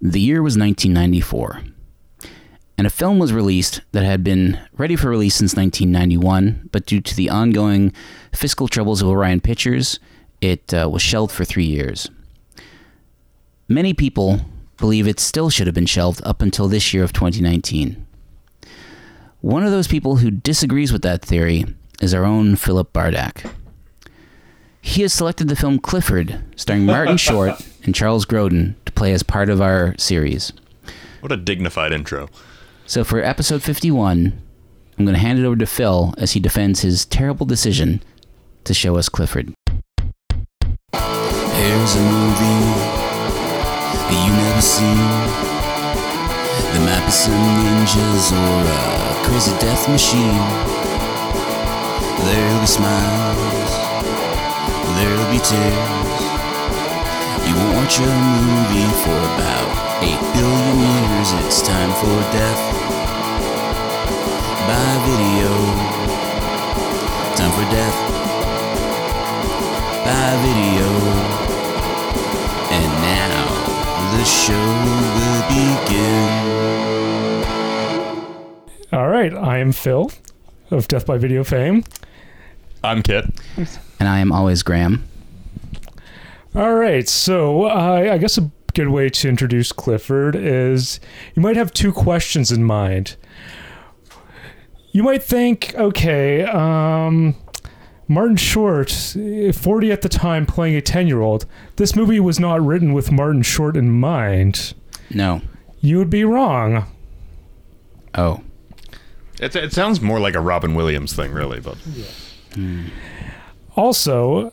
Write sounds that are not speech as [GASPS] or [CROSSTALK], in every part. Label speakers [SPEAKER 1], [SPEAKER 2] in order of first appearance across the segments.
[SPEAKER 1] The year was 1994, and a film was released that had been ready for release since 1991, but due to the ongoing fiscal troubles of Orion Pictures, it uh, was shelved for three years. Many people believe it still should have been shelved up until this year of 2019. One of those people who disagrees with that theory is our own Philip Bardak. He has selected the film Clifford, starring Martin Short and Charles Grodin, to play as part of our series.
[SPEAKER 2] What a dignified intro.
[SPEAKER 1] So for episode 51, I'm going to hand it over to Phil as he defends his terrible decision to show us Clifford.
[SPEAKER 3] Here's a movie that you never seen. The map is some ninjas or a crazy death machine. There'll be smiles, there'll be tears. You won't watch a movie for about 8 billion years. It's time for death by video. Time for death by video. And now the show will begin.
[SPEAKER 4] All right, I am Phil of Death by Video fame.
[SPEAKER 2] I'm Kit.
[SPEAKER 1] And I am always Graham.
[SPEAKER 4] All right, so uh, I guess a good way to introduce Clifford is you might have two questions in mind. You might think, okay, um, Martin Short, eh, 40 at the time, playing a 10 year old, this movie was not written with Martin Short in mind.
[SPEAKER 1] No.
[SPEAKER 4] You would be wrong.
[SPEAKER 1] Oh.
[SPEAKER 2] It, it sounds more like a Robin Williams thing, really, but
[SPEAKER 4] Also,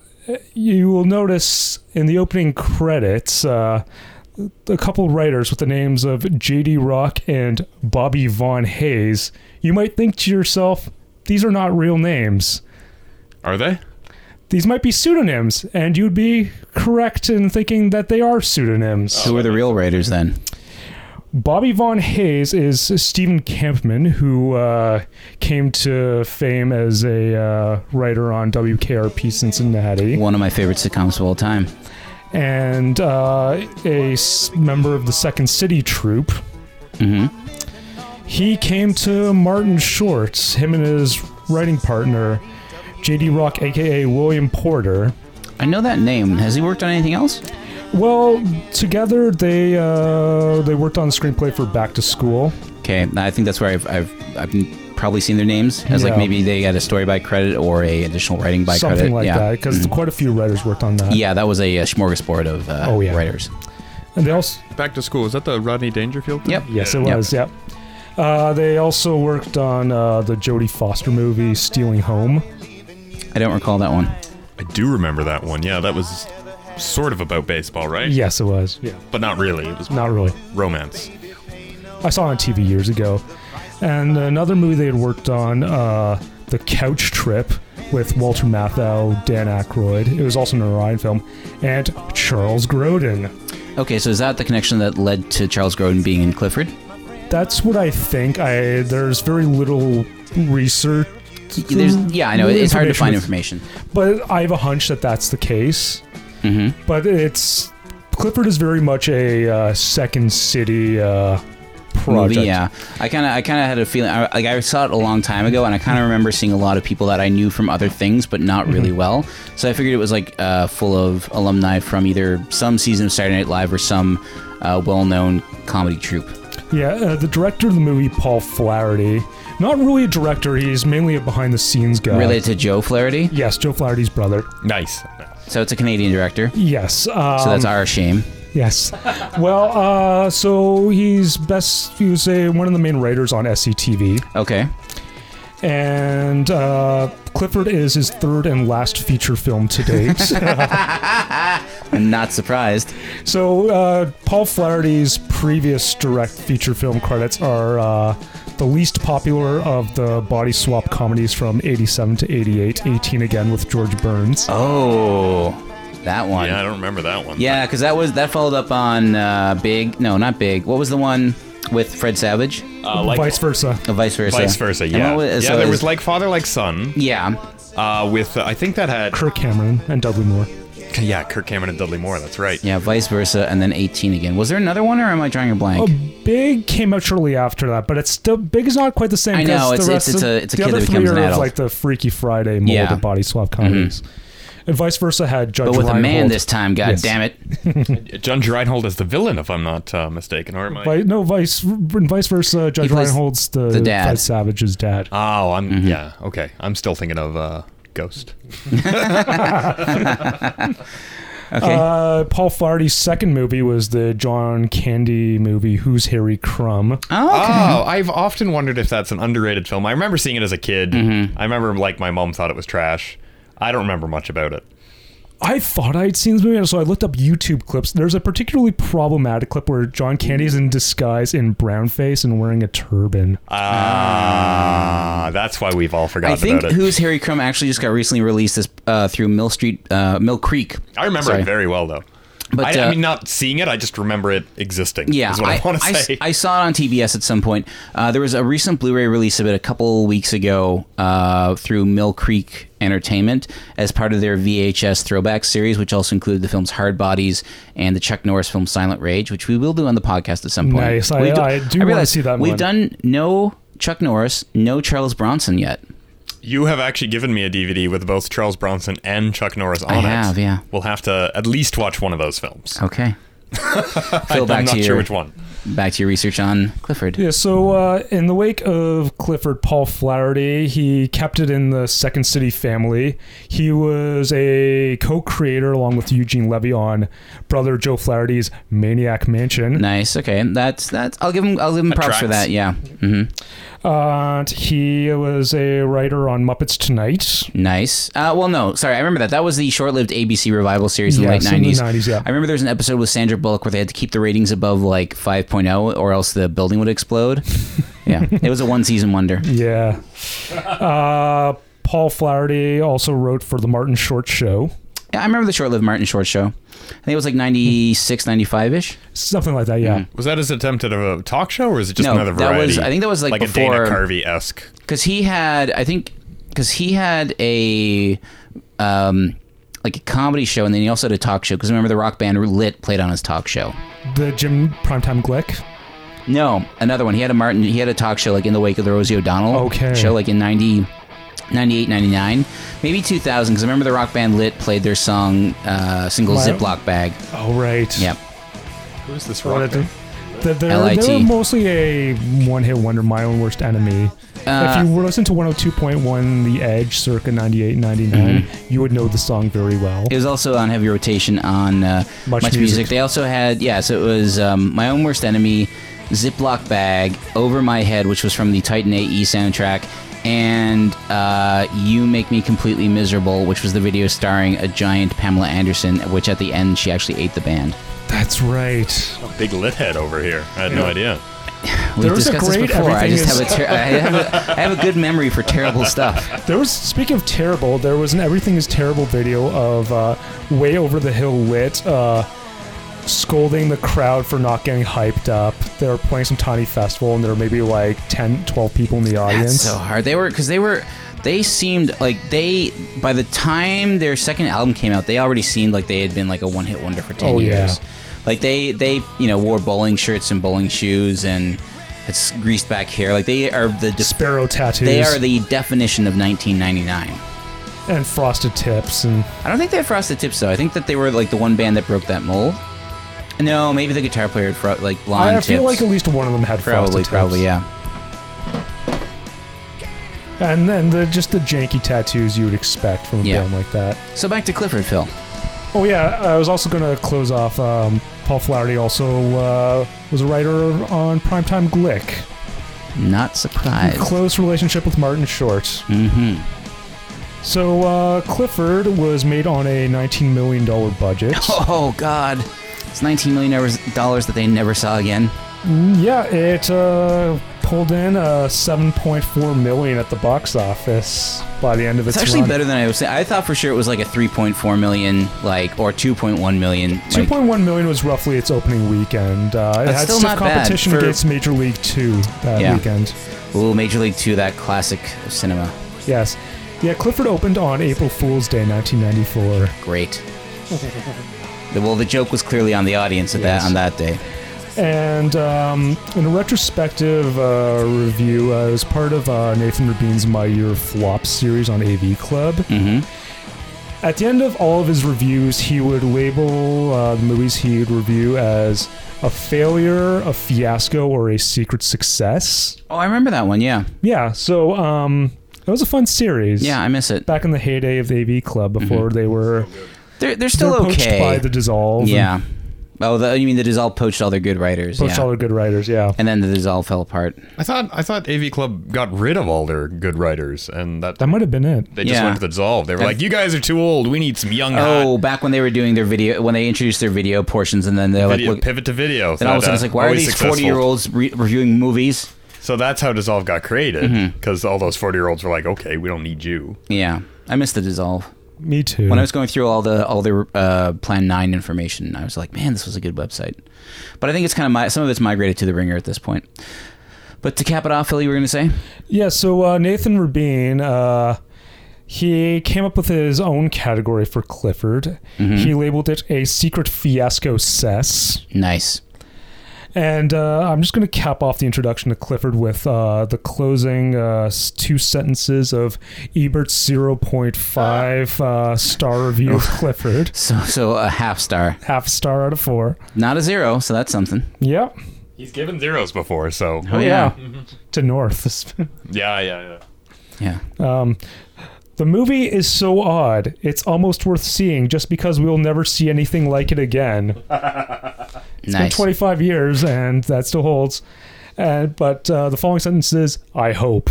[SPEAKER 4] you will notice in the opening credits uh, a couple writers with the names of J.D. Rock and Bobby Von Hayes. You might think to yourself, these are not real names.
[SPEAKER 2] are they?
[SPEAKER 4] These might be pseudonyms, and you'd be correct in thinking that they are pseudonyms.
[SPEAKER 1] Who are the real writers then?
[SPEAKER 4] Bobby Von Hayes is Stephen Kampman, who uh, came to fame as a uh, writer on WKRP Cincinnati.
[SPEAKER 1] One of my favorite sitcoms of all time.
[SPEAKER 4] and uh, a s- member of the Second City Troop.
[SPEAKER 1] hmm
[SPEAKER 4] He came to Martin Short's, him and his writing partner, J.D. Rock, aka William Porter.
[SPEAKER 1] I know that name. Has he worked on anything else?
[SPEAKER 4] Well, together they uh, they worked on the screenplay for Back to School.
[SPEAKER 1] Okay, I think that's where I've, I've, I've probably seen their names as like
[SPEAKER 4] Yeah.
[SPEAKER 1] maybe they got a story by credit or a additional writing by
[SPEAKER 4] something
[SPEAKER 1] credit.
[SPEAKER 4] like
[SPEAKER 1] yeah. Mm-hmm.
[SPEAKER 4] that, because quite a few writers worked on that.
[SPEAKER 1] Yeah, that was a, uh smorgasbord of uh,
[SPEAKER 4] Oh, yeah.
[SPEAKER 1] writers.
[SPEAKER 4] And they also
[SPEAKER 2] Back to school. Is that the Rodney Dangerfield? thing?
[SPEAKER 1] Yep.
[SPEAKER 4] yes, it
[SPEAKER 1] Yep.
[SPEAKER 4] was yep. Uh, they also worked on uh, the Jodie Foster movie Stealing Home.
[SPEAKER 1] I don't recall that one.
[SPEAKER 2] I do remember that one. Yeah, that was sort of about baseball, right?
[SPEAKER 4] Yes, it was. Yeah,
[SPEAKER 2] But not really. It was
[SPEAKER 4] not really.
[SPEAKER 2] romance.
[SPEAKER 4] I saw it on TV years ago. And another movie they had worked on, uh, The Couch Trip, with Walter Matthau, Dan Aykroyd. It was also an Orion film, and Charles Grodin.
[SPEAKER 1] Okay, so is that the connection that led to Charles Grodin being in Clifford?
[SPEAKER 4] That's what I think. I there's very little research,
[SPEAKER 1] There's,
[SPEAKER 4] Mm-hmm.
[SPEAKER 1] yeah, I know.
[SPEAKER 4] Little
[SPEAKER 1] It's hard to find
[SPEAKER 4] information
[SPEAKER 1] information.
[SPEAKER 4] but I have a hunch that that's the case.
[SPEAKER 1] hmm
[SPEAKER 4] But it's Clifford is very much a uh, Second City uh, project.
[SPEAKER 1] Movie, yeah, I kind of, I kind of had a feeling. I, like I saw it a long time ago, and I kind of remember seeing a lot of people that I knew from other things, but not really
[SPEAKER 4] Mm-hmm.
[SPEAKER 1] well. So I figured it was like uh, full of alumni from either some season of Saturday Night Live or some uh, well-known comedy troupe.
[SPEAKER 4] Yeah, uh, the director of the movie, Paul Flaherty. Not really a director, he's mainly a behind the scenes guy.
[SPEAKER 1] Related to Joe Flaherty,
[SPEAKER 4] Yes, Joe Flaherty's brother.
[SPEAKER 2] Nice.
[SPEAKER 1] so it's a Canadian director.
[SPEAKER 4] Yes. Um,
[SPEAKER 1] So that's our shame.
[SPEAKER 4] Yes. well, uh, so he's best, he was a, one of the main writers on SCTV.
[SPEAKER 1] Okay.
[SPEAKER 4] And uh, Clifford is his third and last feature film
[SPEAKER 1] [LAUGHS]
[SPEAKER 4] to date.
[SPEAKER 1] I'm not surprised.
[SPEAKER 4] so uh, Paul Flaherty's previous direct feature film credits are uh, the least popular of the body swap comedies from 87 to 88, 18 again with George Burns.
[SPEAKER 1] Oh, that one.
[SPEAKER 2] Yeah, I don't remember that one.
[SPEAKER 1] Yeah, because that was that followed up on uh, Big. No, not Big. What was the one with Fred Savage?
[SPEAKER 2] Uh, like
[SPEAKER 4] vice versa.
[SPEAKER 1] Uh, vice versa.
[SPEAKER 2] vice versa.
[SPEAKER 1] And
[SPEAKER 2] Yeah.
[SPEAKER 1] what was-
[SPEAKER 2] yeah.
[SPEAKER 1] so
[SPEAKER 2] There
[SPEAKER 1] is-
[SPEAKER 2] was like father, like son.
[SPEAKER 1] Yeah,
[SPEAKER 2] Uh, with uh, I think that had
[SPEAKER 4] Kirk Cameron and Dudley Moore.
[SPEAKER 2] Yeah, Kirk Cameron and Dudley Moore. That's right.
[SPEAKER 1] Yeah, vice versa, and then 18 again. Was there another one, or am I drawing a blank?
[SPEAKER 4] Oh, Big came out shortly after that, but it's still Big is not quite the same.
[SPEAKER 1] I know, it's-
[SPEAKER 4] 'cause
[SPEAKER 1] it's-
[SPEAKER 4] the rest
[SPEAKER 1] it's
[SPEAKER 4] of-
[SPEAKER 1] a- it's a
[SPEAKER 4] the
[SPEAKER 1] kid
[SPEAKER 4] other
[SPEAKER 1] that
[SPEAKER 4] three
[SPEAKER 1] becomes an
[SPEAKER 4] are of,
[SPEAKER 1] adult.
[SPEAKER 4] like the Freaky Friday mold
[SPEAKER 1] Yeah. Mm-hmm.
[SPEAKER 4] of body swap comedies, and vice versa had Judge
[SPEAKER 1] but with a man
[SPEAKER 4] Reinhold-
[SPEAKER 1] this time, god
[SPEAKER 4] Yes.
[SPEAKER 1] damn it.
[SPEAKER 2] Judge Reinhold is the villain, if I'm not uh, mistaken, or am I?
[SPEAKER 4] Vi- no, vice and vice versa. Judge
[SPEAKER 1] plays
[SPEAKER 4] Reinhold's the,
[SPEAKER 1] the dad.
[SPEAKER 4] Fred Savage's dad.
[SPEAKER 2] Oh, I'm.
[SPEAKER 1] Mm-hmm.
[SPEAKER 2] Yeah. Okay. I'm still thinking of uh, Ghost.
[SPEAKER 1] Okay.
[SPEAKER 4] Uh, Paul Farty's second movie was the John Candy movie, Who's Harry Crumb?
[SPEAKER 1] oh, okay.
[SPEAKER 2] Oh, I've often wondered if that's an underrated film. I remember seeing it as a kid.
[SPEAKER 1] Mm-hmm.
[SPEAKER 2] I remember like my mom thought it was trash. I don't remember much about it.
[SPEAKER 4] I thought I'd seen this movie, so I looked up YouTube clips. There's a particularly problematic clip where John Candy's in disguise in brown face and wearing a turban.
[SPEAKER 2] Ah, that's why we've all
[SPEAKER 1] I
[SPEAKER 2] forgotten
[SPEAKER 1] think
[SPEAKER 2] about it.
[SPEAKER 1] Who's Harry Crumb actually just got recently released this uh, through Mill Street, uh, Mill Creek.
[SPEAKER 2] I remember
[SPEAKER 1] Sorry.
[SPEAKER 2] it very well though.
[SPEAKER 1] But,
[SPEAKER 2] I, I
[SPEAKER 1] uh,
[SPEAKER 2] mean, not seeing it, I just remember it existing.
[SPEAKER 1] Yeah,
[SPEAKER 2] is what I, want to
[SPEAKER 1] s-
[SPEAKER 2] say.
[SPEAKER 1] I saw it on TBS at some point. Uh, there was a recent Blu-ray release of it a couple weeks ago uh, through Mill Creek Entertainment as part of their VHS Throwback series, which also included the films Hard Bodies and the Chuck Norris film Silent Rage, which we will do on the podcast at some point.
[SPEAKER 4] Nice. I-
[SPEAKER 1] We've-
[SPEAKER 4] I do wanna
[SPEAKER 1] realize
[SPEAKER 4] see that
[SPEAKER 1] We've
[SPEAKER 4] one.
[SPEAKER 1] done no Chuck Norris, no Charles Bronson yet.
[SPEAKER 2] you have actually given me a DVD with both Charles Bronson and Chuck Norris on
[SPEAKER 1] I
[SPEAKER 2] it.
[SPEAKER 1] have, yeah.
[SPEAKER 2] We'll have to at least watch one of those films.
[SPEAKER 1] Okay. Phil, back
[SPEAKER 2] [LAUGHS] I'm not
[SPEAKER 1] to
[SPEAKER 2] sure
[SPEAKER 1] your
[SPEAKER 2] which one.
[SPEAKER 1] back to your research on Clifford.
[SPEAKER 4] Yeah, so uh, in the wake of Clifford Paul Flaherty, he kept it in the Second City family. He was a co creator along with Eugene Levy on brother Joe Flaherty's Maniac Mansion.
[SPEAKER 1] Nice. Okay, that's that's. I'll give him. I'll give him props for
[SPEAKER 2] Attracts.
[SPEAKER 1] that. Yeah. hmm
[SPEAKER 4] Uh, he was a writer on Muppets Tonight.
[SPEAKER 1] Nice. Uh, well, no, sorry, I remember that. That was the short-lived ABC revival series in
[SPEAKER 4] Yes,
[SPEAKER 1] the late
[SPEAKER 4] in the
[SPEAKER 1] nineties.
[SPEAKER 4] 90s, yeah.
[SPEAKER 1] I remember there was an episode with Sandra Bullock where they had to keep the ratings above like 5.0 or else the building would explode. yeah, it was a one-season wonder.
[SPEAKER 4] [LAUGHS] Yeah. Uh, Paul Flaherty also wrote for The Martin Short Show,
[SPEAKER 1] Yeah, I remember the short-lived Martin Short show. I think it was like 96, 95 ish.
[SPEAKER 4] something like that. Yeah.
[SPEAKER 2] Was that his attempt at a talk show, or is it just
[SPEAKER 1] No,
[SPEAKER 2] another
[SPEAKER 1] that
[SPEAKER 2] variety?
[SPEAKER 1] was- I think that was, like,
[SPEAKER 2] like a
[SPEAKER 1] before-
[SPEAKER 2] Dana Carvey esque.
[SPEAKER 1] because he had I think because he had a um like a comedy show and then he also had a talk show because remember the rock band Lit played on his talk show.
[SPEAKER 4] The Jim Primetime Glick.
[SPEAKER 1] No, another one. He had a Martin. He had a talk show like in the wake of the Rosie O'Donnell
[SPEAKER 4] Okay.
[SPEAKER 1] show, like in 90, 98, 99, maybe two thousand. Because remember the rock band Lit played their song uh, "Single
[SPEAKER 4] Wow.
[SPEAKER 1] Ziploc Bag."
[SPEAKER 4] Oh, right.
[SPEAKER 1] Yep.
[SPEAKER 2] Who's this
[SPEAKER 4] Or
[SPEAKER 2] rock?
[SPEAKER 4] that- that They're,
[SPEAKER 1] LIT.
[SPEAKER 4] they're mostly a one-hit wonder, my own worst enemy.
[SPEAKER 1] Uh,
[SPEAKER 4] if you were listening to 102.1 The Edge circa 98, 99, you would know the song very well.
[SPEAKER 1] mm-hmm. It was also on heavy rotation on uh, Much,
[SPEAKER 4] Much
[SPEAKER 1] Music.
[SPEAKER 4] Music.
[SPEAKER 1] They also had yeah, so it was um, my own worst enemy, Ziploc Bag, Over My Head, which was from the Titan AE soundtrack, and uh, You Make Me Completely Miserable, which was the video starring a giant Pamela Anderson, which at the end she actually ate the band.
[SPEAKER 4] That's right.
[SPEAKER 2] Big lit head over here. I had no idea.
[SPEAKER 1] We've
[SPEAKER 4] There was a
[SPEAKER 1] discussed
[SPEAKER 4] great
[SPEAKER 1] this before. I
[SPEAKER 4] Everything
[SPEAKER 1] just have a, ter-
[SPEAKER 4] [LAUGHS]
[SPEAKER 1] I have a I have a good memory for terrible stuff.
[SPEAKER 4] There was speaking of terrible, there was an "Everything Is Terrible" video of uh, way over the hill lit. Uh, scolding the crowd for not getting hyped up they were playing some tiny festival and there were maybe like 10 12 people in the
[SPEAKER 1] That's
[SPEAKER 4] audience
[SPEAKER 1] so hard. They were because they were they seemed like they by the time their second album came out, they already seemed like they had been like a one hit wonder for ten
[SPEAKER 4] Oh, yeah.
[SPEAKER 1] years. Like they they you know wore bowling shirts and bowling shoes and it's greased back hair. Like they are the dis-
[SPEAKER 4] sparrow tattoos
[SPEAKER 1] they are the definition of 1999.
[SPEAKER 4] and frosted tips and
[SPEAKER 1] I don't think they had frosted tips though. I think that they were like the one band that broke that mold. No, maybe the guitar player had fro- like blonde
[SPEAKER 4] I
[SPEAKER 1] tips.
[SPEAKER 4] feel like at least one of them had
[SPEAKER 1] Probably,
[SPEAKER 4] frosted
[SPEAKER 1] probably,
[SPEAKER 4] tips.
[SPEAKER 1] yeah.
[SPEAKER 4] And then the just the janky tattoos you would expect from a
[SPEAKER 1] Yeah.
[SPEAKER 4] band like that.
[SPEAKER 1] So back to Clifford, Phil.
[SPEAKER 4] Oh yeah, I was also gonna close off. Um, Paul Flaherty also uh, was a writer on Primetime Glick.
[SPEAKER 1] Not surprised.
[SPEAKER 4] Close relationship with Martin Short.
[SPEAKER 1] hmm
[SPEAKER 4] So uh, Clifford was made on a 19 million dollar budget.
[SPEAKER 1] [LAUGHS] Oh God, it's 19 million dollars that they never saw again.
[SPEAKER 4] yeah, it uh, pulled in uh, 7.4 million at the box office by the end of
[SPEAKER 1] It's
[SPEAKER 4] its,
[SPEAKER 1] actually
[SPEAKER 4] run.
[SPEAKER 1] better than I was saying. I thought for sure it was like a 3.4 million, like or 2.1 million.
[SPEAKER 4] Two
[SPEAKER 1] like-
[SPEAKER 4] point one million was roughly its opening weekend. Uh, it
[SPEAKER 1] That's
[SPEAKER 4] had
[SPEAKER 1] still
[SPEAKER 4] stiff
[SPEAKER 1] not bad
[SPEAKER 4] competition
[SPEAKER 1] for-
[SPEAKER 4] against Major League Two that
[SPEAKER 1] Yeah.
[SPEAKER 4] weekend.
[SPEAKER 1] Ooh, Major League Two, that classic cinema.
[SPEAKER 4] Yes, yeah. Clifford opened on April Fool's Day, nineteen ninety four.
[SPEAKER 1] [LAUGHS] Great. The- Well, the joke was clearly on the audience at that on that day.
[SPEAKER 4] And um, in a retrospective uh, review, uh, it was part of uh, Nathan Rabin's My Year of Flop series on AV Club.
[SPEAKER 1] Mm-hmm.
[SPEAKER 4] At the end of all of his reviews, he would label uh, the movies he would review as a failure, a fiasco, or a secret success.
[SPEAKER 1] Oh, I remember that one. Yeah,
[SPEAKER 4] Yeah, so um, that was a fun series.
[SPEAKER 1] yeah, I miss it.
[SPEAKER 4] Back in the heyday of the AV Club, before they were
[SPEAKER 1] They're they're still
[SPEAKER 4] they were poached
[SPEAKER 1] okay.
[SPEAKER 4] by the dissolve. and
[SPEAKER 1] yeah. Oh, the, you mean the dissolve poached all their good writers?
[SPEAKER 4] poached
[SPEAKER 1] yeah.
[SPEAKER 4] all the good writers. Yeah,
[SPEAKER 1] and then the dissolve fell apart.
[SPEAKER 2] I thought I thought AV Club got rid of all their good writers, and that
[SPEAKER 4] that might have been it.
[SPEAKER 2] they just
[SPEAKER 1] Yeah.
[SPEAKER 2] went to the dissolve. They were like, "You guys are too old. We need some young."
[SPEAKER 1] Oh, back when they were doing their video, when they introduced their video portions, and then they're
[SPEAKER 2] hot
[SPEAKER 1] like,
[SPEAKER 2] video,
[SPEAKER 1] look,
[SPEAKER 2] pivot to video.
[SPEAKER 1] then all of a sudden it's like, why are these forty-year-olds re- reviewing movies?
[SPEAKER 2] So that's how dissolve got
[SPEAKER 1] Mm-hmm.
[SPEAKER 2] created, because all those forty-year-olds were like, "Okay, we don't need you."
[SPEAKER 1] Yeah, I miss the dissolve.
[SPEAKER 4] Me too.
[SPEAKER 1] When I was going through all the all their uh, Plan Nine information, I was like, man, this was a good website. But I think it's kind of my some of it's migrated to the Ringer at this point. But to cap it off, Philly, you were going to say,
[SPEAKER 4] Yeah, so uh, Nathan Rabin, uh, he came up with his own category for Clifford. He labeled it a secret fiasco cess.
[SPEAKER 1] nice.
[SPEAKER 4] And uh, I'm just going to cap off the introduction to Clifford with uh, the closing uh, s- two sentences of Ebert's 0.5 uh, star review of Clifford.
[SPEAKER 1] So so a half star,
[SPEAKER 4] Half star out of four.
[SPEAKER 1] not a zero, so that's something.
[SPEAKER 4] Yep.
[SPEAKER 2] He's given zeros before, so
[SPEAKER 1] Oh,
[SPEAKER 4] To North. [LAUGHS]
[SPEAKER 2] yeah, yeah, yeah.
[SPEAKER 1] Yeah.
[SPEAKER 4] Um, the movie is so odd, it's almost worth seeing just because we'll never see anything like it again. It's
[SPEAKER 1] nice.
[SPEAKER 4] been 25 years, and that still holds. Uh, but uh, the following sentence is,
[SPEAKER 1] [LAUGHS]
[SPEAKER 4] I hope.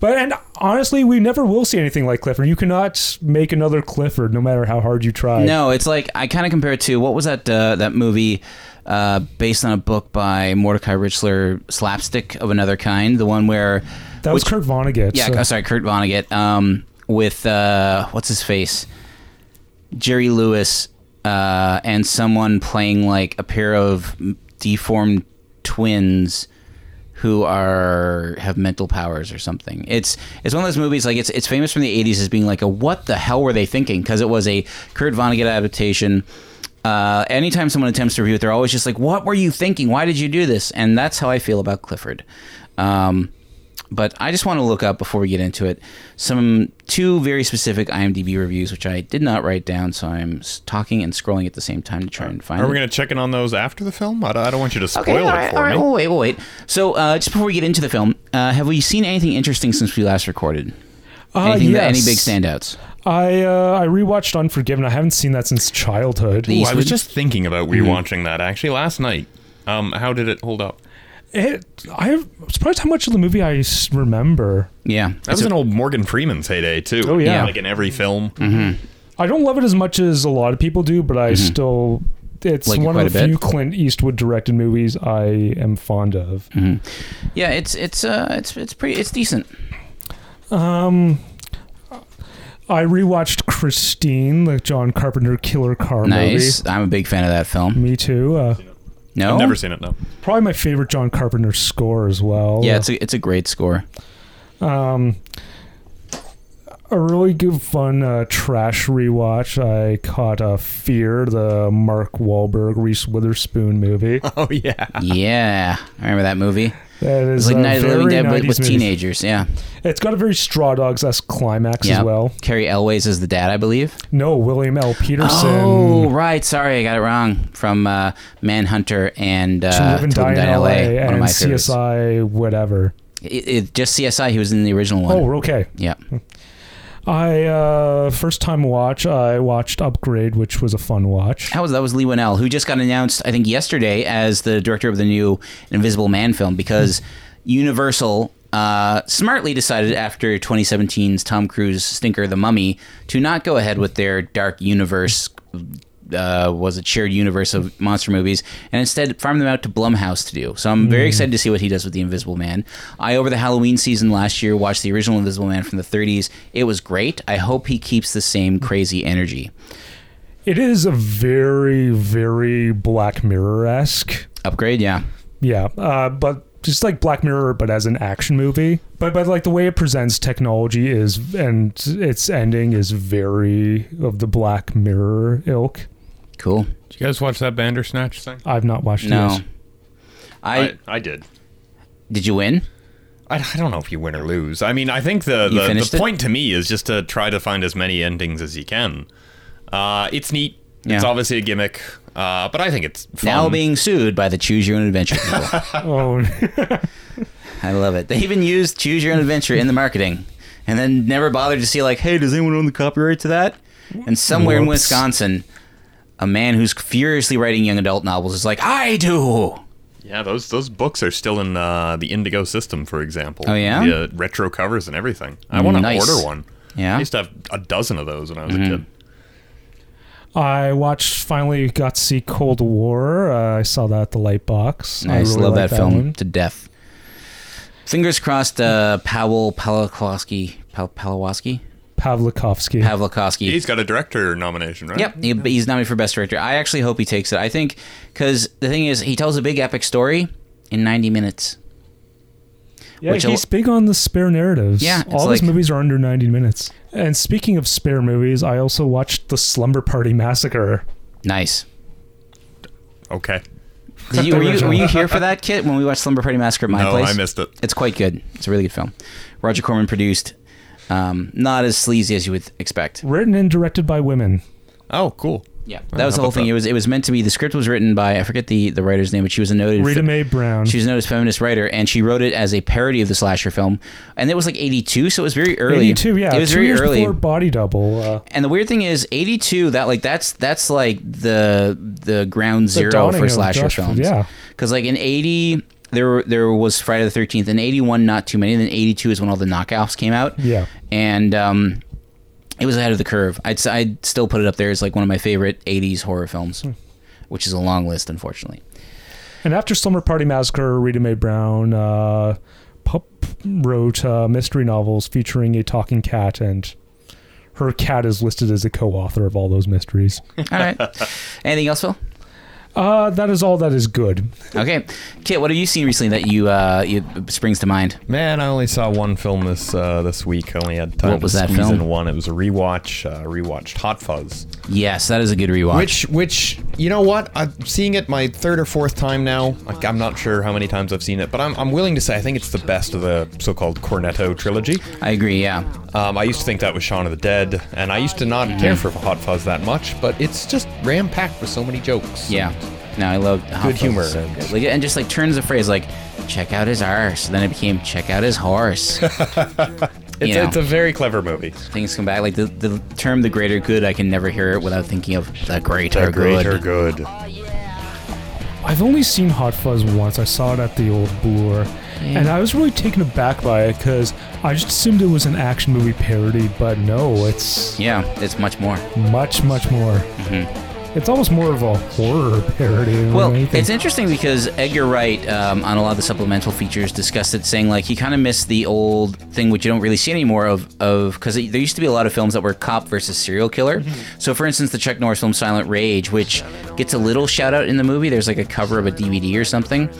[SPEAKER 4] but and honestly, we never will see anything like Clifford. You cannot make another Clifford, no matter how hard you try.
[SPEAKER 1] No, it's like I kind of compare it to what was that uh, that movie uh, based on a book by Mordecai Richler, Slapstick of Another Kind, the one where
[SPEAKER 4] that was
[SPEAKER 1] which-
[SPEAKER 4] Kurt Vonnegut.
[SPEAKER 1] yeah,
[SPEAKER 4] so-
[SPEAKER 1] oh, sorry, Kurt Vonnegut, um, with uh, what's his face, Jerry Lewis, uh, and someone playing like a pair of deformed twins who are have mental powers or something. It's it's one of those movies like it's it's famous from the 80s as being like a what the hell were they thinking because it was a Kurt Vonnegut adaptation. Uh, anytime someone attempts to review it, they're always just like, "What were you thinking? Why did you do this?" And that's how I feel about Clifford. Um, but I just want to look up before we get into it some two very specific IMDb reviews, which I did not write down, so I'm s- talking and scrolling at the same time to try and find.
[SPEAKER 2] Are we
[SPEAKER 1] them.
[SPEAKER 2] gonna check in on those after the film? I, I don't want you to spoil
[SPEAKER 1] Okay, all
[SPEAKER 2] it
[SPEAKER 1] right,
[SPEAKER 2] for
[SPEAKER 1] all right.
[SPEAKER 2] me.
[SPEAKER 1] We'll wait, we'll wait. So, uh, just before we get into the film, uh, have we seen anything interesting since we last recorded?
[SPEAKER 2] Uh,
[SPEAKER 4] Ah,
[SPEAKER 1] Anything that- any
[SPEAKER 4] yes.
[SPEAKER 1] big standouts?
[SPEAKER 4] I uh, I rewatched Unforgiven. I haven't seen that since childhood.
[SPEAKER 1] The-
[SPEAKER 2] Ooh, I was
[SPEAKER 1] Eastwood?
[SPEAKER 2] just thinking about
[SPEAKER 1] Mm-hmm.
[SPEAKER 2] rewatching that actually last night. Um, how did it hold up?
[SPEAKER 4] It, I'm surprised how much of the movie I s- remember.
[SPEAKER 1] Yeah,
[SPEAKER 2] That was an old Morgan Freeman's heyday too.
[SPEAKER 4] Oh, yeah.
[SPEAKER 2] like in every film.
[SPEAKER 1] Mm-hmm,
[SPEAKER 4] I don't love it as much as a lot of people do, but I still. It's
[SPEAKER 1] Like it
[SPEAKER 4] one
[SPEAKER 1] quite a
[SPEAKER 4] of the
[SPEAKER 1] bit?
[SPEAKER 4] few Clint Eastwood directed movies I am fond of.
[SPEAKER 1] mm-hmm. yeah. It's it's uh, it's it's pretty it's decent.
[SPEAKER 4] Um, I rewatched Christine, the John Carpenter killer car
[SPEAKER 1] Nice. I'm a big fan of that film.
[SPEAKER 4] movie. Me too. Uh,
[SPEAKER 1] No,
[SPEAKER 2] I've never seen it. No,
[SPEAKER 4] probably my favorite John Carpenter score as well.
[SPEAKER 1] Yeah, it's a it's a great
[SPEAKER 4] [LAUGHS]
[SPEAKER 1] score.
[SPEAKER 4] um, a really good fun uh, trash rewatch. I caught uh, Fear, the Mark Wahlberg Reese Witherspoon movie.
[SPEAKER 2] oh yeah,
[SPEAKER 1] yeah, I remember that movie.
[SPEAKER 4] That
[SPEAKER 1] It
[SPEAKER 4] is
[SPEAKER 1] was like
[SPEAKER 4] a
[SPEAKER 1] Night of the Living
[SPEAKER 4] very
[SPEAKER 1] Dead but
[SPEAKER 4] 90s
[SPEAKER 1] with
[SPEAKER 4] movie.
[SPEAKER 1] teenagers. Yeah,
[SPEAKER 4] It's got a very Straw Dogs esque climax
[SPEAKER 1] yeah.
[SPEAKER 4] as well.
[SPEAKER 1] Carrie Elways is the dad, I believe.
[SPEAKER 4] No, William L. Peterson.
[SPEAKER 1] Oh, right. Sorry, I got it wrong. From uh, Manhunter and uh,
[SPEAKER 4] to live and
[SPEAKER 1] To
[SPEAKER 4] die in LA,
[SPEAKER 1] One of
[SPEAKER 4] and
[SPEAKER 1] my favorites.
[SPEAKER 4] CSI, whatever.
[SPEAKER 1] It, it, just CSI. He was in the original one.
[SPEAKER 4] Oh, we're okay.
[SPEAKER 1] yeah.
[SPEAKER 4] I uh, first time watch. I watched Upgrade, which was a fun watch.
[SPEAKER 1] That was that was Lee Winnell, who just got announced, I think, yesterday as the director of the new Invisible Man film because Universal uh, smartly decided after 2017's Tom Cruise stinker, The Mummy, to not go ahead with their dark universe. Uh, was a shared universe of monster movies, and instead farm them out to Blumhouse to do. So I'm very excited to see what he does with the Invisible Man. I over the Halloween season last year watched the original Invisible Man from the 30s. It was great. I hope he keeps the same crazy energy.
[SPEAKER 4] It is a very, very Black Mirror esque.
[SPEAKER 1] Upgrade, yeah.
[SPEAKER 4] Yeah, uh, but just like Black Mirror, but as an action movie. But but like the way it presents technology is, and its ending is very of the Black Mirror ilk.
[SPEAKER 1] Cool.
[SPEAKER 5] Did you guys watch that Bandersnatch thing?
[SPEAKER 4] I've not watched
[SPEAKER 1] No.
[SPEAKER 4] this.
[SPEAKER 1] I,
[SPEAKER 2] I, I did.
[SPEAKER 1] did you win?
[SPEAKER 2] I, I don't know if you win or lose. I mean, I think the
[SPEAKER 1] You
[SPEAKER 2] the,
[SPEAKER 1] finished
[SPEAKER 2] the
[SPEAKER 1] it?
[SPEAKER 2] point to me is just to try to find as many endings as you can. Uh, it's neat. It's
[SPEAKER 1] Yeah.
[SPEAKER 2] obviously a gimmick, uh, but I think it's fun.
[SPEAKER 1] Now being sued by the Choose Your Own Adventure people.
[SPEAKER 4] Oh, [LAUGHS]
[SPEAKER 1] I love it. They even used Choose Your Own Adventure in the marketing, and then never bothered to see like, hey, does anyone own the copyright to that? And somewhere in
[SPEAKER 4] Whoops.
[SPEAKER 1] Wisconsin, a man who's furiously writing young adult novels is like, I do.
[SPEAKER 2] yeah, those those books are still in uh, the Indigo system, for example.
[SPEAKER 1] Oh, yeah?
[SPEAKER 2] the uh, retro covers and everything. I want to
[SPEAKER 1] Nice.
[SPEAKER 2] order one. I
[SPEAKER 1] Yeah. Mm-hmm.
[SPEAKER 2] used to have a dozen of those when I was a kid.
[SPEAKER 4] I watched. Finally, got to see Cold War. Uh, I saw that at the Lightbox. I
[SPEAKER 1] Nice.
[SPEAKER 4] really
[SPEAKER 1] love
[SPEAKER 4] liked
[SPEAKER 1] that, film
[SPEAKER 4] one.
[SPEAKER 1] to death. Fingers crossed. Uh, Powell Pawlikowski, Pal- Pawlikowski,
[SPEAKER 4] Pavlikovsky.
[SPEAKER 1] Pawlikowski.
[SPEAKER 2] He's got a director nomination, right?
[SPEAKER 1] Yep, he- but he's nominated for best director. I actually hope he takes it. I think because the thing is, he tells a big epic story in 90 minutes.
[SPEAKER 4] Yeah,
[SPEAKER 1] Which a
[SPEAKER 4] he's
[SPEAKER 1] lo-
[SPEAKER 4] big on the spare narratives.
[SPEAKER 1] Yeah, it's
[SPEAKER 4] all his
[SPEAKER 1] like-
[SPEAKER 4] movies are under 90 minutes. And speaking of spare movies, I also watched The Slumber Party Massacre.
[SPEAKER 1] Nice.
[SPEAKER 2] Okay.
[SPEAKER 1] Did you, were, you, were you here for that, Kit, when we watched Slumber Party Massacre at my
[SPEAKER 2] no,
[SPEAKER 1] place?
[SPEAKER 2] Oh, I missed it.
[SPEAKER 1] It's quite good. It's a really good film. Roger Corman produced. Um, not as sleazy as you would expect.
[SPEAKER 4] Written and directed by women.
[SPEAKER 2] Oh, cool.
[SPEAKER 1] Yeah,
[SPEAKER 2] Oh,
[SPEAKER 1] that was
[SPEAKER 2] how
[SPEAKER 1] the whole
[SPEAKER 2] about
[SPEAKER 1] thing.
[SPEAKER 2] that?
[SPEAKER 1] It was it was meant to be. The script was written by I forget the the writer's name, but she was a noted
[SPEAKER 4] Rita Mae Brown.
[SPEAKER 1] She was known as feminist writer, and she wrote it as a parody of the slasher film. And it was like '82, so it was very early.
[SPEAKER 4] 82, yeah.
[SPEAKER 1] it was
[SPEAKER 4] two
[SPEAKER 1] very
[SPEAKER 4] years
[SPEAKER 1] early.
[SPEAKER 4] before Body Double. Uh,
[SPEAKER 1] And the weird thing is, '82 that like that's that's like the the ground
[SPEAKER 4] the
[SPEAKER 1] zero
[SPEAKER 4] dawning
[SPEAKER 1] for
[SPEAKER 4] of
[SPEAKER 1] slasher
[SPEAKER 4] Josh-
[SPEAKER 1] films.
[SPEAKER 4] Yeah.
[SPEAKER 1] because like in '80 there were- there was Friday the Thirteenth, and '81 not too many. And then '82 is when all the knockouts came out.
[SPEAKER 4] Yeah.
[SPEAKER 1] and um, it was ahead of the curve. I'd s- I'd still put it up there as like one of my favorite '80s horror films,
[SPEAKER 4] Hmm.
[SPEAKER 1] which is a long list, unfortunately.
[SPEAKER 4] And after Slumber Party Massacre, Rita Mae Brown uh, pu- wrote uh, mystery novels featuring a talking cat, and her cat is listed as a co author of all
[SPEAKER 1] [LAUGHS]
[SPEAKER 4] those mysteries.
[SPEAKER 1] All
[SPEAKER 4] [LAUGHS]
[SPEAKER 1] right, anything else, Phil?
[SPEAKER 4] uh, that is all that is good.
[SPEAKER 1] Okay, Kit, what have you seen recently that you uh you, springs to mind?
[SPEAKER 2] Man, I only saw one film this uh, this week. I only had time
[SPEAKER 1] What was
[SPEAKER 2] to
[SPEAKER 1] that
[SPEAKER 2] squeeze
[SPEAKER 1] film?
[SPEAKER 2] in one. It was a rewatch. Uh, rewatched Hot Fuzz,
[SPEAKER 1] Yes, that is a good rewatch.
[SPEAKER 2] which which you know what? I'm seeing it my third or fourth time now. Like, I'm not sure how many times I've seen it, but I'm I'm willing to say I think it's the best of the so-called Cornetto trilogy.
[SPEAKER 1] I agree. Yeah,
[SPEAKER 2] Um, I used to think that was Shaun of the Dead, and I used to not care for Hot Fuzz that much, but it's just ram packed with so many jokes.
[SPEAKER 1] yeah. No, I love Hot Fuzz
[SPEAKER 2] humor.
[SPEAKER 1] is So good. Like, and just like turns the phrase like, "Check out his arse." Then it became, "Check out his [LAUGHS] horse."
[SPEAKER 2] it's,
[SPEAKER 1] you know.
[SPEAKER 2] it's a very clever movie.
[SPEAKER 1] Things come back. Like the, the term "the greater good," I can never hear it without thinking of the greater, good.
[SPEAKER 2] good. Um,
[SPEAKER 4] I've only seen Hot Fuzz once. I saw it at the old Bloor, and I was really taken aback by it because I just assumed it was an action movie parody, but no, it's
[SPEAKER 1] Yeah, it's much more.
[SPEAKER 4] much, much more. It's almost more of a horror parody. than
[SPEAKER 1] Mm-hmm. Well,
[SPEAKER 4] anything.
[SPEAKER 1] it's interesting because Edgar Wright, um, on a lot of the supplemental features, discussed it, saying like he kind of missed the old thing, which you don't really see anymore of of because there used to be a lot of films that were cop versus serial killer.
[SPEAKER 2] Mm-hmm.
[SPEAKER 1] So, for instance, the Chuck Norris film Silent Rage, which gets a little shout out in the movie. There's like a cover of a DVD or something.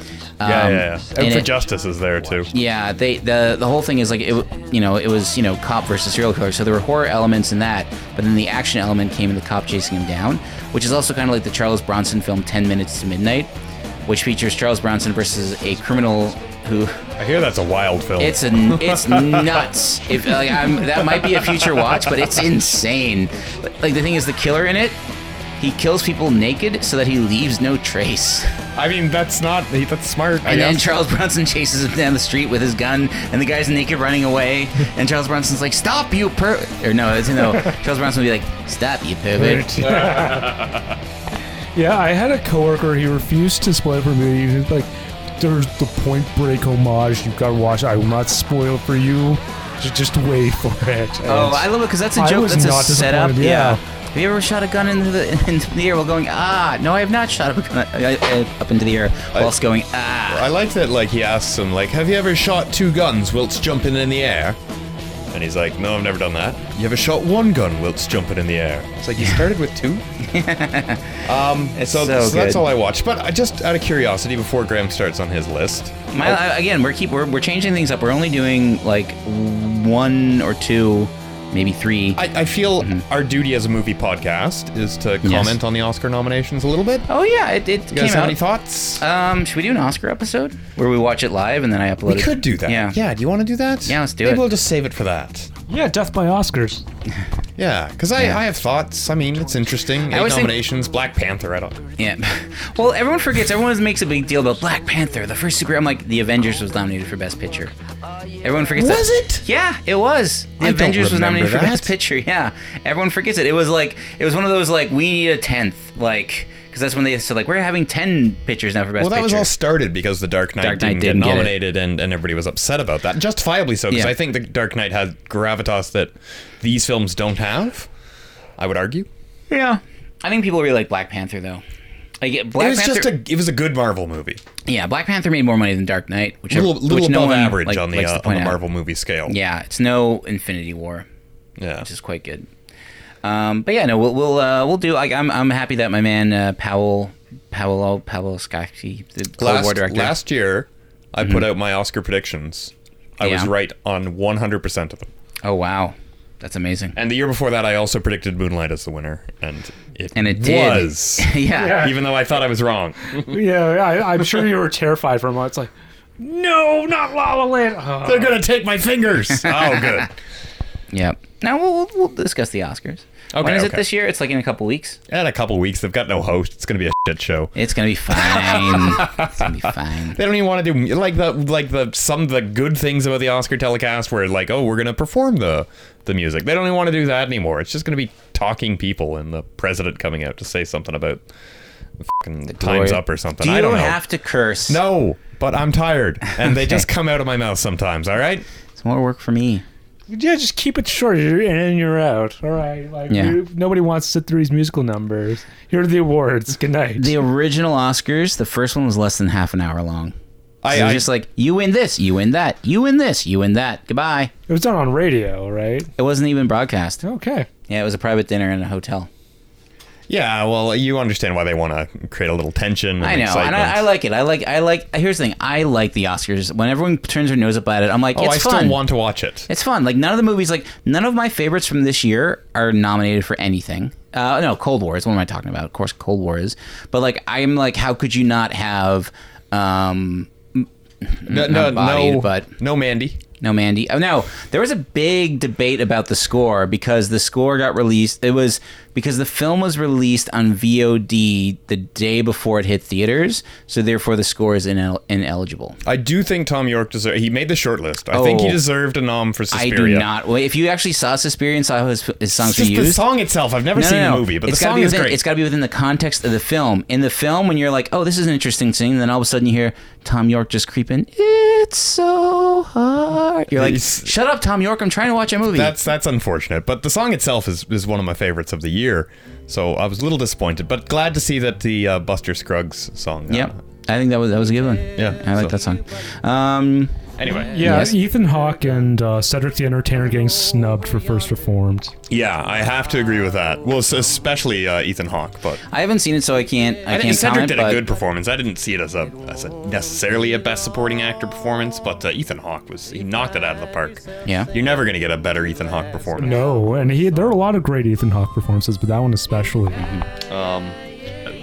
[SPEAKER 1] Um,
[SPEAKER 2] Yeah, yeah, yeah.
[SPEAKER 1] and
[SPEAKER 2] And for
[SPEAKER 1] it-
[SPEAKER 2] Justice is there too.
[SPEAKER 1] Yeah, they the the whole thing is like it w- you know it was you know cop versus serial killer, so there were horror elements in that, but then the action element came in the cop chasing him down, which is also kind of like the Charles Bronson film Ten Minutes to Midnight, which features Charles Bronson versus a criminal who
[SPEAKER 2] I hear that's a wild film.
[SPEAKER 1] it's a it's nuts. If like I'm that might be a future watch, but it's insane. But, Like the thing is, the killer in it, he kills people naked so that he leaves no trace.
[SPEAKER 2] I mean, that's not that's smart. I
[SPEAKER 1] And then
[SPEAKER 2] guess.
[SPEAKER 1] Charles Bronson chases him down the street with his gun, and the guy's naked running away. And Charles Bronson's like, "Stop, you per!" Or no, it's, no. Charles Bronson would be like, "Stop, you pervert!"
[SPEAKER 4] yeah, I had a coworker. He refused to spoil it for me. He was like, "There's the Point Break homage. You've got to watch. it. I will not spoil it for you. Ju- Just wait for it."
[SPEAKER 1] Oh,
[SPEAKER 4] And-
[SPEAKER 1] I love it because that's a
[SPEAKER 4] I
[SPEAKER 1] joke.
[SPEAKER 4] was
[SPEAKER 1] That's a
[SPEAKER 4] not
[SPEAKER 1] setup.
[SPEAKER 4] disappointed, yeah.
[SPEAKER 1] Have you ever shot a gun into the [LAUGHS] into the air while going ah? No, I have not shot a gun uh, uh, up into the air whilst going ah.
[SPEAKER 2] I like that. Like he asks him, like, "Have you ever shot two guns whilst jumping in the air?" And he's like, "No, I've never done that." You ever shot one gun whilst jumping in the air? It's like you started with two.
[SPEAKER 1] It's
[SPEAKER 2] So,
[SPEAKER 1] so
[SPEAKER 2] so that's
[SPEAKER 1] good.
[SPEAKER 2] all I watched. But I just out of curiosity, before Graham starts on his list,
[SPEAKER 1] My, I- again, we're keep we're, we're changing things up. We're only doing like one or two, maybe three.
[SPEAKER 2] I, I feel
[SPEAKER 1] Mm-hmm.
[SPEAKER 2] our duty as a movie podcast is to comment on the Oscar nominations a little bit.
[SPEAKER 1] oh yeah, it, it
[SPEAKER 2] You guys
[SPEAKER 1] came
[SPEAKER 2] have any
[SPEAKER 1] out.
[SPEAKER 2] thoughts?
[SPEAKER 1] Um, should we do an Oscar episode where we watch it live and then I upload
[SPEAKER 2] we
[SPEAKER 1] it?
[SPEAKER 2] could do that.
[SPEAKER 1] Yeah.
[SPEAKER 2] Yeah. Do you want to do that?
[SPEAKER 1] Yeah, let's do
[SPEAKER 2] Maybe
[SPEAKER 1] it.
[SPEAKER 2] We'll just save it for that.
[SPEAKER 4] Yeah, Death by Oscars.
[SPEAKER 2] Yeah, because I, I have thoughts. I mean, it's interesting. Eight
[SPEAKER 1] always think-
[SPEAKER 2] nominations. Black Panther. I don't.
[SPEAKER 1] Yeah. [LAUGHS] Well, everyone forgets. Everyone makes a big deal about Black Panther, the first super. I'm like, the Avengers was nominated for Best Picture. Everyone forgets that.
[SPEAKER 2] Was it?
[SPEAKER 1] Yeah, it was. The
[SPEAKER 2] I don't
[SPEAKER 1] Avengers was
[SPEAKER 2] remember
[SPEAKER 1] nominated for
[SPEAKER 2] that.
[SPEAKER 1] Best Picture. [LAUGHS] Yeah, everyone forgets it. It was like it was one of those like we need a tenth, like because that's when they said like we're having ten pictures now for Best
[SPEAKER 2] Well, that was
[SPEAKER 1] Picture.
[SPEAKER 2] all started because the Dark Knight,
[SPEAKER 1] Dark Knight didn't
[SPEAKER 2] didn't, get
[SPEAKER 1] get it.
[SPEAKER 2] nominated, and, and everybody was upset about that, justifiably so. Because
[SPEAKER 1] Yeah.
[SPEAKER 2] I think the Dark Knight had gravitas that these films don't have. I would argue.
[SPEAKER 1] yeah, I think people really like Black Panther though. Like it- Black
[SPEAKER 2] it was
[SPEAKER 1] Panther,
[SPEAKER 2] just a. It was a good Marvel movie.
[SPEAKER 1] yeah. Black Panther made more money than Dark Knight, which
[SPEAKER 2] little,
[SPEAKER 1] which
[SPEAKER 2] little
[SPEAKER 1] no
[SPEAKER 2] above
[SPEAKER 1] one,
[SPEAKER 2] average
[SPEAKER 1] like,
[SPEAKER 2] on the
[SPEAKER 1] likes
[SPEAKER 2] uh,
[SPEAKER 1] to
[SPEAKER 2] on
[SPEAKER 1] point
[SPEAKER 2] the
[SPEAKER 1] out.
[SPEAKER 2] Marvel movie scale.
[SPEAKER 1] Yeah, it's no Infinity War.
[SPEAKER 2] yeah.
[SPEAKER 1] which is quite good. Um, but yeah, no, we'll we'll, uh, we'll do. Like, I'm I'm happy that my man uh, Powell Paolo Paolo Scacchi, the Cold War
[SPEAKER 2] last,
[SPEAKER 1] director. Mm-hmm.
[SPEAKER 2] last year, I put out my Oscar predictions. I was
[SPEAKER 1] Yeah.
[SPEAKER 2] right on 100 percent of them.
[SPEAKER 1] oh wow, that's amazing.
[SPEAKER 2] And the year before that, I also predicted Moonlight as the winner, and it
[SPEAKER 1] And it did.
[SPEAKER 2] was.
[SPEAKER 1] [LAUGHS] yeah.
[SPEAKER 2] Even though I thought I was wrong.
[SPEAKER 4] Yeah, I, I'm sure you were terrified for a moment. It's like, no, not La La Land.
[SPEAKER 2] [LAUGHS]
[SPEAKER 4] Oh.
[SPEAKER 2] They're gonna take my fingers. [LAUGHS] oh, good.
[SPEAKER 1] yeah, Now we'll, we'll we'll discuss the Oscars. when
[SPEAKER 2] Okay,
[SPEAKER 1] is it
[SPEAKER 2] okay.
[SPEAKER 1] this year? It's like in a couple weeks.
[SPEAKER 2] In a couple weeks, they've got no host. It's gonna be a shit show.
[SPEAKER 1] It's gonna be
[SPEAKER 2] [LAUGHS]
[SPEAKER 1] fine. it's gonna be fine.
[SPEAKER 2] They don't even want to do like the like the some of the good things about the Oscar telecast, where like oh we're gonna perform the the music. They don't even want to do that anymore. It's just gonna be talking people and the president coming out to say something about fucking times up or something.
[SPEAKER 1] Do you
[SPEAKER 2] I don't know.
[SPEAKER 1] have to curse?
[SPEAKER 2] no, but I'm tired, and they
[SPEAKER 1] [LAUGHS]
[SPEAKER 2] just come out of my mouth sometimes. All right.
[SPEAKER 1] it's more work for me.
[SPEAKER 4] Yeah, just keep it short. You're in and you're out. All right. Like
[SPEAKER 1] Yeah.
[SPEAKER 4] you- nobody wants to sit through these musical numbers. Here are the awards. Good night.
[SPEAKER 1] The original Oscars, the first one was less than half an hour long.
[SPEAKER 2] I,
[SPEAKER 1] It was
[SPEAKER 2] I
[SPEAKER 1] just like you win this, you win that, you win this, you win that. Goodbye.
[SPEAKER 4] it was done on radio, right?
[SPEAKER 1] It wasn't even broadcast.
[SPEAKER 4] Okay.
[SPEAKER 1] Yeah, it was a private dinner in a hotel.
[SPEAKER 2] yeah. Well, you understand why they want to create a little tension. And
[SPEAKER 1] I know,
[SPEAKER 2] Excitement.
[SPEAKER 1] and I, I like it. I like, I like. Here's the thing: I like the Oscars. When everyone turns their nose up at it, I'm like,
[SPEAKER 2] oh,
[SPEAKER 1] it's
[SPEAKER 2] I
[SPEAKER 1] fun.
[SPEAKER 2] still want to watch it.
[SPEAKER 1] it's fun. Like none of the movies, like none of my favorites from this year are nominated for anything. Uh, no, Cold War is. What am I talking about? Of course, Cold War is. But like, I'm like, how could you not have? Um,
[SPEAKER 2] No, no,
[SPEAKER 1] not bodied,
[SPEAKER 2] no,
[SPEAKER 1] but-
[SPEAKER 2] no, Mandy.
[SPEAKER 1] No, Mandy. Oh, no. There was a big debate about the score because the score got released. It was because the film was released on VOD the day before it hit theaters, so therefore the score is inel- ineligible.
[SPEAKER 2] I do think Tom York deserved. He made the shortlist. I think he
[SPEAKER 1] Oh.
[SPEAKER 2] deserved a nom for
[SPEAKER 1] I
[SPEAKER 2] Suspiria.
[SPEAKER 1] do not. Well, if you actually saw Suspiria and saw his, his songs
[SPEAKER 2] It's just
[SPEAKER 1] he
[SPEAKER 2] the
[SPEAKER 1] used,
[SPEAKER 2] song itself. I've never seen the movie, but
[SPEAKER 1] It's
[SPEAKER 2] the
[SPEAKER 1] gotta
[SPEAKER 2] song
[SPEAKER 1] be
[SPEAKER 2] is
[SPEAKER 1] within-
[SPEAKER 2] great.
[SPEAKER 1] It's got to be within the context of the film. In the film, when you're like, "Oh, this is an interesting scene," and then all of a sudden you hear Tom York just creeping. It's so hard. You're like,
[SPEAKER 2] He's-
[SPEAKER 1] "Shut up, Tom York! I'm trying to watch a movie."
[SPEAKER 2] that's that's unfortunate, but the song itself is, is one of my favorites of the year. So I was a little disappointed, but glad to see that the uh, Buster Scruggs song. uh,
[SPEAKER 1] Yep. I think that was that was a good one.
[SPEAKER 2] Yeah,
[SPEAKER 1] I like
[SPEAKER 2] so-
[SPEAKER 1] that song. Um,
[SPEAKER 2] Anyway,
[SPEAKER 4] Yeah,
[SPEAKER 1] Yes.
[SPEAKER 4] Ethan Hawke and uh, Cedric the Entertainer getting snubbed for First Reformed.
[SPEAKER 2] yeah, I have to agree with that. Well, s- especially uh, Ethan Hawke, but
[SPEAKER 1] I haven't seen it, so I can't. I,
[SPEAKER 2] I think
[SPEAKER 1] can't
[SPEAKER 2] Cedric
[SPEAKER 1] comment.
[SPEAKER 2] did a
[SPEAKER 1] but
[SPEAKER 2] good performance. I didn't see it as a as a necessarily a best supporting actor performance, but uh, Ethan Hawke was he knocked it out of the park.
[SPEAKER 1] yeah,
[SPEAKER 2] You're never gonna get a better Ethan Hawke performance.
[SPEAKER 4] No, and he there are a lot of great Ethan Hawke performances, but that one especially.
[SPEAKER 2] Um,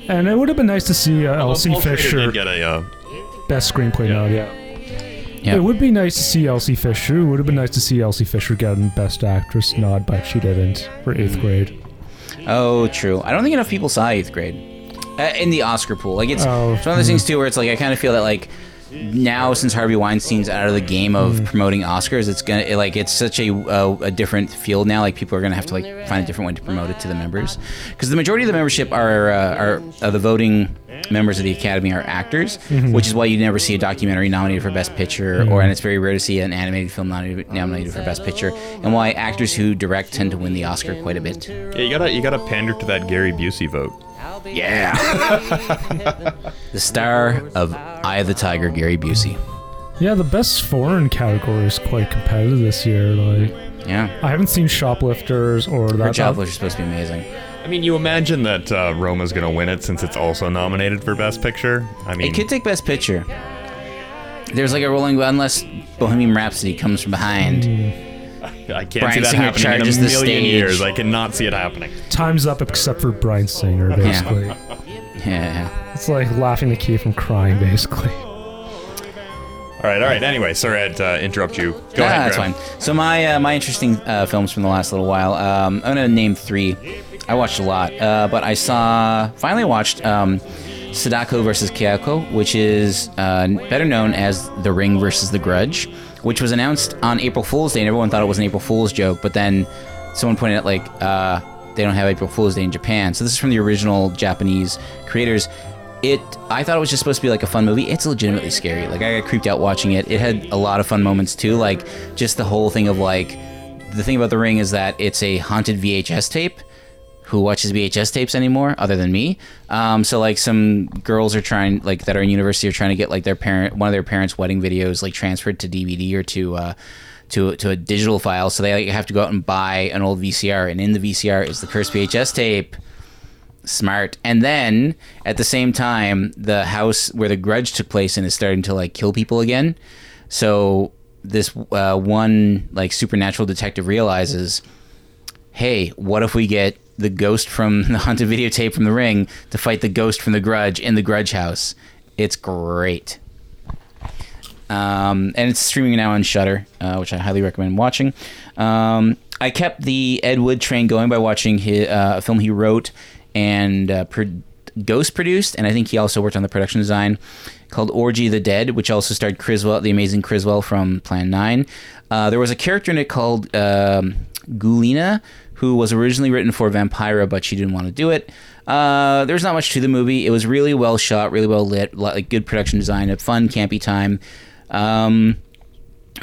[SPEAKER 4] And it would have been nice to see uh, Elsie
[SPEAKER 2] Paul Schrader
[SPEAKER 4] Fisher
[SPEAKER 2] did get a uh,
[SPEAKER 4] best screenplay nod. Yeah.
[SPEAKER 1] yeah.
[SPEAKER 4] It would be nice to see Elsie Fisher. It would have been nice to see Elsie Fisher get a best actress nod, but she didn't for
[SPEAKER 2] Mm.
[SPEAKER 4] eighth grade.
[SPEAKER 1] Oh, true. I don't think enough people saw eighth grade uh, in the Oscar pool. Like it's,
[SPEAKER 4] Oh,
[SPEAKER 1] it's one of those things too, where it's like I kind of feel that like now since Harvey Weinstein's out of the game of promoting Oscars, it's gonna it, like it's such a uh, a different field now. Like people are gonna have to like find a different way to promote it to the members, because the majority of the membership are uh, are uh, the voting members of the Academy are actors, which is why you never see a documentary nominated for Best Picture, or and it's very rare to see an animated film nominated, nominated for Best Picture, and why actors who direct tend to win the Oscar quite a bit.
[SPEAKER 2] yeah. You gotta you gotta pander to that Gary Busey vote.
[SPEAKER 1] Yeah. [LAUGHS] the star of Eye of the Tiger, Gary Busey.
[SPEAKER 4] Yeah, the best foreign category is quite competitive this year. Like,
[SPEAKER 1] Yeah.
[SPEAKER 4] I haven't seen Shoplifters or
[SPEAKER 1] Her
[SPEAKER 4] that. uh,
[SPEAKER 1] job was supposed to be amazing.
[SPEAKER 2] I mean, you imagine that uh, Roma's gonna win it since it's also nominated for Best Picture. I mean,
[SPEAKER 1] It could take Best Picture. There's like a rolling unless Bohemian Rhapsody comes from behind.
[SPEAKER 2] I can't
[SPEAKER 1] Bryan
[SPEAKER 2] see that
[SPEAKER 1] Singer
[SPEAKER 2] happening in a
[SPEAKER 1] charges the
[SPEAKER 2] million
[SPEAKER 1] stage.
[SPEAKER 2] years. I cannot see it happening.
[SPEAKER 4] Time's up except for Brian Singer, basically.
[SPEAKER 1] Yeah.
[SPEAKER 4] It's like laughing the key from crying, basically.
[SPEAKER 2] All right, all right. Anyway, sorry I had to interrupt you. Go
[SPEAKER 1] Ah,
[SPEAKER 2] ahead.
[SPEAKER 1] that's
[SPEAKER 2] Graham.
[SPEAKER 1] fine. So my uh, my interesting uh, films from the last little while. Um, I'm gonna name three. I watched a lot, uh, but I saw finally watched um, Sadako versus Kyoko, which is uh, better known as The Ring versus The Grudge, which was announced on April Fool's Day, and everyone thought it was an April Fool's joke. But then someone pointed out like uh, they don't have April Fool's Day in Japan, so this is from the original Japanese creators. It, I thought it was just supposed to be like a fun movie. It's legitimately scary. Like I got creeped out watching it. It had a lot of fun moments too. Like just the whole thing of like, the thing about the ring is that it's a haunted VHS tape. Who watches VHS tapes anymore, other than me? Um, so like some girls are trying, like that are in university, are trying to get like their parent, one of their parents' wedding videos, like transferred to DVD or to. Uh, to, to a digital file, so they like, have to go out and buy an old VCR, and in the VCR is the cursed VHS tape smart and then at the same time the house where the grudge took place in is starting to like kill people again so this uh, one like supernatural detective realizes hey what if we get the ghost from [LAUGHS] the haunted videotape from the ring to fight the ghost from the grudge in the grudge house it's great um, and it's streaming now on Shutter, uh, which I highly recommend watching. Um, I kept the Ed Wood train going by watching his, uh, a film he wrote and uh, pro- ghost produced, and I think he also worked on the production design called Orgy of the Dead, which also starred Criswell, the amazing Criswell from Plan Nine. Uh, there was a character in it called um, Gulina, who was originally written for Vampira, but she didn't want to do it. Uh, there's not much to the movie. It was really well shot, really well lit, li- like good production design, a fun campy time. Um,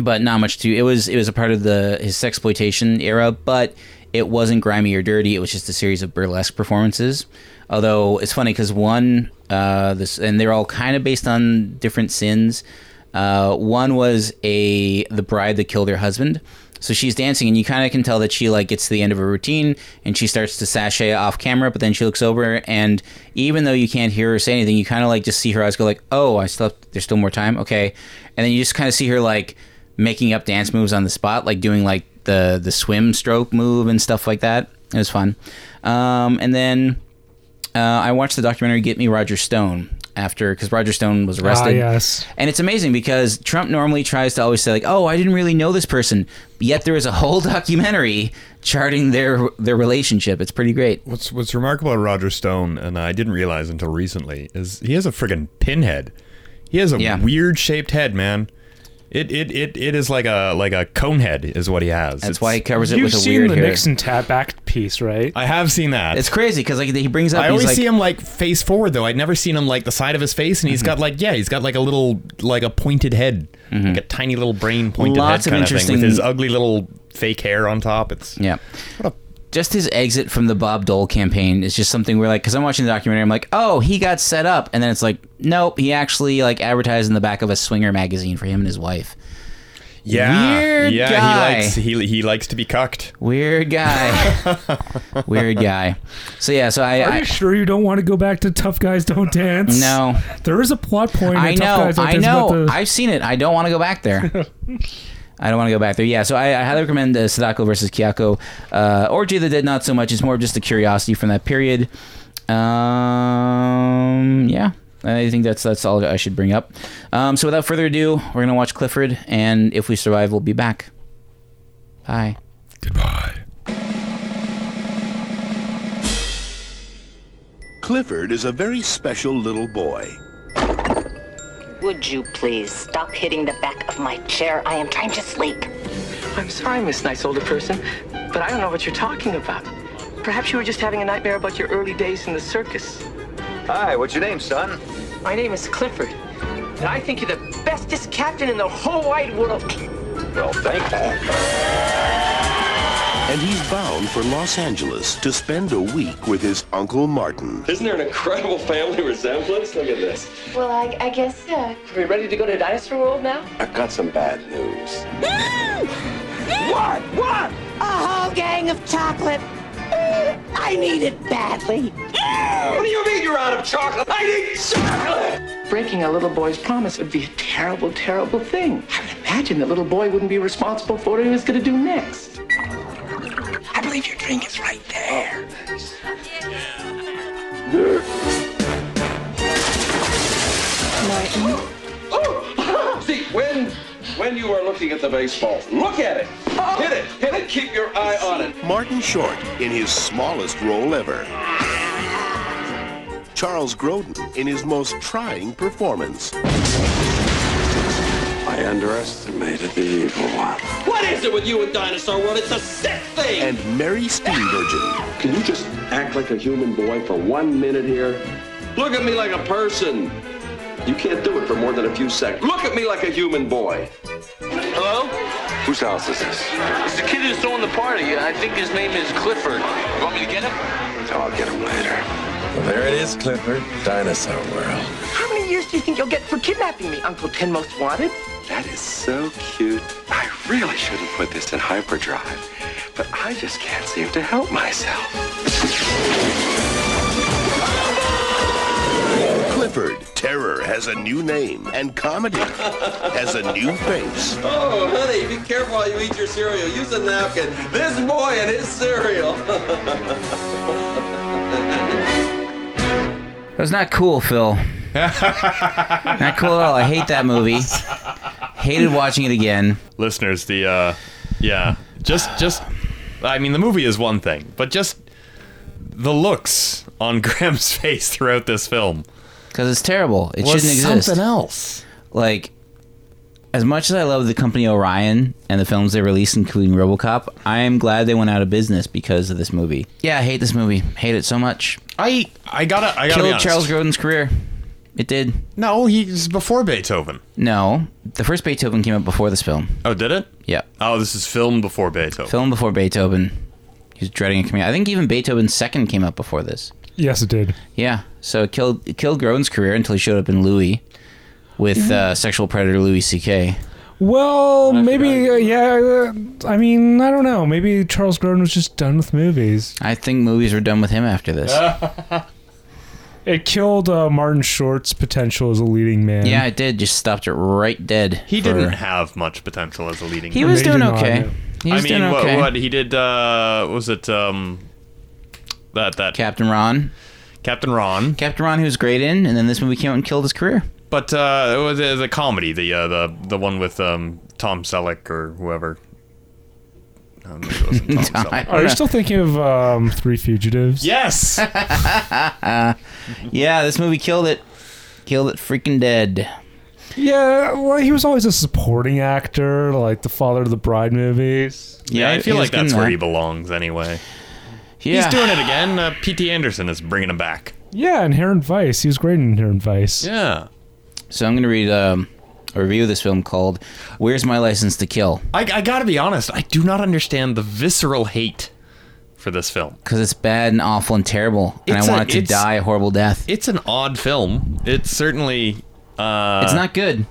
[SPEAKER 1] but not much to it was it was a part of the his sexploitation era, but it wasn't grimy or dirty. It was just a series of burlesque performances. Although it's funny because one uh, this and they're all kind of based on different sins. Uh, one was a the bride that killed her husband. So she's dancing, and you kind of can tell that she like gets to the end of her routine, and she starts to sashay off camera. But then she looks over, and even though you can't hear her say anything, you kind of like just see her eyes go like, "Oh, I still have, there's still more time, okay." And then you just kind of see her like making up dance moves on the spot, like doing like the the swim stroke move and stuff like that. It was fun. Um, and then uh, I watched the documentary "Get Me Roger Stone" after because Roger Stone was
[SPEAKER 4] Ah,
[SPEAKER 1] arrested.
[SPEAKER 4] yes.
[SPEAKER 1] And it's amazing because Trump normally tries to always say like, "Oh, I didn't really know this person," yet there is a whole [LAUGHS] documentary charting their their relationship. It's pretty great.
[SPEAKER 2] What's What's remarkable about Roger Stone, and I didn't realize until recently, is he has a friggin' pinhead. He has a
[SPEAKER 1] Yeah.
[SPEAKER 2] weird shaped head, man. It, it it it is like a like a cone head is what he has.
[SPEAKER 1] That's why he covers it
[SPEAKER 4] You've
[SPEAKER 1] with a
[SPEAKER 4] seen
[SPEAKER 1] weird
[SPEAKER 4] the
[SPEAKER 1] hair.
[SPEAKER 4] Nixon tat back piece, right?
[SPEAKER 2] I have seen that.
[SPEAKER 1] It's crazy because like he brings up.
[SPEAKER 2] I
[SPEAKER 1] he's
[SPEAKER 2] always
[SPEAKER 1] like,
[SPEAKER 2] see him like face forward though. I'd never seen him like the side of his face,
[SPEAKER 1] Mm-hmm.
[SPEAKER 2] and he's got like yeah, he's got like a little like a pointed head, like a tiny little brain pointed
[SPEAKER 1] Lots of
[SPEAKER 2] head kind of
[SPEAKER 1] interesting-
[SPEAKER 2] thing with his ugly little fake hair on top. It's
[SPEAKER 1] Yeah. just his exit from the Bob Dole campaign is just something where like because I'm watching the documentary, I'm like, oh, he got set up, and then it's like, nope, he actually like advertised in the back of a swinger magazine for him and his wife.
[SPEAKER 2] yeah,
[SPEAKER 1] Weird
[SPEAKER 2] yeah.
[SPEAKER 1] guy.
[SPEAKER 2] He likes he he likes to be cucked.
[SPEAKER 1] Weird
[SPEAKER 4] [LAUGHS]
[SPEAKER 1] guy, weird guy. So yeah, so I,
[SPEAKER 4] Are
[SPEAKER 1] I
[SPEAKER 4] you sure you don't want to go back to Tough Guys Don't Dance?
[SPEAKER 1] no,
[SPEAKER 4] There is a plot point. in
[SPEAKER 1] I
[SPEAKER 4] Tough
[SPEAKER 1] know,
[SPEAKER 4] Guys Don't
[SPEAKER 1] I
[SPEAKER 4] Dance about
[SPEAKER 1] know,
[SPEAKER 4] the-
[SPEAKER 1] I've seen it. I don't want to go back
[SPEAKER 4] [LAUGHS]
[SPEAKER 1] there. I don't want to go back there. Yeah, so I, I highly recommend uh, Sadako versus Kyoko. Uh, Orgy of the Dead, not so much. It's more of just a curiosity from that period. Um, yeah, I think that's that's all I should bring up. Um, so without further ado, we're gonna watch Clifford, and if we survive, we'll be back. Bye.
[SPEAKER 5] Goodbye.
[SPEAKER 6] Clifford is a very special little boy.
[SPEAKER 7] Would you please stop hitting the back of my chair? I am trying to sleep.
[SPEAKER 8] I'm sorry, Miss Nice Older Person, but I don't know what you're talking about. Perhaps you were just having a nightmare about your early days in the circus.
[SPEAKER 9] Hi, what's your name, son?
[SPEAKER 8] My name is Clifford, and I think you're the bestest captain in the whole wide world.
[SPEAKER 9] Well, thank you.
[SPEAKER 6] And he's bound for Los Angeles to spend a week with his Uncle Martin.
[SPEAKER 10] Isn't there an incredible family resemblance? Look at this.
[SPEAKER 11] Well, I, I guess so.
[SPEAKER 8] Are we ready to go to Dinosaur World now?
[SPEAKER 9] I've got some bad
[SPEAKER 8] [GASPS]
[SPEAKER 9] news.
[SPEAKER 8] [GASPS]
[SPEAKER 11] A whole gang of chocolate.
[SPEAKER 7] I need it badly.
[SPEAKER 10] [GASPS] What do you mean you're out of chocolate? I need chocolate!
[SPEAKER 8] Breaking a little boy's promise would be a terrible, terrible thing. I would imagine the little boy wouldn't be responsible for what he was going to do next. I believe your drink is right there.
[SPEAKER 11] Martin.
[SPEAKER 10] Oh! See, when when you are looking at the baseball, look at it. Hit it. Hit it. Keep your eye on it.
[SPEAKER 6] Martin Short in his smallest role ever. Charles Grodin in his most trying performance.
[SPEAKER 10] I underestimated the evil one. What is it with you and Dinosaur World? It's a sick thing!
[SPEAKER 6] And Mary Steenburgen.
[SPEAKER 10] Can you just act like a human boy for one minute here? Look at me like a person. You can't do it for more than a few seconds. Look at me like a human boy.
[SPEAKER 12] Hello?
[SPEAKER 10] Whose house is this?
[SPEAKER 12] It's the kid who's throwing the party. I think his name is Clifford. You want me to get him?
[SPEAKER 10] I'll get him later.
[SPEAKER 12] Well, there it is, Clifford.
[SPEAKER 10] Dinosaur World.
[SPEAKER 8] How many years do you think you'll get for kidnapping me, Uncle Ten Most Wanted?
[SPEAKER 10] That is so cute. I really shouldn't put this in hyperdrive, but I just can't seem to help myself.
[SPEAKER 6] Clifford, terror has a new name, and comedy [LAUGHS] has a new face.
[SPEAKER 10] Oh, honey, be careful how you eat your cereal. Use a napkin. This boy and his cereal. [LAUGHS]
[SPEAKER 1] That was not cool, [LAUGHS] Phil. not cool at all. I hate that movie. Hated watching it again.
[SPEAKER 2] listeners the uh yeah just just i mean the movie is one thing but just the looks on [LAUGHS] graham's face throughout this film
[SPEAKER 1] because it's terrible it
[SPEAKER 2] was
[SPEAKER 1] shouldn't exist.
[SPEAKER 2] something else
[SPEAKER 1] Like, as much as I love the company Orion and the films they released, including RoboCop, I am glad they went out of business because of this movie. Yeah, I hate this movie. Hate it so much.
[SPEAKER 2] i i gotta i gotta be
[SPEAKER 1] Killed
[SPEAKER 2] honest.
[SPEAKER 1] Charles Grodin's career. It did.
[SPEAKER 2] no he's before beethoven
[SPEAKER 1] No, the first Beethoven came out before this film.
[SPEAKER 2] oh did it
[SPEAKER 1] Yeah,
[SPEAKER 2] oh this is film before beethoven
[SPEAKER 1] film before Beethoven. He was dreading it coming out. I think even Beethoven's second came out before this.
[SPEAKER 4] Yes, it did.
[SPEAKER 1] Yeah, so it killed it killed Grodin's career until he showed up in Louis with uh, sexual predator Louis C.K.
[SPEAKER 4] Well, maybe, uh, yeah. uh, I mean, I don't know. Maybe Charles Grodin was just done with movies.
[SPEAKER 1] I think movies were done with him after this.
[SPEAKER 4] It killed uh, Martin Short's potential as a leading man.
[SPEAKER 1] Yeah, it did. Just stopped it right dead.
[SPEAKER 2] he
[SPEAKER 1] for-
[SPEAKER 2] didn't have much potential as a leading
[SPEAKER 1] He was
[SPEAKER 4] Major
[SPEAKER 1] doing
[SPEAKER 4] nod,
[SPEAKER 1] okay. He was
[SPEAKER 2] i mean
[SPEAKER 1] doing
[SPEAKER 2] what,
[SPEAKER 1] okay.
[SPEAKER 2] what he did uh what was it um that that
[SPEAKER 1] Captain Ron.
[SPEAKER 2] captain ron
[SPEAKER 1] Captain Ron, who was great in, and then this movie came out and killed his career.
[SPEAKER 2] But uh, it was- the, the comedy, the uh, the the one with um, Tom Selleck or whoever. No, maybe
[SPEAKER 1] [LAUGHS]
[SPEAKER 2] it wasn't Tom Selleck.
[SPEAKER 4] Are you still thinking of um, Three
[SPEAKER 1] [LAUGHS]
[SPEAKER 4] Fugitives?
[SPEAKER 2] Yes.
[SPEAKER 1] Yeah, this movie killed it. Killed it freaking dead.
[SPEAKER 4] Yeah, well, he was always a supporting actor, like the Father of the Bride movies.
[SPEAKER 2] Yeah, I
[SPEAKER 1] he
[SPEAKER 2] feel
[SPEAKER 1] was
[SPEAKER 2] like
[SPEAKER 1] good in
[SPEAKER 2] that's where
[SPEAKER 1] that.
[SPEAKER 2] he belongs anyway.
[SPEAKER 1] Yeah.
[SPEAKER 2] He's doing it again. Uh, P.T. Anderson is bringing him back.
[SPEAKER 4] Yeah, Inherent Vice. He was great in Inherent Vice.
[SPEAKER 2] Yeah.
[SPEAKER 1] So I'm going to read um, a review of this film called Where's My License to Kill?
[SPEAKER 2] I, I gotta be honest. I do not understand the visceral hate for this film.
[SPEAKER 1] Because it's bad and awful and terrible, and
[SPEAKER 2] It's
[SPEAKER 1] I
[SPEAKER 2] a-
[SPEAKER 1] want it to
[SPEAKER 2] it's-
[SPEAKER 1] die a horrible death.
[SPEAKER 2] It's an odd film. It's certainly. Uh,
[SPEAKER 1] it's not good.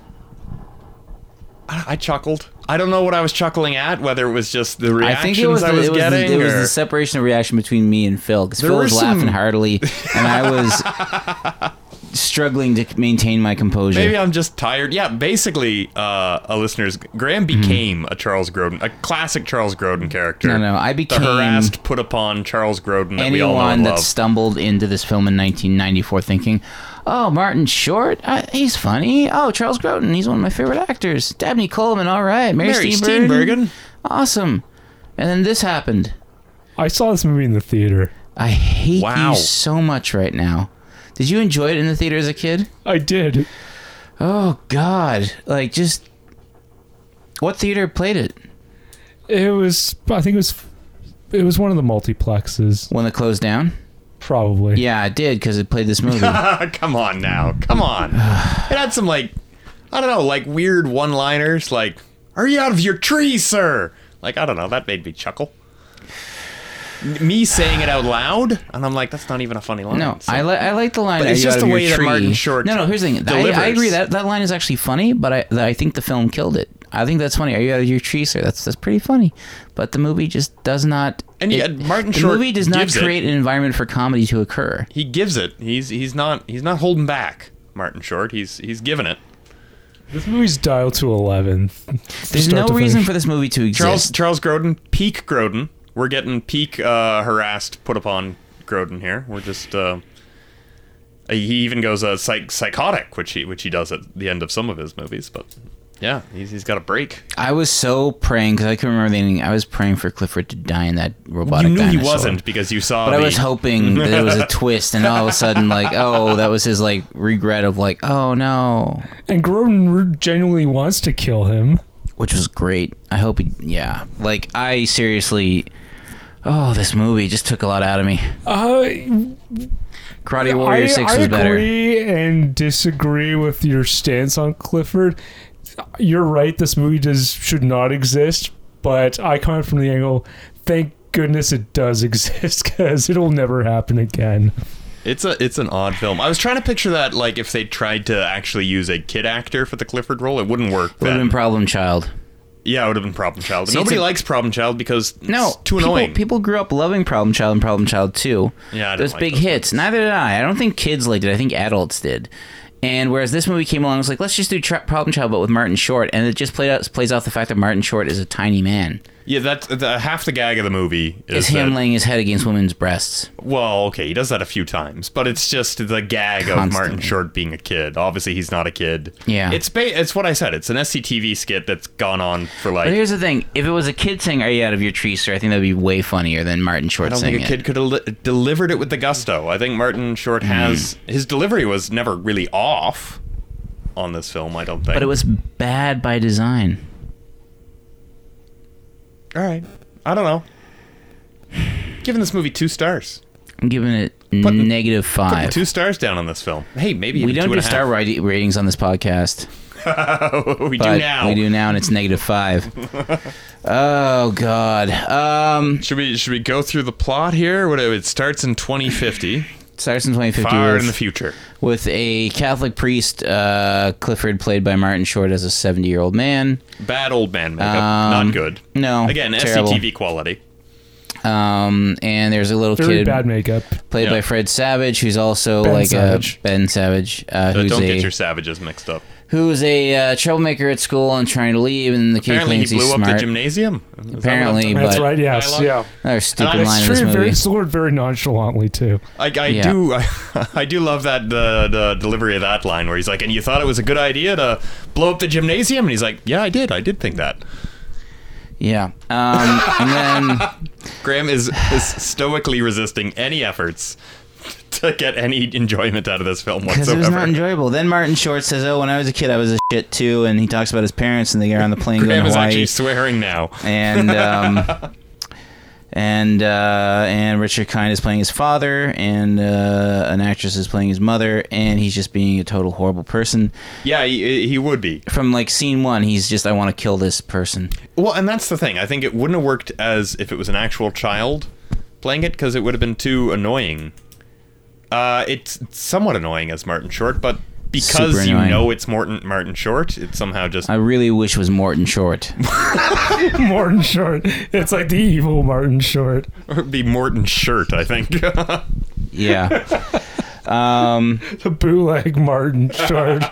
[SPEAKER 2] I, I chuckled. I don't know what I was chuckling at. Whether it was just the
[SPEAKER 1] I
[SPEAKER 2] reactions I,
[SPEAKER 1] think it was, the,
[SPEAKER 2] was
[SPEAKER 1] it, was
[SPEAKER 2] getting.
[SPEAKER 1] the, it was
[SPEAKER 2] or-
[SPEAKER 1] the separation of reaction between me and Phil because
[SPEAKER 2] There
[SPEAKER 1] Phil
[SPEAKER 2] were
[SPEAKER 1] was laughing
[SPEAKER 2] some-
[SPEAKER 1] heartily, and I was
[SPEAKER 2] [LAUGHS]
[SPEAKER 1] struggling to maintain my composure.
[SPEAKER 2] Maybe I'm just tired. Yeah, basically, uh, uh, listeners, Graham became a Charles Grodin, a classic Charles Grodin character.
[SPEAKER 1] Mm-hmm. No, no, I became
[SPEAKER 2] the harassed, put upon Charles Grodin that we all know
[SPEAKER 1] anyone
[SPEAKER 2] and
[SPEAKER 1] that
[SPEAKER 2] love.
[SPEAKER 1] stumbled into this film in 1994 thinking, "Oh, Martin Short, uh, he's funny. Oh, Charles Grodin, he's one of my favorite actors. Dabney Coleman, all right. Mary,
[SPEAKER 2] Mary
[SPEAKER 1] Steenburgen,
[SPEAKER 2] Steenburgen.
[SPEAKER 1] awesome." And then this happened.
[SPEAKER 4] I saw this movie in the theater.
[SPEAKER 1] I hate
[SPEAKER 2] Wow.
[SPEAKER 1] you so much right now. Did you enjoy it in the theater as a kid?
[SPEAKER 4] I did.
[SPEAKER 1] Oh God! Like just what theater played it?
[SPEAKER 4] It was. I think it was. It was one of the multiplexes,
[SPEAKER 1] When it closed down?
[SPEAKER 4] probably.
[SPEAKER 1] Yeah, I did because it played this
[SPEAKER 2] [LAUGHS]
[SPEAKER 1] movie.
[SPEAKER 2] Come on now,
[SPEAKER 1] [SIGHS]
[SPEAKER 2] come on. it had some like, I don't know, like weird one-liners, like "Are you out of your tree, sir?" Like I don't know, that made me chuckle. me saying it out loud, and I'm like, that's not even a funny line.
[SPEAKER 1] No,
[SPEAKER 2] So-
[SPEAKER 1] I, li- I like the line.
[SPEAKER 2] But
[SPEAKER 1] "I
[SPEAKER 2] it's
[SPEAKER 1] got
[SPEAKER 2] just
[SPEAKER 1] out
[SPEAKER 2] the
[SPEAKER 1] of your
[SPEAKER 2] way that
[SPEAKER 1] tree."
[SPEAKER 2] Martin Short.
[SPEAKER 1] No, no. Here's the thing. I,
[SPEAKER 2] Delivers.
[SPEAKER 1] I agree that that line is actually funny, but I that I think the film killed it. I think that's funny. Are you out of your tree, sir? That's that's pretty funny. But the movie just does not.
[SPEAKER 2] And
[SPEAKER 1] it-
[SPEAKER 2] yet Martin
[SPEAKER 1] the
[SPEAKER 2] Short
[SPEAKER 1] movie does not
[SPEAKER 2] gives it.
[SPEAKER 1] create an environment for comedy to occur.
[SPEAKER 2] he gives it. He's he's not he's not holding back. Martin Short. He's he's giving it.
[SPEAKER 4] This movie's dialed to eleven.
[SPEAKER 1] There's no reason for this movie to exist.
[SPEAKER 2] Charles Charles Grodin, peak Grodin. We're getting peak uh, harassed, put upon Grodin here. We're just uh, he even goes uh, psych- psychotic, which he which he does at the end of some of his movies. But yeah, he's, he's got a break.
[SPEAKER 1] I was so praying because I couldn't remember the ending. I was praying for Clifford to die in that robotic.
[SPEAKER 2] you knew
[SPEAKER 1] dinosaur.
[SPEAKER 2] he wasn't because you saw.
[SPEAKER 1] But I
[SPEAKER 2] the-
[SPEAKER 1] was hoping that it was
[SPEAKER 2] [LAUGHS]
[SPEAKER 1] a twist, and all of a sudden, like, oh, that was his like regret of like, oh no,
[SPEAKER 4] And Groden genuinely wants to kill him.
[SPEAKER 1] which was great. I hope he, yeah. Like, I seriously, oh, this movie just took a lot out of me.
[SPEAKER 4] Uh,
[SPEAKER 1] Karate Warrior
[SPEAKER 4] I,
[SPEAKER 1] Six
[SPEAKER 4] I
[SPEAKER 1] was better.
[SPEAKER 4] agree and disagree with your stance on Clifford. You're right. This movie does should not exist, but I come from the angle. Thank goodness it does [LAUGHS] exist because it'll never happen again.
[SPEAKER 2] It's a it's an odd film. I was trying to picture that like if they tried to actually use a kid actor for the Clifford role, it wouldn't work.
[SPEAKER 1] Would have
[SPEAKER 2] then.
[SPEAKER 1] been Problem Child.
[SPEAKER 2] yeah, it would have been Problem Child.
[SPEAKER 1] See,
[SPEAKER 2] Nobody
[SPEAKER 1] it's a-
[SPEAKER 2] likes Problem Child because it's
[SPEAKER 1] No,
[SPEAKER 2] too
[SPEAKER 1] people,
[SPEAKER 2] annoying.
[SPEAKER 1] People grew up loving Problem Child and Problem Child Two.
[SPEAKER 2] Yeah, I didn't
[SPEAKER 1] those
[SPEAKER 2] like
[SPEAKER 1] big
[SPEAKER 2] those
[SPEAKER 1] hits. Neither did I. I don't think kids liked it. I think adults did. And whereas this movie came along, it was like let's just do tra- Problem Child, but with Martin Short, and it just played out plays off the fact that Martin Short is a tiny man.
[SPEAKER 2] yeah, that's the, half the gag of the movie
[SPEAKER 1] Is
[SPEAKER 2] is
[SPEAKER 1] him
[SPEAKER 2] that-
[SPEAKER 1] laying his head against women's breasts?
[SPEAKER 2] Well, okay, he does that a few times, but it's just the gag of Martin
[SPEAKER 1] Constantly.
[SPEAKER 2] Short being a kid. Obviously, he's not a kid.
[SPEAKER 1] Yeah.
[SPEAKER 2] it's ba- it's what I said. It's an SCTV skit that's gone on for like.
[SPEAKER 1] But here's the thing: if it was a kid saying "Are you out of your tree, sir?" I think that'd be way funnier than Martin
[SPEAKER 2] I
[SPEAKER 1] Short
[SPEAKER 2] don't
[SPEAKER 1] saying Hmm.
[SPEAKER 2] think a kid could have li- delivered it with the gusto. I think Martin Short has his delivery was never really off on this film. I don't
[SPEAKER 1] it.
[SPEAKER 2] think.
[SPEAKER 1] But it was bad by design.
[SPEAKER 2] all right. I don't know. Giving this movie two stars.
[SPEAKER 1] I'm giving it
[SPEAKER 2] Putting-
[SPEAKER 1] negative
[SPEAKER 2] Putting
[SPEAKER 1] five.
[SPEAKER 2] two stars down on this film. Hey, maybe
[SPEAKER 1] we
[SPEAKER 2] even
[SPEAKER 1] don't
[SPEAKER 2] two
[SPEAKER 1] do
[SPEAKER 2] and a
[SPEAKER 1] star
[SPEAKER 2] half.
[SPEAKER 1] rati- ratings on this podcast.
[SPEAKER 2] [LAUGHS] we do
[SPEAKER 1] but
[SPEAKER 2] now.
[SPEAKER 1] We do now, and it's negative
[SPEAKER 2] [LAUGHS]
[SPEAKER 1] five. oh God! Um,
[SPEAKER 2] Should we should we go through the plot here? What it starts in 2050,
[SPEAKER 1] starts in 2050
[SPEAKER 2] far
[SPEAKER 1] with,
[SPEAKER 2] in the future.
[SPEAKER 1] with a Catholic priest, uh, Clifford, played by Martin Short, as a 70-year-old man.
[SPEAKER 2] Bad old man makeup,
[SPEAKER 1] Um,
[SPEAKER 2] not good.
[SPEAKER 1] no,
[SPEAKER 2] again,
[SPEAKER 1] terrible.
[SPEAKER 2] SCTV quality.
[SPEAKER 1] Um, and there's a little
[SPEAKER 4] Very
[SPEAKER 1] kid
[SPEAKER 4] bad makeup.
[SPEAKER 1] played
[SPEAKER 2] Yeah.
[SPEAKER 1] by Fred Savage, who's also
[SPEAKER 4] Ben
[SPEAKER 1] like
[SPEAKER 4] Savage.
[SPEAKER 1] a Ben Savage, uh,
[SPEAKER 2] Uh,
[SPEAKER 1] who's
[SPEAKER 2] don't get
[SPEAKER 1] a
[SPEAKER 2] your savages mixed up.
[SPEAKER 1] who's a uh, troublemaker at school and trying to leave, and the kid
[SPEAKER 2] Apparently, he
[SPEAKER 1] claims
[SPEAKER 2] blew
[SPEAKER 1] he's
[SPEAKER 2] up the
[SPEAKER 1] smart.
[SPEAKER 2] gymnasium. Is that what
[SPEAKER 1] Apparently,
[SPEAKER 2] happened?
[SPEAKER 4] That's
[SPEAKER 1] but
[SPEAKER 4] right. Yes.
[SPEAKER 2] dialogue.
[SPEAKER 4] Yeah.
[SPEAKER 1] another stupid line
[SPEAKER 2] And
[SPEAKER 4] It's
[SPEAKER 1] in this
[SPEAKER 4] treated
[SPEAKER 1] movie.
[SPEAKER 4] very, it's delivered very nonchalantly too. [LAUGHS]
[SPEAKER 2] I, I
[SPEAKER 1] Yeah.
[SPEAKER 2] do [LAUGHS] I, I do love that the the delivery of that line where he's like, and you thought it was a good idea to blow up the gymnasium, and he's like, yeah, I did, I did think that.
[SPEAKER 1] [LAUGHS] Yeah, um,
[SPEAKER 2] [LAUGHS]
[SPEAKER 1] and then.
[SPEAKER 2] Graham is is stoically resisting any efforts to get any enjoyment out of this film
[SPEAKER 1] Because it was not
[SPEAKER 2] whatsoever.
[SPEAKER 1] enjoyable. Then Martin Short says, "Oh, when I was a kid, I was a shit too," and he talks about his parents, and they are on the plane going
[SPEAKER 2] Graham
[SPEAKER 1] to
[SPEAKER 2] is
[SPEAKER 1] Hawaii,
[SPEAKER 2] actually swearing now. [LAUGHS]
[SPEAKER 1] and um, and uh, and Richard Kind is playing his father, and uh, an actress is playing his mother, and he's just being a total horrible person.
[SPEAKER 2] Yeah, he, he would be.
[SPEAKER 1] From like scene one, he's just, "I want to kill this person."
[SPEAKER 2] Well, and that's the thing. I think it wouldn't have worked as if it was an actual child playing it because it would have been too annoying. Uh, it's somewhat annoying as Martin Short, but
[SPEAKER 1] Super
[SPEAKER 2] because you
[SPEAKER 1] annoying.
[SPEAKER 2] know it's Morton Martin Short, it somehow just
[SPEAKER 1] I really wish it was Morton
[SPEAKER 2] [LAUGHS]
[SPEAKER 1] Short.
[SPEAKER 4] Martin Short. It's like the evil Martin Short.
[SPEAKER 2] would [LAUGHS] be Morton Shirt. I think. [LAUGHS]
[SPEAKER 1] Yeah.
[SPEAKER 4] The bootleg
[SPEAKER 1] [LAUGHS]
[SPEAKER 4] Martin Short.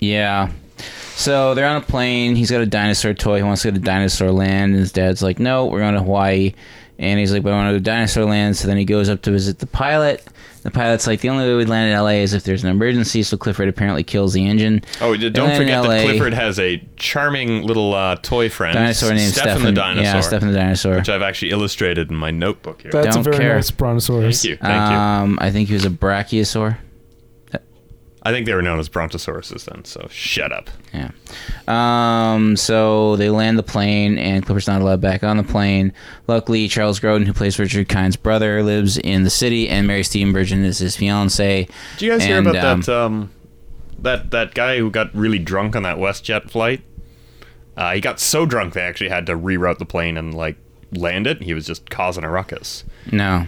[SPEAKER 1] Yeah. So they're on a plane. He's got a dinosaur toy. He wants to go to dinosaur land. And his dad's like, no, we're going to Hawaii. And he's like, but I want to go to dinosaur land. So then he goes up to visit the pilot. The pilot's like, the only way we land in LA is if there's an emergency. So Clifford apparently kills the engine.
[SPEAKER 2] oh,
[SPEAKER 1] They
[SPEAKER 2] don't
[SPEAKER 1] land in
[SPEAKER 2] forget
[SPEAKER 1] LA.
[SPEAKER 2] that Clifford has a charming little uh, toy friend,
[SPEAKER 1] Dinosaur named
[SPEAKER 2] Stefan the dinosaur,
[SPEAKER 1] Yeah, Stefan the dinosaur.
[SPEAKER 2] which I've actually illustrated in my notebook here.
[SPEAKER 4] That's a
[SPEAKER 1] Don't
[SPEAKER 4] very
[SPEAKER 1] care.
[SPEAKER 4] nice brontosaurus.
[SPEAKER 2] thank you, thank you.
[SPEAKER 1] Um, I think he was a brachiosaur.
[SPEAKER 2] I think they were known as brontosauruses then. So shut up.
[SPEAKER 1] Yeah. Um, so they land the plane, and Clifford's not allowed back on the plane. Luckily, Charles Grodin, who plays Richard Kind's brother, lives in the city, and Mary Steenburgen is his fiance.
[SPEAKER 2] Do you guys hear
[SPEAKER 1] And,
[SPEAKER 2] about
[SPEAKER 1] um,
[SPEAKER 2] that um, that that guy who got really drunk on that WestJet flight? Uh, he got so drunk they actually had to reroute the plane and like land it. He was just causing a ruckus.
[SPEAKER 1] um, No.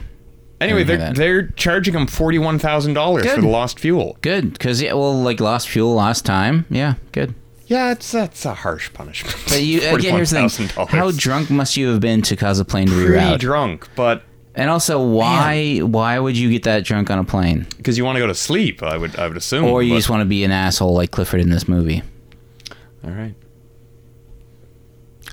[SPEAKER 2] Anyway,
[SPEAKER 1] Didn't hear
[SPEAKER 2] they're
[SPEAKER 1] that.
[SPEAKER 2] they're charging him forty one thousand dollars for
[SPEAKER 1] Good.
[SPEAKER 2] the lost fuel.
[SPEAKER 1] Good, because yeah, well, like lost fuel last time. Yeah, good.
[SPEAKER 2] Yeah, it's that's a harsh punishment.
[SPEAKER 1] But you [LAUGHS] again, here's the thing:
[SPEAKER 2] $41,000.
[SPEAKER 1] how drunk must you have been to cause a plane to
[SPEAKER 2] Pretty
[SPEAKER 1] reroute?
[SPEAKER 2] drunk, but
[SPEAKER 1] and also, why why would you get that drunk on a plane?
[SPEAKER 2] because you want to go to sleep, I would I would assume.
[SPEAKER 1] Or you
[SPEAKER 2] Hmm, but-
[SPEAKER 1] just want to be an asshole like Clifford in this movie?
[SPEAKER 2] all right.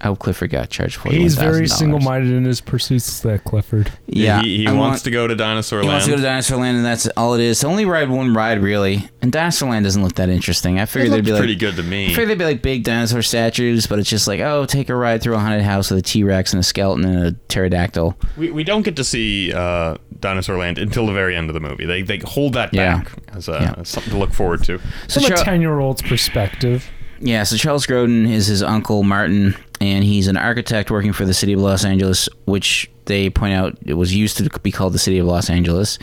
[SPEAKER 1] I hope Clifford got charged for
[SPEAKER 4] He's very single-minded in his pursuits. That Clifford.
[SPEAKER 1] Yeah,
[SPEAKER 2] he, he
[SPEAKER 1] I
[SPEAKER 2] wants
[SPEAKER 1] want-
[SPEAKER 2] to go to Dinosaur
[SPEAKER 1] He
[SPEAKER 2] Land.
[SPEAKER 1] wants to go to Dinosaur Land, and that's all it is. It's only ride one ride, really. And Dinosaur Land doesn't look that interesting. I figured
[SPEAKER 2] It
[SPEAKER 1] there'd be
[SPEAKER 2] looked
[SPEAKER 1] like
[SPEAKER 2] pretty good to me.
[SPEAKER 1] I figured there'd be like big dinosaur statues, but it's just like, oh, take a ride through a haunted house with a T Rex and a skeleton and a pterodactyl.
[SPEAKER 2] We, we don't get to see uh, Dinosaur Land until the very end of the movie. They they hold that
[SPEAKER 1] Yeah.
[SPEAKER 2] back as, a, as something to look forward to.
[SPEAKER 1] So
[SPEAKER 4] From a
[SPEAKER 1] Char-
[SPEAKER 4] ten-year-old's perspective,
[SPEAKER 1] Yeah, so Charles Grodin is his uncle Martin, and he's an architect working for the city of Los Angeles, which they point out it was used to be called the city of Los Angeles.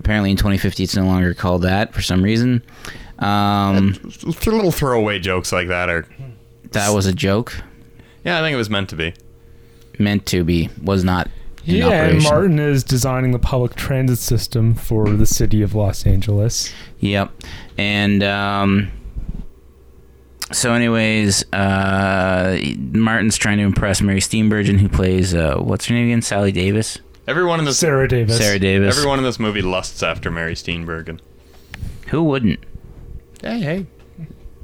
[SPEAKER 1] Apparently, in 2050, it's no longer called that for some reason. Um,
[SPEAKER 2] Little throwaway jokes like that are.
[SPEAKER 1] that was a joke
[SPEAKER 2] Yeah, I think it was meant to be.
[SPEAKER 1] meant to be, was not. In
[SPEAKER 4] yeah, and
[SPEAKER 1] operation.
[SPEAKER 4] Martin is designing the public transit system for the city of Los Angeles.
[SPEAKER 1] Yep. And um, so, anyways, uh, Martin's trying to impress Mary Steenburgen, who plays uh, what's her name again? Sally Davis.
[SPEAKER 2] Everyone in this
[SPEAKER 4] Sarah Davis.
[SPEAKER 1] Sarah Davis.
[SPEAKER 2] everyone in this movie lusts after Mary Steenburgen.
[SPEAKER 1] Who wouldn't?
[SPEAKER 2] Hey, hey,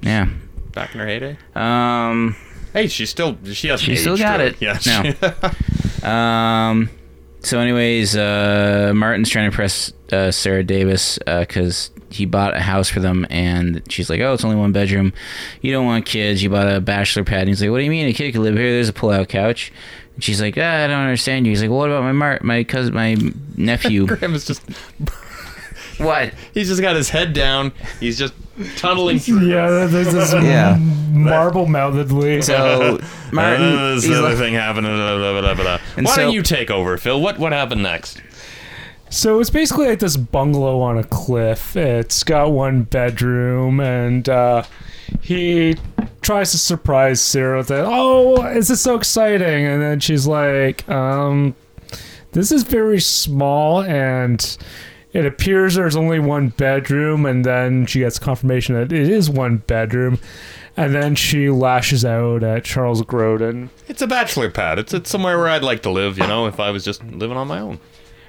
[SPEAKER 1] Yeah.
[SPEAKER 2] back in her heyday.
[SPEAKER 1] Um,
[SPEAKER 2] Hey, she still she has.
[SPEAKER 1] she still got it.
[SPEAKER 2] Yeah. [LAUGHS]
[SPEAKER 1] No. um, so, anyways, uh, Martin's trying to impress uh, Sarah Davis because he bought a house for them, and she's like, "Oh, it's only one bedroom. You don't want kids. You bought a bachelor pad." And he's like, "What do you mean a kid could live here? There's a pull-out couch." And she's like, ah, "I don't understand you." He's like, well, "What about my Mar- my cousin, my nephew?"
[SPEAKER 2] [LAUGHS] Graham is just
[SPEAKER 1] what?
[SPEAKER 2] he's just got his head down. He's just tunneling through.
[SPEAKER 4] Yeah, there's
[SPEAKER 1] [LAUGHS]
[SPEAKER 4] this
[SPEAKER 1] Yeah.
[SPEAKER 4] marble-mouthedly.
[SPEAKER 1] So Martin,
[SPEAKER 2] Uh, this
[SPEAKER 1] he's
[SPEAKER 2] other
[SPEAKER 1] like-
[SPEAKER 2] thing happened. blah, blah, blah, blah, blah.
[SPEAKER 1] And
[SPEAKER 2] Why
[SPEAKER 1] so-
[SPEAKER 2] don't you take over, Phil? What what happened next?
[SPEAKER 4] So it's basically like this bungalow on a cliff. It's got one bedroom, and uh, he tries to surprise Sarah with that. Oh, is this so exciting? And then she's like, um, "This is very small, and it appears there's only one bedroom." And then she gets confirmation that it is one bedroom, and then she lashes out at Charles Grodin.
[SPEAKER 2] It's a bachelor pad. It's it's somewhere where I'd like to live. You know, if I was just living on my own.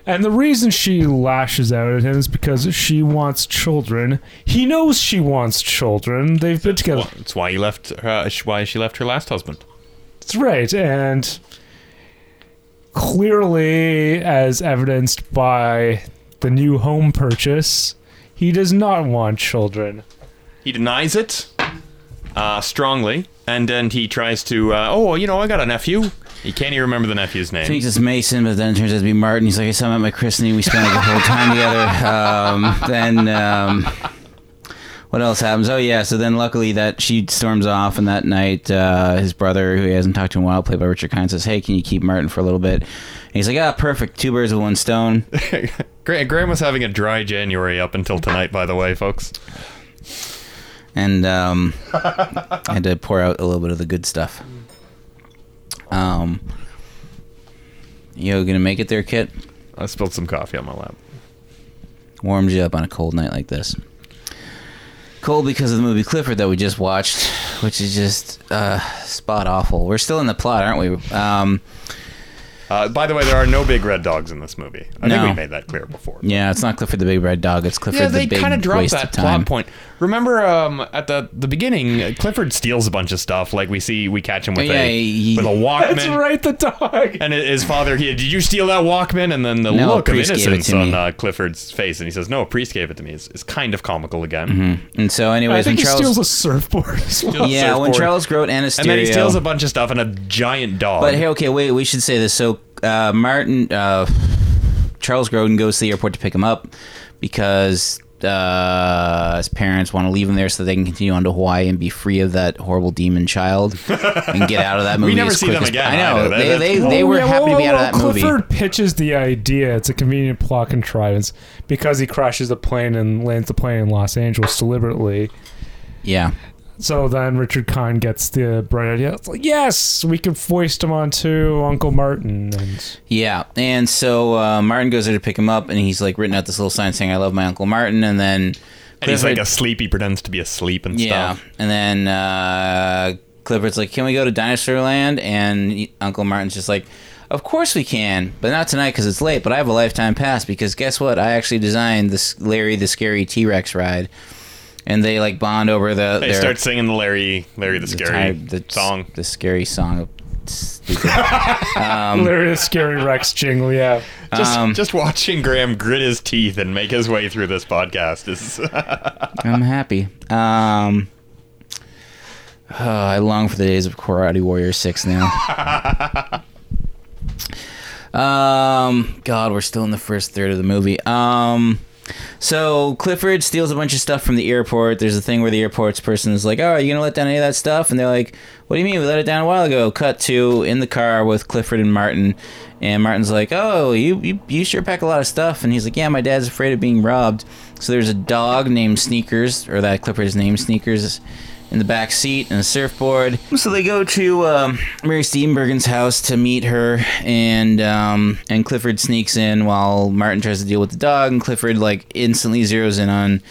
[SPEAKER 4] And the reason she lashes out at him is because she wants children. He knows she wants children. They've been together.
[SPEAKER 2] Well, that's why he left. Her, why she left her last husband.
[SPEAKER 4] That's right. And clearly, as evidenced by the new home purchase, he does not want children.
[SPEAKER 2] He denies it uh, strongly, and then he tries to. Uh, oh, you know, I got a nephew. He can't even remember the nephew's name.
[SPEAKER 1] thinks it's Mason, but then it turns out to be Martin. He's like, I saw him at my christening. We spent like a whole time together. Um, then um, what else happens? Oh yeah, so then luckily that she storms off, and that night uh, his brother, who he hasn't talked to in a while, played by Richard Kind, says, "Hey, can you keep Martin for a little bit?" And he's like, "Ah, perfect. Two birds with one stone."
[SPEAKER 2] Gra- Graham was having a dry January up until tonight, by the way, folks.
[SPEAKER 1] and um, [LAUGHS] I had to pour out a little bit of the good stuff. Um, you gonna make it there, Kit?
[SPEAKER 2] I spilled some coffee on my lap.
[SPEAKER 1] warms you up on a cold night like this. Cold because of the movie Clifford that we just watched, which is just uh, spot awful. We're still in the plot, aren't we? Um,
[SPEAKER 2] Uh, by the way, there are no big red dogs in this movie. I
[SPEAKER 1] No.
[SPEAKER 2] think we made that clear before.
[SPEAKER 1] yeah, it's not Clifford the Big Red Dog. It's Clifford
[SPEAKER 2] Yeah,
[SPEAKER 1] the
[SPEAKER 2] they
[SPEAKER 1] Big
[SPEAKER 2] kind of dropped
[SPEAKER 1] Waste of
[SPEAKER 2] that
[SPEAKER 1] Time.
[SPEAKER 2] plot point. Remember, um, at the the beginning, uh, Clifford steals a bunch of stuff. Like we see, we catch him with
[SPEAKER 1] Oh, yeah,
[SPEAKER 2] a
[SPEAKER 1] he-
[SPEAKER 2] with a Walkman.
[SPEAKER 4] That's right, the dog.
[SPEAKER 2] And his father, he, did you steal that Walkman? And then the
[SPEAKER 1] No,
[SPEAKER 2] look of
[SPEAKER 1] Priest gave it
[SPEAKER 2] innocence
[SPEAKER 1] to me.
[SPEAKER 2] on uh, Clifford's face, and he says, "No, a priest gave it to me." Is, is kind of comical again.
[SPEAKER 1] And so,
[SPEAKER 4] I
[SPEAKER 1] anyways, when
[SPEAKER 4] think he
[SPEAKER 1] Charles,
[SPEAKER 4] steals a surfboard as well.
[SPEAKER 1] Mm-hmm. yeah, when
[SPEAKER 2] surfboard.
[SPEAKER 1] Charles Grote and Asterio,
[SPEAKER 2] And then he steals a bunch of stuff and a giant dog.
[SPEAKER 1] But hey, okay, wait, we should say this. So uh, Martin, uh, Charles Grodin goes to the airport to pick him up because uh, his parents want to leave him there so they can continue on to Hawaii and be free of that horrible demon child and get out of
[SPEAKER 2] [LAUGHS]
[SPEAKER 1] that movie.
[SPEAKER 2] never
[SPEAKER 1] as
[SPEAKER 2] see
[SPEAKER 1] quick
[SPEAKER 2] them
[SPEAKER 1] as-
[SPEAKER 2] again
[SPEAKER 1] I know
[SPEAKER 2] either. That-
[SPEAKER 1] they,
[SPEAKER 2] that's-
[SPEAKER 1] they, they were
[SPEAKER 4] yeah,
[SPEAKER 1] happy to
[SPEAKER 4] well,
[SPEAKER 1] be out of
[SPEAKER 4] well,
[SPEAKER 1] that movie.
[SPEAKER 4] Clifford pitches the idea. It's a convenient plot contrivance because he crashes the plane and lands the plane in Los Angeles deliberately.
[SPEAKER 1] Yeah,
[SPEAKER 4] So then Richard Kahn gets the bright idea. It's like, yes, we can foist him onto Uncle Martin. And
[SPEAKER 1] Yeah, and so uh, Martin goes there to pick him up, and he's like written out this little sign saying "I love my uncle Martin," and then
[SPEAKER 2] And he's like
[SPEAKER 1] Clifford-
[SPEAKER 2] asleep. He pretends to be asleep and
[SPEAKER 1] yeah,
[SPEAKER 2] stuff.
[SPEAKER 1] and then uh, Clifford's like, "Can we go to Dinosaur Land?" And he- Uncle Martin's just like, "Of course we can, but not tonight because it's late. But I have a lifetime pass because guess what? I actually designed this Larry the Scary T Rex ride." And they like bond over the.
[SPEAKER 2] They
[SPEAKER 1] their-
[SPEAKER 2] start singing the Larry, Larry the Scary
[SPEAKER 1] type- the
[SPEAKER 2] song.
[SPEAKER 1] the scary song. of- stupid. um, [LAUGHS]
[SPEAKER 4] hilarious scary Rex jingle. Yeah.
[SPEAKER 2] Just, just watching Graham grit his teeth and make his way through this podcast is. [LAUGHS]
[SPEAKER 1] I'm happy. Um, [SIGHS] oh, I long for the days of Karate Warrior Six now. um, God, we're still in the first third of the movie. Um, so Clifford steals a bunch of stuff from the airport. There's a thing where the airport's person is like, "Oh, are you gonna let down any of that stuff?" And they're like, "What do you mean? We let it down a while ago." Cut to in the car with Clifford and Martin, and Martin's like, "Oh, you you, you sure pack a lot of stuff." And he's like, "Yeah, my dad's afraid of being robbed." So there's a dog named Sneakers, or that Clifford's name Sneakers, in the back seat and a surfboard. So they go to um, Mary Steenburgen's house to meet her, and um, and Clifford sneaks in while Martin tries to deal with the dog, and Clifford like instantly zeroes in on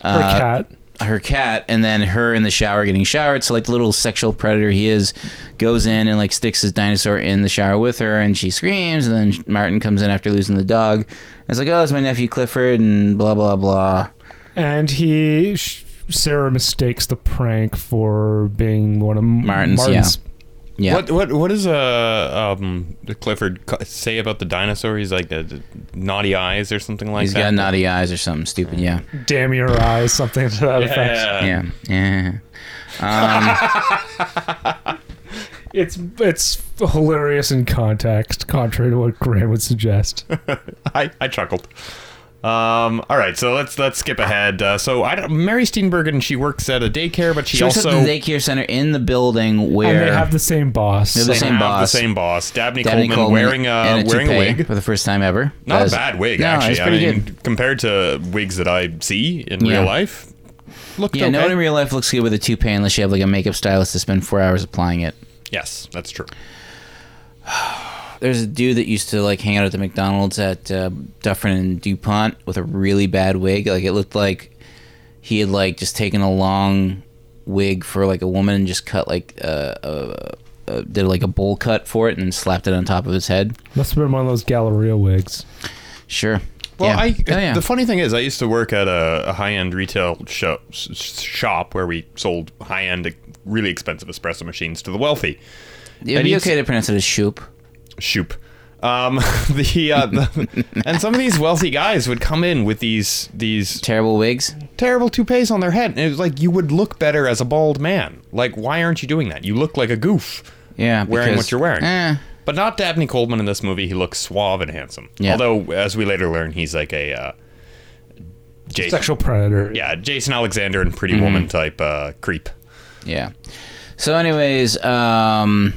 [SPEAKER 1] uh,
[SPEAKER 4] cat.
[SPEAKER 1] her cat, and then her in the shower getting showered. So like the little sexual predator he is, goes in and like sticks his dinosaur in the shower with her, and she screams. And then Martin comes in after losing the dog. And it's like, oh, it's my nephew Clifford, and blah blah blah.
[SPEAKER 4] And he, sh- Sarah mistakes the prank for being one of
[SPEAKER 1] Martin's,
[SPEAKER 4] Martin's.
[SPEAKER 1] yeah. Yeah.
[SPEAKER 2] What what what does uh um Clifford co- say about the dinosaur? He's like uh, d- naughty eyes or something like
[SPEAKER 1] He's
[SPEAKER 2] that.
[SPEAKER 1] got naughty eyes or something stupid. Yeah.
[SPEAKER 4] Damn your eyes, something to that effect.
[SPEAKER 1] Yeah. Yeah. Um,
[SPEAKER 4] It's it's hilarious in context, contrary to what Graham
[SPEAKER 1] [LAUGHS]
[SPEAKER 4] would suggest.
[SPEAKER 2] I, I chuckled. Um, all right, so let's let's skip ahead. Uh, so I don't, Mary Steenburgen, she works at a daycare, but she,
[SPEAKER 1] she works
[SPEAKER 2] also
[SPEAKER 1] at the daycare center in the building where
[SPEAKER 4] and they have the same boss.
[SPEAKER 1] They have the
[SPEAKER 2] They
[SPEAKER 1] same
[SPEAKER 2] have
[SPEAKER 1] boss.
[SPEAKER 2] The same boss, Dabney,
[SPEAKER 1] Dabney
[SPEAKER 2] Coleman,
[SPEAKER 1] Coleman
[SPEAKER 2] wearing a,
[SPEAKER 1] and a
[SPEAKER 2] wearing a
[SPEAKER 1] toupee
[SPEAKER 2] wig.
[SPEAKER 1] for the first time ever. That
[SPEAKER 2] Not a
[SPEAKER 1] was-
[SPEAKER 2] bad wig,
[SPEAKER 1] No,
[SPEAKER 2] actually.
[SPEAKER 1] It's
[SPEAKER 2] I
[SPEAKER 1] pretty
[SPEAKER 2] mean,
[SPEAKER 1] good.
[SPEAKER 2] compared to wigs that I see in
[SPEAKER 1] Yeah.
[SPEAKER 2] real life, looked
[SPEAKER 1] Yeah,
[SPEAKER 2] okay.
[SPEAKER 1] no one in real life looks good with a toupee unless you have like a makeup stylist to spend four hours applying it.
[SPEAKER 2] yes, that's true.
[SPEAKER 1] There's a dude that used to like hang out at the McDonald's at uh, Dufferin and Dupont with a really bad wig. Like it looked like he had like just taken a long wig for like a woman and just cut like uh, uh, uh, did like a bowl cut for it and slapped it on top of his head.
[SPEAKER 4] Must have been one of those Galleria wigs.
[SPEAKER 1] Sure.
[SPEAKER 2] Well,
[SPEAKER 1] Yeah.
[SPEAKER 2] I
[SPEAKER 1] Oh, yeah.
[SPEAKER 2] the funny thing is, I used to work at a, a high-end retail shop, shop where we sold high-end, really expensive espresso machines to the wealthy.
[SPEAKER 1] It'd
[SPEAKER 2] And
[SPEAKER 1] be
[SPEAKER 2] you'd
[SPEAKER 1] okay to pronounce it as shoop.
[SPEAKER 2] Shoop. Um, [LAUGHS] the,
[SPEAKER 1] [LAUGHS]
[SPEAKER 2] uh, the and some of these wealthy guys would come in with these these
[SPEAKER 1] terrible wigs,
[SPEAKER 2] terrible toupees on their head, and it was like you would look better as a bald man. Like, why aren't you doing that? You look like a goof.
[SPEAKER 1] Yeah,
[SPEAKER 2] wearing
[SPEAKER 1] because-
[SPEAKER 2] what you're wearing.
[SPEAKER 1] Eh.
[SPEAKER 2] But not Dabney Coleman in this movie. He looks suave and handsome.
[SPEAKER 1] Yeah.
[SPEAKER 2] Although, as we later learn, he's like a uh, Jason,
[SPEAKER 4] Sexual predator.
[SPEAKER 2] yeah, Jason Alexander and Pretty
[SPEAKER 1] Mhm.
[SPEAKER 2] Woman type uh, creep.
[SPEAKER 1] Yeah. So, anyways, um,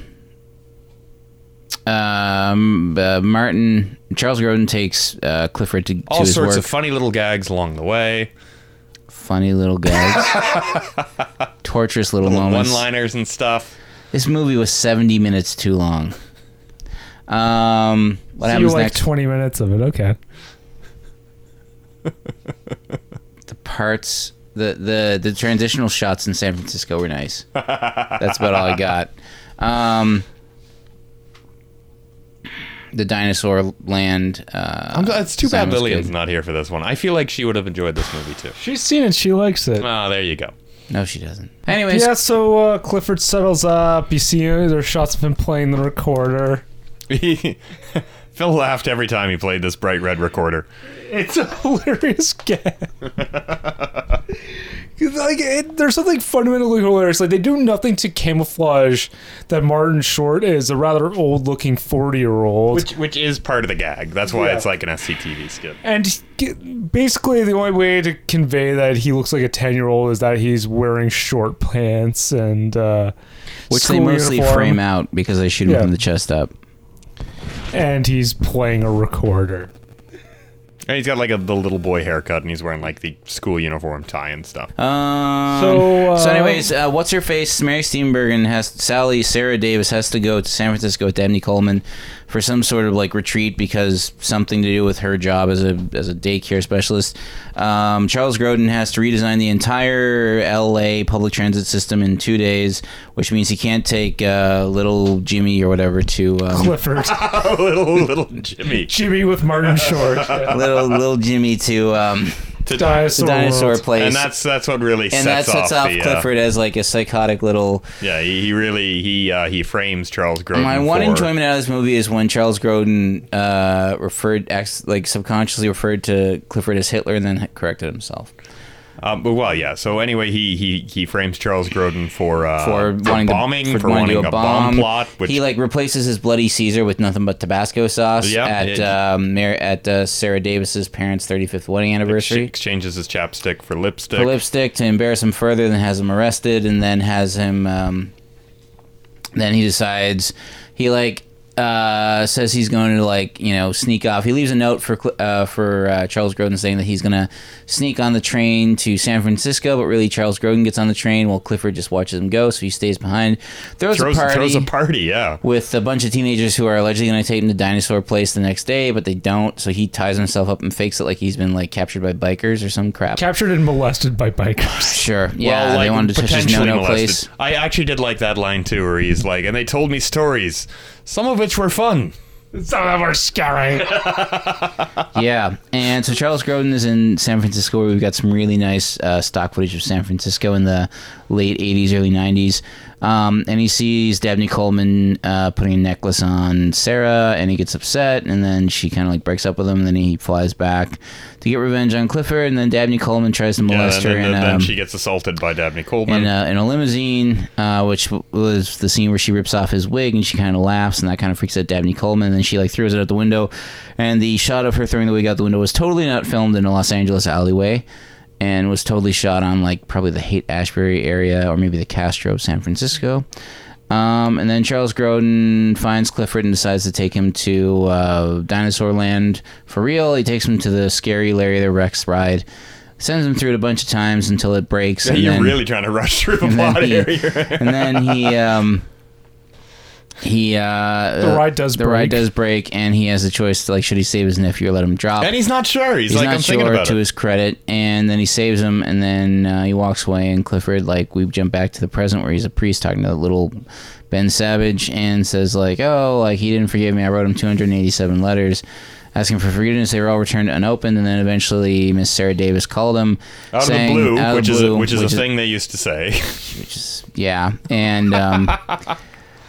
[SPEAKER 1] um, uh, Martin Charles Grodin takes uh, Clifford to, to
[SPEAKER 2] All
[SPEAKER 1] his
[SPEAKER 2] sorts
[SPEAKER 1] work.
[SPEAKER 2] of funny little gags along the way,
[SPEAKER 1] Funny little gags,
[SPEAKER 2] [LAUGHS]
[SPEAKER 1] torturous little,
[SPEAKER 2] little
[SPEAKER 1] moments.
[SPEAKER 2] one-liners and stuff.
[SPEAKER 1] This movie was seventy minutes too long. Um, what
[SPEAKER 4] So you
[SPEAKER 1] happens
[SPEAKER 4] like
[SPEAKER 1] next?
[SPEAKER 4] twenty minutes of it? Okay.
[SPEAKER 1] the parts, the the the transitional shots in San Francisco were nice. That's about all I got. Um, the dinosaur land. Uh,
[SPEAKER 2] I'm, it's too
[SPEAKER 1] design
[SPEAKER 2] bad
[SPEAKER 1] was
[SPEAKER 2] Lillian's
[SPEAKER 1] good.
[SPEAKER 2] not here for this one. I feel like she would have enjoyed this movie too.
[SPEAKER 4] She's seen it. She likes it.
[SPEAKER 2] Ah, there you go. [LAUGHS]
[SPEAKER 1] No, she doesn't. Anyways,
[SPEAKER 4] yeah. So uh, Clifford settles up. You see, uh, there's shots of him playing the recorder.
[SPEAKER 2] Phil laughed every time he played this bright red recorder.
[SPEAKER 4] It's [LAUGHS] a
[SPEAKER 1] [LAUGHS]
[SPEAKER 4] hilarious gag. 'Cause, like, it, there's something fundamentally hilarious. Like, they do nothing to camouflage that Martin Short is a rather old-looking forty-year-old.
[SPEAKER 2] Which, which is part of the gag. That's why
[SPEAKER 4] Yeah.
[SPEAKER 2] it's like an SCTV skit.
[SPEAKER 4] And he- basically, the only way to convey that he looks like a ten-year-old is that he's wearing short pants and uh,
[SPEAKER 1] which they
[SPEAKER 4] school
[SPEAKER 1] mostly
[SPEAKER 4] uniform,
[SPEAKER 1] frame out because they shoot him
[SPEAKER 4] Yeah.
[SPEAKER 1] from the chest up.
[SPEAKER 4] and he's playing a recorder.
[SPEAKER 2] And he's got like a the little boy haircut, and he's wearing like the school uniform tie and stuff.
[SPEAKER 1] Um,
[SPEAKER 2] So,
[SPEAKER 1] so,
[SPEAKER 2] uh,
[SPEAKER 1] anyways, uh, what's her face? Mary Steenburgen has Sally Sarah Davis has to go to San Francisco with Dabney Coleman for some sort of like retreat because something to do with her job as a as a daycare specialist. Um, Charles Grodin has to redesign the entire L.A. public transit system in two days, which means he can't take uh, little Jimmy or whatever to um,
[SPEAKER 4] [LAUGHS] Clifford.
[SPEAKER 2] [LAUGHS] little little Jimmy.
[SPEAKER 4] Jimmy with Martin [LAUGHS] Short.
[SPEAKER 1] little little Jimmy to um
[SPEAKER 2] to
[SPEAKER 4] Dinosaur
[SPEAKER 1] dinosaur
[SPEAKER 4] World.
[SPEAKER 1] place,
[SPEAKER 2] And that's that's what really
[SPEAKER 1] and that
[SPEAKER 2] sets
[SPEAKER 1] sets
[SPEAKER 2] off
[SPEAKER 1] off,
[SPEAKER 2] the, uh,
[SPEAKER 1] Clifford as like a psychotic little.
[SPEAKER 2] Yeah, he, he really he uh, he frames Charles Grodin.
[SPEAKER 1] My one
[SPEAKER 2] for-
[SPEAKER 1] enjoyment out of this movie is when Charles Grodin uh, referred, ex- like subconsciously referred to Clifford as Hitler, and then corrected himself.
[SPEAKER 2] Um, but well, yeah. So anyway, he he he frames Charles Grodin for uh,
[SPEAKER 1] for wanting
[SPEAKER 2] bombing
[SPEAKER 1] to, for,
[SPEAKER 2] for
[SPEAKER 1] wanting to
[SPEAKER 2] wanting,
[SPEAKER 1] do a, bomb.
[SPEAKER 2] plot. Which
[SPEAKER 1] he like replaces his bloody Caesar with nothing but Tabasco sauce
[SPEAKER 2] Yeah,
[SPEAKER 1] at
[SPEAKER 2] it-
[SPEAKER 1] um, Mar- at uh, Sarah Davis's parents' 35th wedding anniversary.
[SPEAKER 2] exchanges his chapstick for lipstick.
[SPEAKER 1] for lipstick to embarrass him further, then has him arrested, and then has him. Um, then he decides he like uh, says he's going to like you know sneak off. He leaves a note for Cl- uh, for uh, Charles Grodin saying that he's gonna sneak on the train to San Francisco, but really Charles Grodin gets on the train while Clifford just watches him go, so he stays behind. Throws,
[SPEAKER 2] Throws-
[SPEAKER 1] a party.
[SPEAKER 2] throws a party, yeah.
[SPEAKER 1] With a bunch of teenagers who are allegedly going to take him to Dinosaur Place the next day, but they don't. So he ties himself up and fakes it like he's been like captured by bikers or some crap.
[SPEAKER 4] Captured and molested by bikers. [LAUGHS]
[SPEAKER 1] Sure. Yeah,
[SPEAKER 2] well, like,
[SPEAKER 1] they wanted to touch his
[SPEAKER 2] potentially
[SPEAKER 1] no-no place.
[SPEAKER 2] molested. I actually did like that line too, where he's like, and they told me stories, some of which were fun.
[SPEAKER 4] Some of them are scary.
[SPEAKER 2] Uh,
[SPEAKER 1] yeah, and so Charles Grodin is in San Francisco. Where we've got some really nice uh, stock footage of San Francisco in the late '80s, early '90s, um, and he sees Dabney Coleman uh, putting a necklace on Sarah, and he gets upset, and then she kind of like breaks up with him, and then he flies back to get revenge on Clifford, and then Dabney Coleman tries to
[SPEAKER 2] Yeah,
[SPEAKER 1] molest
[SPEAKER 2] and then,
[SPEAKER 1] her,
[SPEAKER 2] then,
[SPEAKER 1] and
[SPEAKER 2] then
[SPEAKER 1] um,
[SPEAKER 2] she gets assaulted by Dabney Coleman.
[SPEAKER 1] in a, in a limousine, uh, which w- was the scene where she rips off his wig and she kind of laughs and that kind of freaks out Dabney Coleman. And then she like throws it out the window, and the shot of her throwing the wig out the window was totally not filmed in a Los Angeles alleyway, and was totally shot on like probably the Haight Ashbury area or maybe the Castro of San Francisco. Um, and then Charles Grodin finds Clifford and decides to take him to uh, Dinosaur Land for real. He takes him to the scary Larry the Rex ride, sends him through it a bunch of times until it breaks. [LAUGHS]
[SPEAKER 2] Yeah,
[SPEAKER 1] and
[SPEAKER 2] you're
[SPEAKER 1] then-
[SPEAKER 2] really trying to rush
[SPEAKER 1] [LAUGHS]
[SPEAKER 2] through the
[SPEAKER 1] and then
[SPEAKER 2] plot
[SPEAKER 1] he-
[SPEAKER 2] area.
[SPEAKER 1] and then he um he uh
[SPEAKER 4] The ride does
[SPEAKER 1] the ride
[SPEAKER 4] break.
[SPEAKER 1] does break and he has a choice to like should he save his nephew or let him drop
[SPEAKER 2] and he's not sure. He's,
[SPEAKER 1] He's
[SPEAKER 2] like,
[SPEAKER 1] not
[SPEAKER 2] I'm
[SPEAKER 1] sure
[SPEAKER 2] thinking about
[SPEAKER 1] to
[SPEAKER 2] it.
[SPEAKER 1] his credit and then he saves him and then uh, he walks away and clifford like we jump back to the present where he's a priest talking to little ben savage and says like oh like he didn't forgive me i wrote him 287 letters asking for forgiveness they were all returned unopened and then eventually miss sarah davis called him
[SPEAKER 2] out of the
[SPEAKER 1] saying-
[SPEAKER 2] blue,
[SPEAKER 1] out of
[SPEAKER 2] which
[SPEAKER 1] the
[SPEAKER 2] is a,
[SPEAKER 1] blue,
[SPEAKER 2] which is a thing they used
[SPEAKER 1] [LAUGHS]
[SPEAKER 2] to say.
[SPEAKER 1] yeah, and
[SPEAKER 2] [LAUGHS]
[SPEAKER 1] um,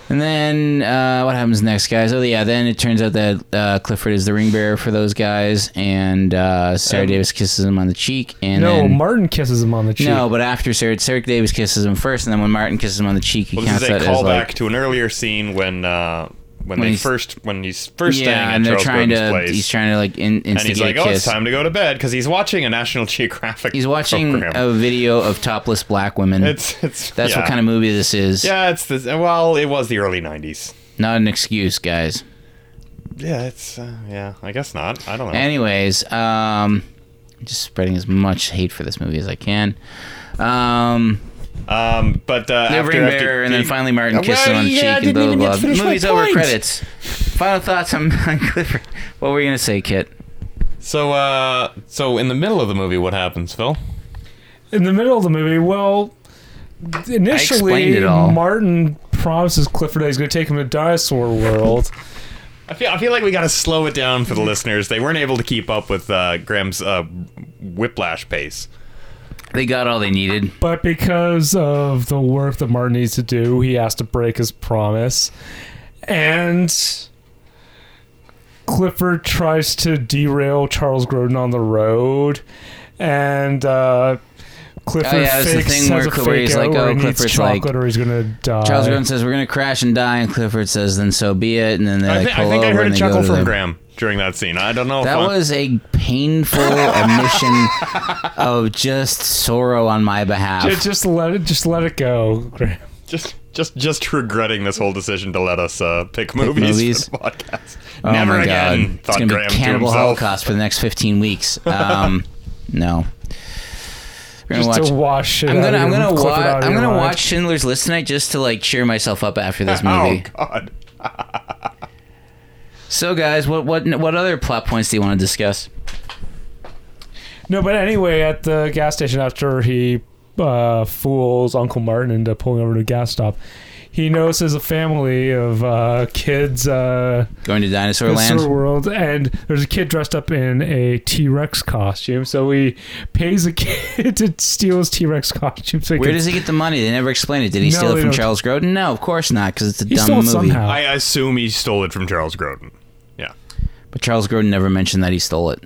[SPEAKER 1] and then uh, what happens next, guys? Oh yeah, then it turns out that uh, Clifford is the ring bearer for those guys, and uh, Sarah
[SPEAKER 4] Um,
[SPEAKER 1] Davis kisses him on the cheek, and
[SPEAKER 4] no,
[SPEAKER 1] then,
[SPEAKER 4] Martin kisses him on the cheek.
[SPEAKER 1] no, but after Sarah, Sarah Davis kisses him first, and then when Martin kisses him on the cheek, he
[SPEAKER 2] Well, this
[SPEAKER 1] counts
[SPEAKER 2] is a
[SPEAKER 1] that as
[SPEAKER 2] callback
[SPEAKER 1] like.
[SPEAKER 2] to an earlier scene when uh, when,
[SPEAKER 1] When
[SPEAKER 2] they
[SPEAKER 1] he's-
[SPEAKER 2] first when he's first staying
[SPEAKER 1] yeah,
[SPEAKER 2] at
[SPEAKER 1] and they're
[SPEAKER 2] Charles
[SPEAKER 1] trying
[SPEAKER 2] Grodin's
[SPEAKER 1] to.
[SPEAKER 2] place.
[SPEAKER 1] He's trying to like in,
[SPEAKER 2] and he's
[SPEAKER 1] instigate
[SPEAKER 2] like,
[SPEAKER 1] a
[SPEAKER 2] "Oh,
[SPEAKER 1] kiss.
[SPEAKER 2] it's time to go to bed" because he's watching a National Geographic.
[SPEAKER 1] He's watching
[SPEAKER 2] program.
[SPEAKER 1] a video of topless black women.
[SPEAKER 2] [LAUGHS] It's- it's-
[SPEAKER 1] That's
[SPEAKER 2] yeah.
[SPEAKER 1] what kind of movie this is.
[SPEAKER 2] yeah, it's this. Well, it was the early '90s.
[SPEAKER 1] Not an excuse, guys.
[SPEAKER 2] Yeah, it's uh, yeah. I guess not. I don't know.
[SPEAKER 1] Anyways, um, just spreading as much hate for this movie as I can. Um,
[SPEAKER 2] um, but uh,
[SPEAKER 1] the
[SPEAKER 2] after-
[SPEAKER 1] ring
[SPEAKER 2] after
[SPEAKER 1] bearer, and then
[SPEAKER 2] he-
[SPEAKER 1] finally Martin
[SPEAKER 2] Well,
[SPEAKER 1] kisses him on the
[SPEAKER 2] yeah,
[SPEAKER 1] cheek,
[SPEAKER 2] I
[SPEAKER 1] and
[SPEAKER 2] didn't
[SPEAKER 1] blah blah
[SPEAKER 2] even get
[SPEAKER 1] blah.
[SPEAKER 2] to finish my
[SPEAKER 1] Movie's over.
[SPEAKER 2] point.
[SPEAKER 1] Credits. Final thoughts on, [LAUGHS] on Clifford. What were you gonna say, Kit?
[SPEAKER 2] So, uh, so in the middle of the movie, what happens, Phil?
[SPEAKER 4] in the middle of the movie. Well,
[SPEAKER 2] explained
[SPEAKER 4] initially,
[SPEAKER 2] it all.
[SPEAKER 4] Martin promises Clifford that he's going to take him to Dinosaur World.
[SPEAKER 2] I feel, I feel like we got to slow it down for the listeners. They weren't able to keep up with uh, Graham's uh, whiplash pace.
[SPEAKER 1] They got all they needed.
[SPEAKER 4] But because of the work that Martin needs to do, he has to break his promise. And Clifford tries to derail Charles Grodin on the road. And uh, Clifford
[SPEAKER 1] Oh, yeah, it's the
[SPEAKER 4] fakes,
[SPEAKER 1] thing where
[SPEAKER 4] has a
[SPEAKER 1] Clifford-
[SPEAKER 4] fake
[SPEAKER 1] he's
[SPEAKER 4] out
[SPEAKER 1] like,
[SPEAKER 4] where
[SPEAKER 1] oh,
[SPEAKER 4] he needs
[SPEAKER 1] Clifford's like-
[SPEAKER 4] chocolate or he's going to die.
[SPEAKER 1] Charles Grodin says we're gonna crash and die, and Clifford says then so be it, and then they
[SPEAKER 2] I,
[SPEAKER 1] like
[SPEAKER 2] thi- I
[SPEAKER 1] pull
[SPEAKER 2] think I
[SPEAKER 1] over
[SPEAKER 2] heard
[SPEAKER 1] and
[SPEAKER 2] a
[SPEAKER 1] they go
[SPEAKER 2] chuckle
[SPEAKER 1] to
[SPEAKER 2] from
[SPEAKER 1] the-
[SPEAKER 2] Graham during that scene. I don't know.
[SPEAKER 1] That
[SPEAKER 2] if I-
[SPEAKER 1] was a
[SPEAKER 2] [LAUGHS]
[SPEAKER 1] painful admission of just sorrow on my behalf.
[SPEAKER 4] Ju- just let it, just let it go. Graham.
[SPEAKER 2] just just just regretting this whole decision to let us uh, pick movies,
[SPEAKER 1] movies.
[SPEAKER 2] for the podcast.
[SPEAKER 1] Oh
[SPEAKER 2] Never
[SPEAKER 1] my
[SPEAKER 2] again,
[SPEAKER 1] God. It's
[SPEAKER 2] thought
[SPEAKER 1] gonna
[SPEAKER 2] Graham
[SPEAKER 1] be
[SPEAKER 2] to
[SPEAKER 1] Cannibal
[SPEAKER 2] himself.
[SPEAKER 1] Holocaust for the next 15
[SPEAKER 2] [LAUGHS]
[SPEAKER 1] weeks. Um, no. We're gonna
[SPEAKER 4] Just to wash shit
[SPEAKER 1] I'm
[SPEAKER 4] out
[SPEAKER 1] gonna
[SPEAKER 4] of
[SPEAKER 1] I'm
[SPEAKER 4] your-
[SPEAKER 1] gonna
[SPEAKER 4] clip it
[SPEAKER 1] watch
[SPEAKER 4] out of
[SPEAKER 1] I'm
[SPEAKER 4] your
[SPEAKER 1] gonna
[SPEAKER 4] mind.
[SPEAKER 1] watch Schindler's List tonight just to like cheer myself up after this
[SPEAKER 2] [LAUGHS] Oh,
[SPEAKER 1] movie.
[SPEAKER 2] God.
[SPEAKER 1] so guys, what what what other plot points do you want to discuss?
[SPEAKER 4] No, but anyway, at the gas station after he uh, fools Uncle Martin into pulling over to a gas stop, he notices a family of uh, kids uh,
[SPEAKER 1] Going to Dinosaur
[SPEAKER 4] Dinosaur
[SPEAKER 1] Land.
[SPEAKER 4] World, and there's a kid dressed up in a T Rex costume. So he pays a kid [LAUGHS] to steal his T Rex costume. So
[SPEAKER 1] Where
[SPEAKER 4] can-
[SPEAKER 1] does he get the money? They never explain it. Did he
[SPEAKER 4] No,
[SPEAKER 1] steal
[SPEAKER 4] they
[SPEAKER 1] it from
[SPEAKER 4] don't.
[SPEAKER 1] Charles Grodin? No, of course not, because it's a dumb movie.
[SPEAKER 2] I assume he stole it from Charles Grodin. Yeah.
[SPEAKER 1] But Charles Grodin never mentioned that he stole it.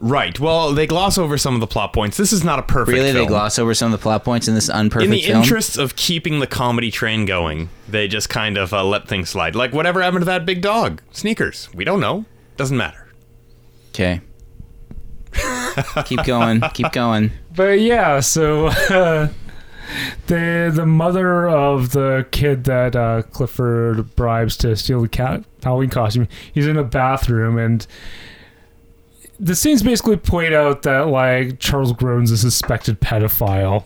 [SPEAKER 2] Right. Well, they gloss over some of the plot points. This is not a perfect
[SPEAKER 1] Really,
[SPEAKER 2] film.
[SPEAKER 1] they gloss over some of the plot points in this unperfect
[SPEAKER 2] in the
[SPEAKER 1] film.
[SPEAKER 2] interests of keeping the comedy train going, they just kind of uh, let things slide. Like whatever happened to that big dog? Sneakers. We don't know. Doesn't matter.
[SPEAKER 4] [LAUGHS]
[SPEAKER 1] okay. keep going. Keep going.
[SPEAKER 4] But yeah, so [LAUGHS] uh, the the mother of the kid that uh, Clifford bribes to steal the cat Halloween costume, he's in a bathroom, and the scene's basically played out that like Charles Grodin's a suspected pedophile.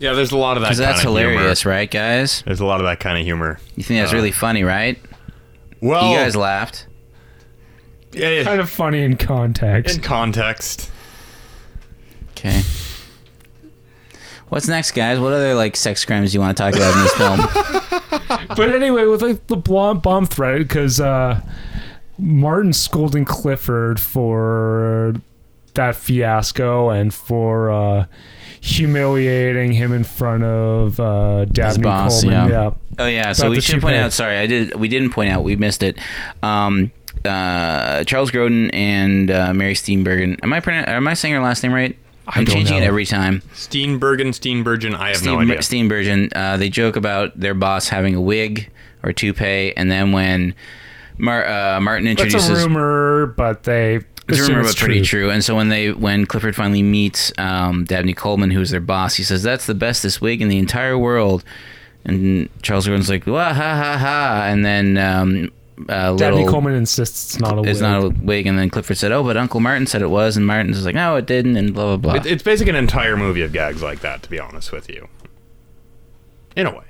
[SPEAKER 2] Yeah, there's a lot of that.
[SPEAKER 1] 'Cause that's
[SPEAKER 2] kinda humor.
[SPEAKER 1] hilarious, right, guys?
[SPEAKER 2] There's a lot of that kind of humor.
[SPEAKER 1] You think that's
[SPEAKER 2] Uh, oh.
[SPEAKER 1] really funny, right?
[SPEAKER 2] Well,
[SPEAKER 1] you guys laughed.
[SPEAKER 2] yeah, yeah,
[SPEAKER 4] Kind of funny in context.
[SPEAKER 2] in context.
[SPEAKER 1] Okay. What's next, guys? What other like sex crimes do you want to talk about
[SPEAKER 2] [LAUGHS]
[SPEAKER 1] in this film?
[SPEAKER 4] but anyway, with like the blonde bomb threat, because uh, Martin scolding Clifford for that fiasco and for uh, humiliating him in front of uh, Dabney
[SPEAKER 1] boss,
[SPEAKER 4] Coleman.
[SPEAKER 1] yeah.
[SPEAKER 4] Yeah.
[SPEAKER 1] Oh yeah, so
[SPEAKER 4] About
[SPEAKER 1] we
[SPEAKER 4] the
[SPEAKER 1] should point
[SPEAKER 4] toupee.
[SPEAKER 1] out. Sorry, I did. We didn't point out. We missed it. Um, uh, Charles Grodin and uh, Mary Steenburgen. Am I pronoun- Am I saying her last name right? I'm
[SPEAKER 2] don't
[SPEAKER 1] changing it
[SPEAKER 2] know.
[SPEAKER 1] every time.
[SPEAKER 2] Steenbergen, Steenbergen. I have
[SPEAKER 1] Steve,
[SPEAKER 2] no idea.
[SPEAKER 1] Steenburgen. Uh, they joke about their boss having a wig or toupee, and then when Mar- uh, Martin
[SPEAKER 4] That's
[SPEAKER 1] introduces
[SPEAKER 4] a rumor, but they.
[SPEAKER 1] it's a
[SPEAKER 4] assume
[SPEAKER 1] rumor,
[SPEAKER 4] it's
[SPEAKER 1] but pretty
[SPEAKER 4] true.
[SPEAKER 1] true. And so when they when Clifford finally meets um, Dabney Coleman, who's their boss, he says, "That's the bestest wig in the entire world." And Charles Grodin's like, "Wah ha ha ha!" And then um, uh,
[SPEAKER 4] Dabney
[SPEAKER 1] little
[SPEAKER 4] Coleman insists it's not a
[SPEAKER 1] it's
[SPEAKER 4] wig.
[SPEAKER 1] not a wig. And then Clifford said, "Oh, but Uncle Martin said it was." And Martin's like, "No, it didn't." And blah blah blah.
[SPEAKER 2] It- it's basically an entire movie of gags like that, to be honest with you. In a way.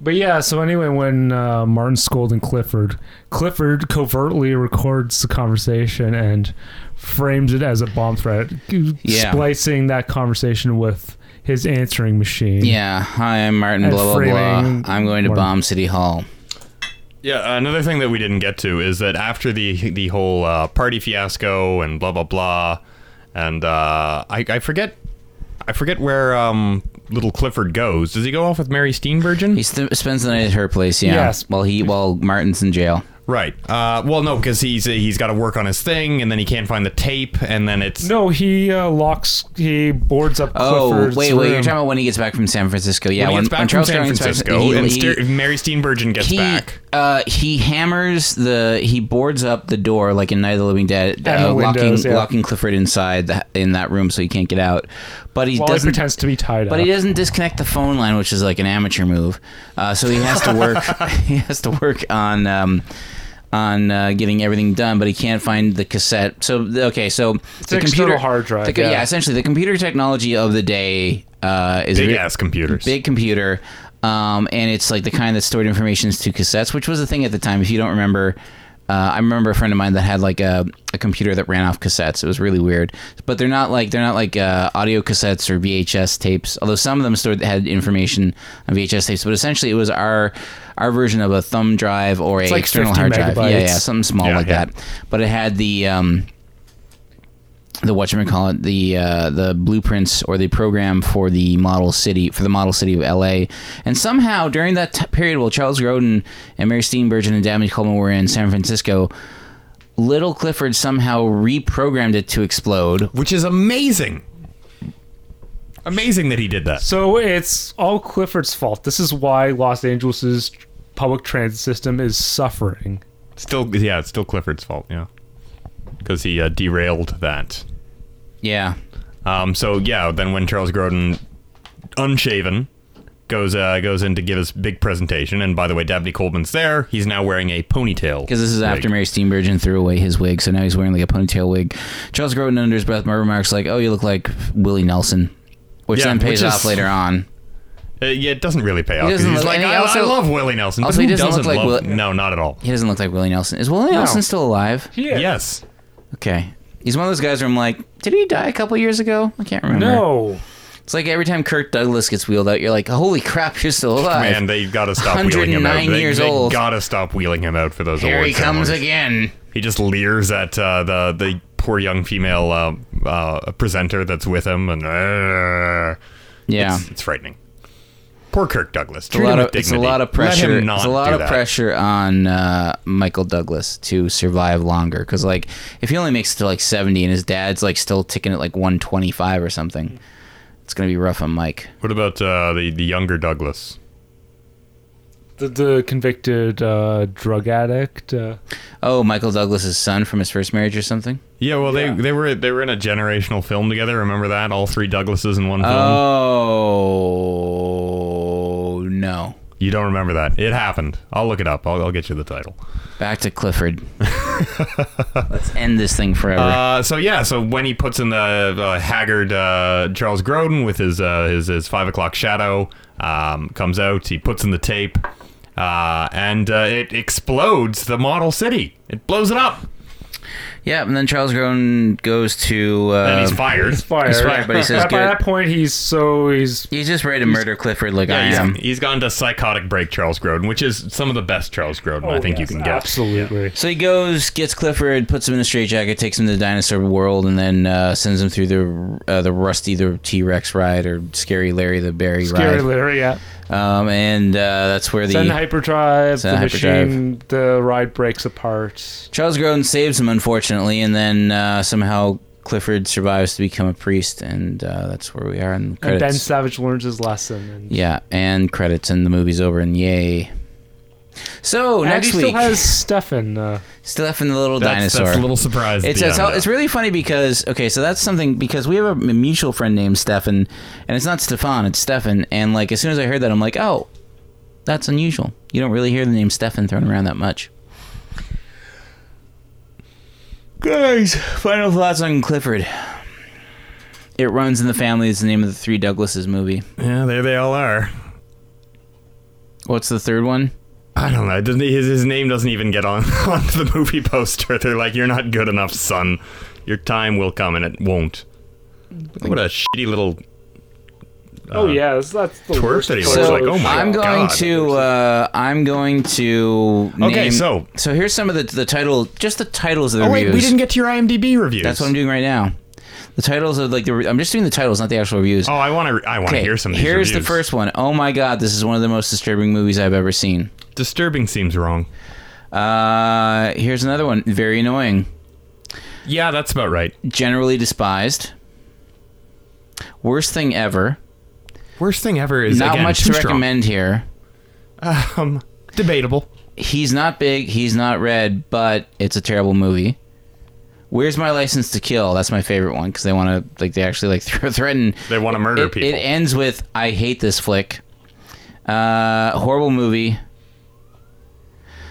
[SPEAKER 4] But yeah, so anyway, when uh, Martin scolding Clifford, Clifford covertly records the conversation and frames it as a bomb threat,
[SPEAKER 1] Yeah.
[SPEAKER 4] splicing that conversation with his answering machine.
[SPEAKER 1] yeah, hi, I'm Martin.
[SPEAKER 4] And
[SPEAKER 1] Blah blah
[SPEAKER 4] framing
[SPEAKER 1] blah. I'm going to
[SPEAKER 4] Martin.
[SPEAKER 1] bomb City Hall.
[SPEAKER 2] Yeah, another thing that we didn't get to is that after the the whole uh, party fiasco and blah blah blah, and uh, I, I forget, I forget where um, little Clifford goes. Does he go off with Mary Steenburgen?
[SPEAKER 1] He st- spends the night at her place. Yeah,
[SPEAKER 4] Yes.
[SPEAKER 1] while he while Martin's in jail.
[SPEAKER 2] right. Uh, well, no, because he's he's got to work on his thing, and then he can't find the tape, and then it's
[SPEAKER 4] No, he uh, locks, he boards up
[SPEAKER 1] Oh
[SPEAKER 4] Clifford's
[SPEAKER 1] wait, wait! You're
[SPEAKER 4] room.
[SPEAKER 1] talking about when he gets back from San Francisco? Yeah,
[SPEAKER 2] when he gets back from
[SPEAKER 1] Charles
[SPEAKER 2] San
[SPEAKER 1] Grodin gets back-
[SPEAKER 2] Francisco,
[SPEAKER 1] he-
[SPEAKER 2] and
[SPEAKER 1] he-
[SPEAKER 2] Steer- Mary Steenburgen gets
[SPEAKER 1] he,
[SPEAKER 2] back.
[SPEAKER 1] Uh, he hammers the. He boards up the door like in Night of the Living Dead,
[SPEAKER 4] And
[SPEAKER 1] uh,
[SPEAKER 4] the
[SPEAKER 1] locking
[SPEAKER 4] windows, yeah.
[SPEAKER 1] locking Clifford inside the, in that room so he can't get out. But he
[SPEAKER 4] While he
[SPEAKER 1] doesn't.
[SPEAKER 4] pretends to be tied
[SPEAKER 1] but
[SPEAKER 4] up.
[SPEAKER 1] he doesn't disconnect the phone line, which is like an amateur move. Uh, so he has to
[SPEAKER 4] [LAUGHS]
[SPEAKER 1] work. [LAUGHS] he has to work on um, on uh, getting everything done, but he can't find the cassette. So the- okay, so the
[SPEAKER 4] an external hard drive,
[SPEAKER 1] the co-
[SPEAKER 4] yeah.
[SPEAKER 1] essentially the computer technology of the day uh, is
[SPEAKER 2] Big
[SPEAKER 1] ve-
[SPEAKER 2] ass computers.
[SPEAKER 1] big computer um, and it's like the kind that stored information to cassettes which was a thing at the time if you don't remember uh, I remember a friend of mine that had like a, a computer that ran off cassettes. It was really weird, but they're not like they're not like uh, audio cassettes or VHS tapes. Although some of them stored had information on VHS tapes, but essentially it was our our version of a thumb drive or a
[SPEAKER 4] like
[SPEAKER 1] external
[SPEAKER 4] 50
[SPEAKER 1] hard drive. Yeah,
[SPEAKER 4] megabytes.
[SPEAKER 1] yeah, something small
[SPEAKER 2] Yeah,
[SPEAKER 1] like
[SPEAKER 2] yeah.
[SPEAKER 1] that. But it had the um, the whatchamacallit, the uh, the blueprints or the program for the model city for the model city of LA. And somehow during that t- period while Charles Grodin and Mary Steenburgen and Dabney Coleman were in San Francisco, Little Clifford somehow reprogrammed it to explode.
[SPEAKER 2] which is amazing. Amazing that he did that.
[SPEAKER 4] So it's all Clifford's fault. This is why Los Angeles' public transit system is suffering.
[SPEAKER 2] Still, yeah, it's still Clifford's fault. Yeah, because he uh, derailed that.
[SPEAKER 1] Yeah.
[SPEAKER 2] Um, so yeah, then when Charles Grodin, unshaven, goes uh, goes in to give his big presentation. And by the way, Dabney Coleman's there. He's now wearing a ponytail
[SPEAKER 1] Because this is
[SPEAKER 2] wig.
[SPEAKER 1] after Mary Steenburgen threw away his wig, so now he's wearing like a ponytail wig. Charles Grodin under his breath remarks like, "Oh, you look like Willie Nelson," which
[SPEAKER 2] Yeah,
[SPEAKER 1] then pays
[SPEAKER 2] which is-
[SPEAKER 1] off later on.
[SPEAKER 2] Uh, yeah, it doesn't really pay
[SPEAKER 1] He
[SPEAKER 2] off. 'cause
[SPEAKER 1] doesn't
[SPEAKER 2] He's
[SPEAKER 1] look-
[SPEAKER 2] like,
[SPEAKER 1] and he
[SPEAKER 2] I,
[SPEAKER 1] also-
[SPEAKER 2] I love Willie Nelson. But
[SPEAKER 1] also, he
[SPEAKER 2] who
[SPEAKER 1] doesn't
[SPEAKER 2] doesn't
[SPEAKER 1] look like
[SPEAKER 2] love-
[SPEAKER 1] Will-
[SPEAKER 2] No, not at all.
[SPEAKER 1] He doesn't look like Willie Nelson. Is Willie
[SPEAKER 2] No.
[SPEAKER 1] Nelson still alive?
[SPEAKER 2] Yes.
[SPEAKER 1] Okay, he's one of those guys where I'm like, did he die a couple years ago? I can't remember.
[SPEAKER 4] No.
[SPEAKER 1] It's like every time Kirk Douglas gets wheeled out, you're like, holy crap, you're still alive.
[SPEAKER 2] Man, they've got to stop wheeling him out.
[SPEAKER 1] 109
[SPEAKER 2] They,
[SPEAKER 1] years
[SPEAKER 2] they
[SPEAKER 1] old.
[SPEAKER 2] gotta stop wheeling him out for those
[SPEAKER 1] Here
[SPEAKER 2] award
[SPEAKER 1] he comes
[SPEAKER 2] ceremonies.
[SPEAKER 1] again.
[SPEAKER 2] He just leers at uh, the the poor young female uh, uh, presenter that's with him, and uh,
[SPEAKER 1] Yeah.
[SPEAKER 2] it's, it's frightening. Poor Kirk Douglas.
[SPEAKER 1] It's a, lot of, it's a lot of pressure. It's a lot of pressure on uh, Michael Douglas to survive longer. Because like, if he only makes it to like seventy and his dad's like still ticking at like one twenty five or something, it's gonna be rough on Mike.
[SPEAKER 2] What about uh, the the younger Douglas?
[SPEAKER 4] The, the convicted uh, drug addict. Uh,
[SPEAKER 1] Oh, Michael Douglas's son from his first marriage or something.
[SPEAKER 2] Yeah, well, they they were they were in a generational film together. Remember that? All three Douglases in one film.
[SPEAKER 1] Uh, Oh no!
[SPEAKER 2] You don't remember that? It happened. I'll look it up. I'll, I'll get you the title.
[SPEAKER 1] Back to [LAUGHS] Clifford. Let's end this thing forever.
[SPEAKER 2] Uh, so yeah, so when he puts in the uh, haggard uh, Charles Grodin with his uh, his, his five o'clock shadow um, comes out, he puts in the tape, uh, and uh, it explodes the model city. It blows it up.
[SPEAKER 1] yeah, and then Charles Grodin goes to. Uh,
[SPEAKER 2] And he's fired. He's
[SPEAKER 4] fired.
[SPEAKER 1] He's fired, but he says,
[SPEAKER 4] By
[SPEAKER 1] "Good."
[SPEAKER 4] that point, he's so he's
[SPEAKER 1] He's just ready to murder Clifford like I
[SPEAKER 2] he's,
[SPEAKER 1] am.
[SPEAKER 2] he's gone to psychotic break Charles Grodin, which is some of the best Charles Grodin
[SPEAKER 1] Oh,
[SPEAKER 2] I think you can get.
[SPEAKER 4] absolutely.
[SPEAKER 1] So he goes, gets Clifford, puts him in a straitjacket, takes him to the dinosaur world, and then uh, sends him through the uh, the Rusty the T Rex ride or Scary Larry the Berry
[SPEAKER 4] Scary
[SPEAKER 1] ride.
[SPEAKER 4] Larry, yeah.
[SPEAKER 1] Um, and uh, that's where the
[SPEAKER 4] Send hyperdrive.
[SPEAKER 1] Send
[SPEAKER 4] the
[SPEAKER 1] hyperdrive.
[SPEAKER 4] machine. The ride breaks apart.
[SPEAKER 1] Charles Grodin saves him, unfortunately, and then uh, somehow Clifford survives to become a priest, and uh, that's where we are in the
[SPEAKER 4] And
[SPEAKER 1] credits.
[SPEAKER 4] Ben Savage learns his lesson. And,
[SPEAKER 1] yeah, and credits, and the movie's over, and yay. So
[SPEAKER 4] and
[SPEAKER 1] next
[SPEAKER 4] he
[SPEAKER 1] week,
[SPEAKER 4] still has Stefan. Uh,
[SPEAKER 1] Stefan the little
[SPEAKER 2] That's- that's
[SPEAKER 1] dinosaur.
[SPEAKER 2] a little surprise at
[SPEAKER 1] It's
[SPEAKER 2] the
[SPEAKER 1] it's,
[SPEAKER 2] end,
[SPEAKER 1] it's really funny because okay, so that's something because we have a mutual friend named Stefan, and it's not Stefan, it's Stefan. And like as soon as I heard that, I'm like, oh, that's unusual. You don't really hear the name Stefan thrown around that much. Guys, final thoughts on Clifford. It runs in the family is the name of the three Douglases movie.
[SPEAKER 2] Yeah, there they all are.
[SPEAKER 1] What's the third one?
[SPEAKER 2] I don't know. It doesn't- His, his name doesn't even get on [LAUGHS] onto the movie poster. They're like, "You're not good enough, son. Your time will come, and it won't." What a shitty little
[SPEAKER 4] oh yeah, that's, that's the
[SPEAKER 2] twerp
[SPEAKER 4] worst.
[SPEAKER 2] that he
[SPEAKER 4] part.
[SPEAKER 2] looks like. Oh my
[SPEAKER 1] I'm going
[SPEAKER 2] God.
[SPEAKER 1] to. Uh, I'm going to.
[SPEAKER 2] Okay,
[SPEAKER 1] name-
[SPEAKER 2] so-
[SPEAKER 1] so here's some of the the title, just the titles of the
[SPEAKER 2] oh wait,
[SPEAKER 1] reviews.
[SPEAKER 2] we didn't get to your IMDb reviews.
[SPEAKER 1] That's what I'm doing right now. The titles of like the. re- I'm just doing the titles, not the actual reviews.
[SPEAKER 2] Oh, I want to. I want to
[SPEAKER 1] Okay,
[SPEAKER 2] hear some. Of these
[SPEAKER 1] here's the
[SPEAKER 2] reviews.
[SPEAKER 1] first one. Oh my god, this is one of the most disturbing movies I've ever seen.
[SPEAKER 2] Disturbing seems wrong.
[SPEAKER 1] Uh, here's another one. Very annoying.
[SPEAKER 2] Yeah, that's about right.
[SPEAKER 1] Generally despised. Worst thing ever.
[SPEAKER 2] Worst thing ever is
[SPEAKER 1] Not
[SPEAKER 2] again,
[SPEAKER 1] much
[SPEAKER 2] too
[SPEAKER 1] to
[SPEAKER 2] strong.
[SPEAKER 1] recommend here.
[SPEAKER 2] Um, debatable.
[SPEAKER 1] He's not big. He's not red, but it's a terrible movie. Where's my license to kill? That's my favorite one because they want to like they actually like [LAUGHS] threaten.
[SPEAKER 2] They want to murder
[SPEAKER 1] it,
[SPEAKER 2] people.
[SPEAKER 1] It ends with "I hate this flick." Uh, horrible movie.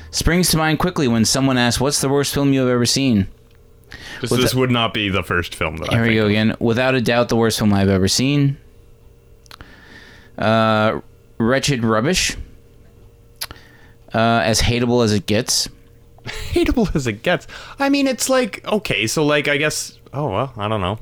[SPEAKER 1] Springs to mind quickly when someone asks, "What's the worst film you have ever seen?"
[SPEAKER 2] this
[SPEAKER 1] with
[SPEAKER 2] this
[SPEAKER 1] the-
[SPEAKER 2] would not be the first film that I
[SPEAKER 1] Here we
[SPEAKER 2] think.
[SPEAKER 1] go again. Without a doubt, the worst film I've ever seen. Uh, wretched rubbish. Uh, as hateable as it gets.
[SPEAKER 2] hateable as it gets. I mean, it's like okay, so like I guess. Oh well, I don't know.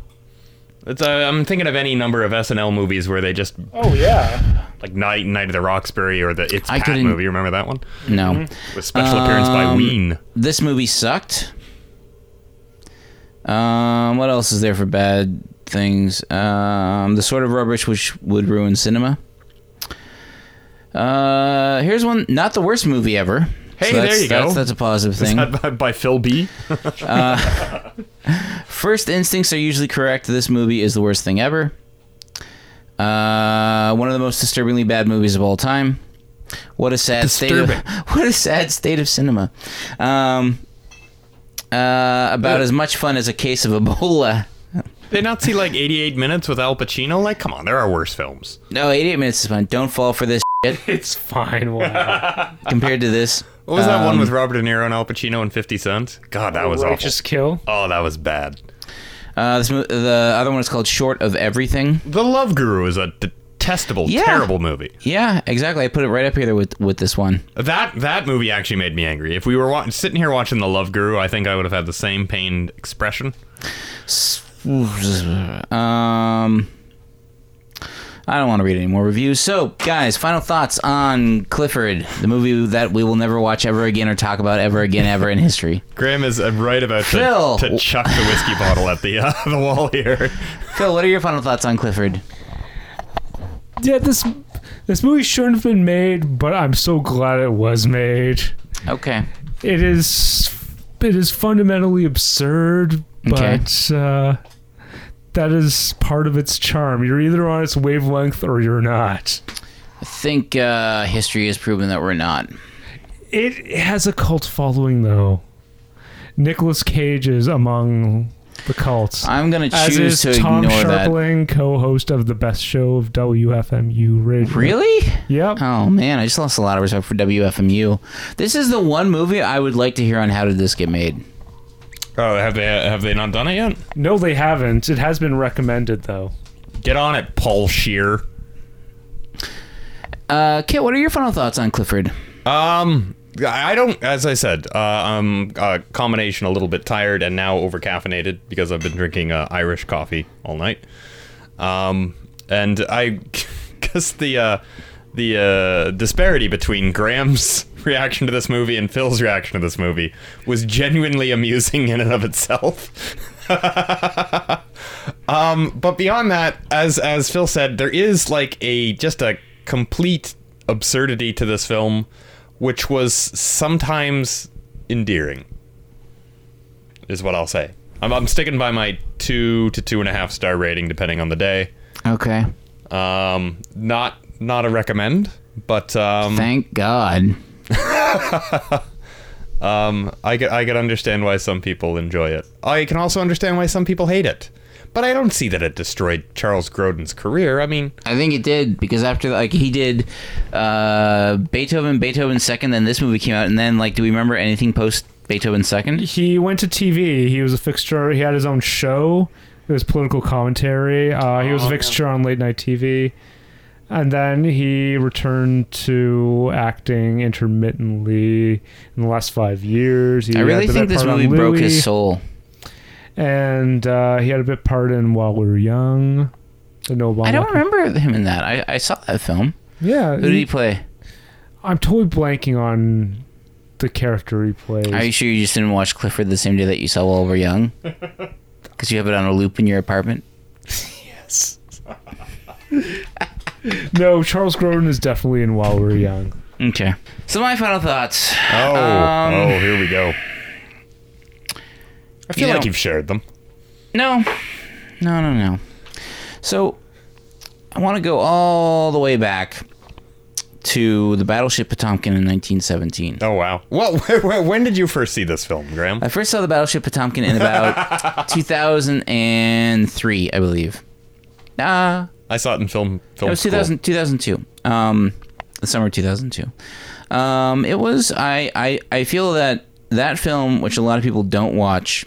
[SPEAKER 2] It's, uh, I'm thinking of any number of SNL movies where they just
[SPEAKER 4] Oh yeah.
[SPEAKER 2] like Night Night of the Roxbury or the It's
[SPEAKER 1] I
[SPEAKER 2] Pat
[SPEAKER 1] couldn't-
[SPEAKER 2] movie. Remember that one
[SPEAKER 1] No.
[SPEAKER 2] with special appearance by
[SPEAKER 1] Um,
[SPEAKER 2] Ween. [LAUGHS]
[SPEAKER 1] This movie sucked. Um, what else is there for bad things? Um, the sort of rubbish which would ruin cinema. Uh, here's one. Not the worst movie ever.
[SPEAKER 2] Hey,
[SPEAKER 1] that's-
[SPEAKER 2] there you
[SPEAKER 1] that's-
[SPEAKER 2] go.
[SPEAKER 1] That's a positive
[SPEAKER 2] Is
[SPEAKER 1] thing.
[SPEAKER 2] that by, by Phil B?
[SPEAKER 1] First instincts are usually correct. This movie is the worst thing ever. Uh, one of the most disturbingly bad movies of all time. What a sad state of
[SPEAKER 2] Disturbing.
[SPEAKER 1] [LAUGHS] what a sad state of cinema. Um, uh, about as much fun as a case of Ebola.
[SPEAKER 2] They not see like 88 minutes with Al Pacino? Like, come on, there are worse films.
[SPEAKER 1] No, 88 minutes is fine. Don't fall for this [LAUGHS] shit.
[SPEAKER 4] It's fine. Wow.
[SPEAKER 1] Compared to this.
[SPEAKER 2] What was that one
[SPEAKER 1] um,
[SPEAKER 2] with Robert De Niro and Al Pacino and 50 Cent? God, that was
[SPEAKER 4] Righteous
[SPEAKER 2] awful.
[SPEAKER 4] Kill.
[SPEAKER 2] Oh, that was bad.
[SPEAKER 1] Uh, this, mo- the other one is called Short of Everything.
[SPEAKER 2] The Love Guru is a detestable,
[SPEAKER 1] Yeah.
[SPEAKER 2] terrible movie.
[SPEAKER 1] Yeah, exactly. I put it right up here with with this one.
[SPEAKER 2] That that movie actually made me angry. If we were wa- sitting here watching The Love Guru, I think I would have had the same pained expression.
[SPEAKER 1] Um, I don't want to read any more reviews. So, guys, final thoughts on Clifford, the movie that we will never watch ever again or talk about ever again ever in history.
[SPEAKER 2] Graham is uh, right about
[SPEAKER 1] Phil!
[SPEAKER 2] to, to chuck the whiskey bottle at the uh, [LAUGHS] the wall here.
[SPEAKER 1] [LAUGHS] Phil, what are your final thoughts on Clifford?
[SPEAKER 4] Yeah, this this movie shouldn't have been made, but I'm so glad it was made.
[SPEAKER 1] Okay.
[SPEAKER 4] It is it is fundamentally absurd,
[SPEAKER 1] Okay.
[SPEAKER 4] but uh, that is part of its charm. You're either on its wavelength or you're not.
[SPEAKER 1] I think uh, history has proven that we're not.
[SPEAKER 4] It has a cult following though. Nicolas Cage is among the cults.
[SPEAKER 1] I'm gonna
[SPEAKER 4] As
[SPEAKER 1] choose
[SPEAKER 4] is
[SPEAKER 1] to
[SPEAKER 4] Tom
[SPEAKER 1] ignore that.
[SPEAKER 4] Sharpling, co-host of the best show of WFMU Radio.
[SPEAKER 1] Really?
[SPEAKER 4] Yep.
[SPEAKER 1] Oh man, I just lost a lot of respect for WFMU. This is the one movie I would like to hear on how did this get made.
[SPEAKER 2] Oh, have they have they not done it yet?
[SPEAKER 4] No, they haven't. It has been recommended though.
[SPEAKER 2] Get on it, Paul Shear.
[SPEAKER 1] Uh, Kit, what are your final thoughts on Clifford?
[SPEAKER 2] Um, I I don't. As I said, uh, I'm a combination a little bit tired and now over caffeinated because I've been drinking uh, Irish coffee all night. Um, and I [LAUGHS] guess the uh, the uh, disparity between Graham's [LAUGHS] reaction to this movie and Phil's reaction to this movie was genuinely amusing in and of itself. [LAUGHS] Um, but beyond that, as as Phil said, there is like a just a complete absurdity to this film, which was sometimes endearing. Is what I'll say. I'm, I'm sticking by my two to two and a half star rating, depending on the day.
[SPEAKER 1] Okay.
[SPEAKER 2] Um, not not a recommend, but um,
[SPEAKER 1] Thank God.
[SPEAKER 2] Um, I could, I could understand why some people enjoy it. I can also understand why some people hate it. But I don't see that it destroyed Charles Grodin's career. I [SIGHS] mean,
[SPEAKER 1] I think it did because after like he did uh, Beethoven, Beethoven second, then this movie came out, and then like, do we remember anything post Beethoven second?
[SPEAKER 4] He went to TV. He was a fixture. He had his own show. It was political commentary. Uh, he was
[SPEAKER 1] Oh,
[SPEAKER 4] a fixture on late night TV. And then he returned to acting intermittently in the last five years. He
[SPEAKER 1] I really
[SPEAKER 4] had the
[SPEAKER 1] think
[SPEAKER 4] bit
[SPEAKER 1] this
[SPEAKER 4] part on
[SPEAKER 1] movie broke
[SPEAKER 4] Louis,
[SPEAKER 1] his soul.
[SPEAKER 4] And uh, he had a bit part in While We Were Young. The No Obama.
[SPEAKER 1] I don't remember him in that. I, I saw that film.
[SPEAKER 4] Yeah.
[SPEAKER 1] Who did
[SPEAKER 4] he-
[SPEAKER 1] he play?
[SPEAKER 4] I'm totally blanking on the character he plays.
[SPEAKER 1] Are you sure you just didn't watch Clifford the same day that you saw While We're
[SPEAKER 4] [LAUGHS]
[SPEAKER 1] Young? Because you have it on a loop in your apartment.
[SPEAKER 4] no, Charles Grodin is definitely in While We Were Young.
[SPEAKER 1] Okay. So my final thoughts.
[SPEAKER 2] oh,
[SPEAKER 1] Um,
[SPEAKER 2] oh, here we go. I feel
[SPEAKER 1] you
[SPEAKER 2] like
[SPEAKER 1] know-
[SPEAKER 2] you've shared them.
[SPEAKER 1] No, no, no, no. So I want to go all the way back to the battleship Potomkin in 1917.
[SPEAKER 2] Oh wow. Well, [LAUGHS] when did you first see this film, Graham?
[SPEAKER 1] I first saw the battleship Potomkin in about 2003, I believe. Nah,
[SPEAKER 2] I saw it in film.
[SPEAKER 1] it
[SPEAKER 2] Film
[SPEAKER 1] was
[SPEAKER 2] school.
[SPEAKER 1] 2000, 2002. Um, the summer of 2002. Um, it was. I, I I feel that that film, which a lot of people don't watch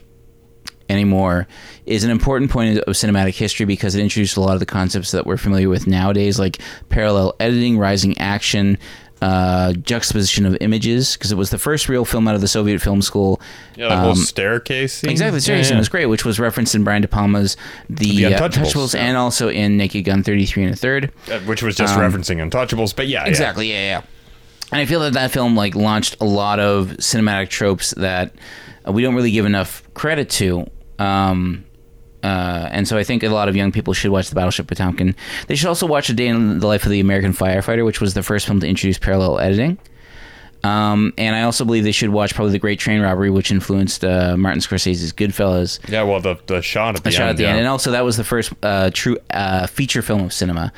[SPEAKER 1] anymore, is an important point of cinematic history because it introduced a lot of the concepts that we're familiar with nowadays, like parallel editing, rising action. Uh, juxtaposition of images because it was the first real film out of the Soviet film school.
[SPEAKER 2] Yeah, the whole
[SPEAKER 1] um,
[SPEAKER 2] staircase. Scene?
[SPEAKER 1] Exactly, seriously, it was great, which was referenced in Brian De Palma's The,
[SPEAKER 2] The
[SPEAKER 1] uh,
[SPEAKER 2] Untouchables.
[SPEAKER 1] Untouchables and also in Naked Gun 33 and a third.
[SPEAKER 2] Uh, Which was just
[SPEAKER 1] Um,
[SPEAKER 2] referencing Untouchables, but yeah, yeah.
[SPEAKER 1] Exactly. Yeah, yeah. And I feel that that film like launched a lot of cinematic tropes that uh, we don't really give enough credit to. Um, uh, and so I think a lot of young people should watch the Battleship Potemkin. They should also watch A Day in the Life of the American Firefighter, which was the first film to introduce parallel editing. Um, and I also believe they should watch probably The Great Train Robbery, which influenced uh, Martin Scorsese's Goodfellas.
[SPEAKER 2] Yeah, well, the the shot at the
[SPEAKER 1] A shot
[SPEAKER 2] end.
[SPEAKER 1] at the
[SPEAKER 2] yeah.
[SPEAKER 1] end, and also that was the first uh, true uh, feature film of cinema.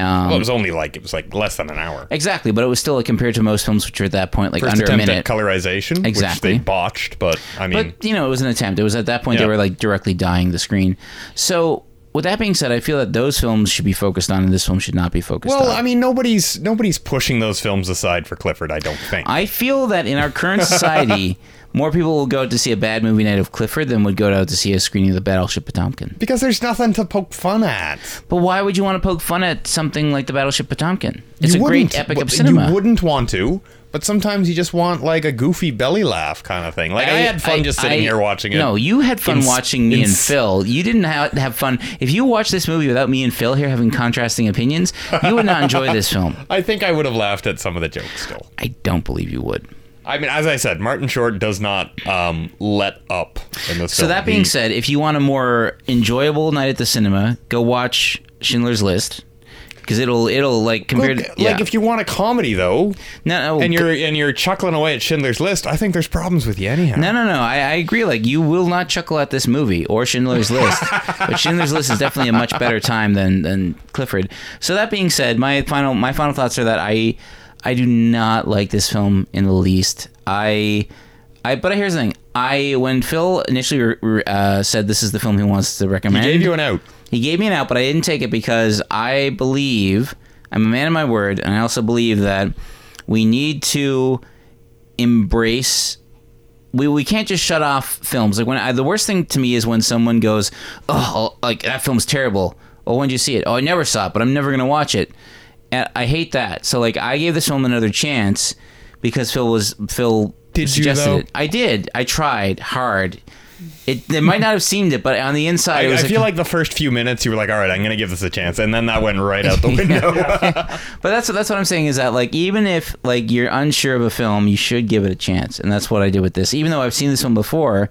[SPEAKER 1] Um,
[SPEAKER 2] well, it was only like it was like less than an hour.
[SPEAKER 1] Exactly, but it was still like, compared to most films, which are at that point like
[SPEAKER 2] First
[SPEAKER 1] under a
[SPEAKER 2] attempt
[SPEAKER 1] minute.
[SPEAKER 2] at colorization,
[SPEAKER 1] Exactly.
[SPEAKER 2] which they botched, but I mean,
[SPEAKER 1] but you know, it was an attempt. It was at that point
[SPEAKER 2] Yeah.
[SPEAKER 1] they were like directly dying the screen. So, with that being said, I feel that those films should be focused on, and this film should not be focused on.
[SPEAKER 2] well, I mean, nobody's nobody's pushing those films aside for Clifford. I don't think.
[SPEAKER 1] I feel that in our
[SPEAKER 2] [LAUGHS]
[SPEAKER 1] current society, more people will go out to see a bad movie night of Clifford than would go out to see a screening of the Battleship Potemkin.
[SPEAKER 2] because there's nothing to poke fun at.
[SPEAKER 1] But why would you want to poke fun at something like the Battleship Potemkin? It's
[SPEAKER 2] You
[SPEAKER 1] a great
[SPEAKER 2] wouldn't,
[SPEAKER 1] epic
[SPEAKER 2] but
[SPEAKER 1] of cinema.
[SPEAKER 2] You wouldn't want to, but sometimes you just want like a goofy belly laugh kind of thing. Like I, had fun
[SPEAKER 1] I-
[SPEAKER 2] just sitting
[SPEAKER 1] I-
[SPEAKER 2] here watching it.
[SPEAKER 1] No, you had fun
[SPEAKER 2] Ins-
[SPEAKER 1] watching me and
[SPEAKER 2] ins-
[SPEAKER 1] Phil. You didn't have, have fun. If you watched this movie without me and Phil here having contrasting opinions, you would
[SPEAKER 2] [LAUGHS]
[SPEAKER 1] not enjoy this film.
[SPEAKER 2] I think I would have laughed at some of the jokes still.
[SPEAKER 1] I don't believe you would.
[SPEAKER 2] I mean, as I said, Martin Short does not um, let up in this
[SPEAKER 1] So
[SPEAKER 2] film.
[SPEAKER 1] that being
[SPEAKER 2] He-
[SPEAKER 1] said, if you want a more enjoyable night at the cinema, go watch Schindler's List because it'll it'll like compared
[SPEAKER 2] Look,
[SPEAKER 1] yeah.
[SPEAKER 2] like if you want a comedy though,
[SPEAKER 1] no, no
[SPEAKER 2] and you're and you're chuckling away at Schindler's List, I think there's problems with you anyhow.
[SPEAKER 1] No, no, no. I, I agree. Like, you will not chuckle at this movie or Schindler's
[SPEAKER 2] [LAUGHS]
[SPEAKER 1] List, but Schindler's List is definitely a much better time than than Clifford. So that being said, my final my final thoughts are that I I do not like this film in the least. I I but here's the thing. I when Phil initially re- re- uh, said this is the film he wants to recommend,
[SPEAKER 2] He gave you an out.
[SPEAKER 1] He gave me an out, but I didn't take it because I believe I'm a man of my word, and I also believe that we need to embrace we, we can't just shut off films. Like when I, the worst thing to me is when someone goes, "Oh, like that film's terrible." Oh, when did you see it? Oh, I never saw it, but I'm never gonna watch it. And I hate that. So like I gave this film another chance because Phil was Phil
[SPEAKER 2] Did you,
[SPEAKER 1] suggested
[SPEAKER 2] though?
[SPEAKER 1] it. I did. I tried hard. It, it might not have seemed it, but on the inside,
[SPEAKER 2] I,
[SPEAKER 1] it
[SPEAKER 2] I
[SPEAKER 1] was
[SPEAKER 2] feel like the first few minutes you were like, "All right, I'm going to give this a chance," and then that went right
[SPEAKER 1] [LAUGHS]
[SPEAKER 2] out the window. [LAUGHS]
[SPEAKER 1] But that's that's what I'm saying is that like even if like you're unsure of a film, you should give it a chance, and that's what I did with this. Even though I've seen this one before,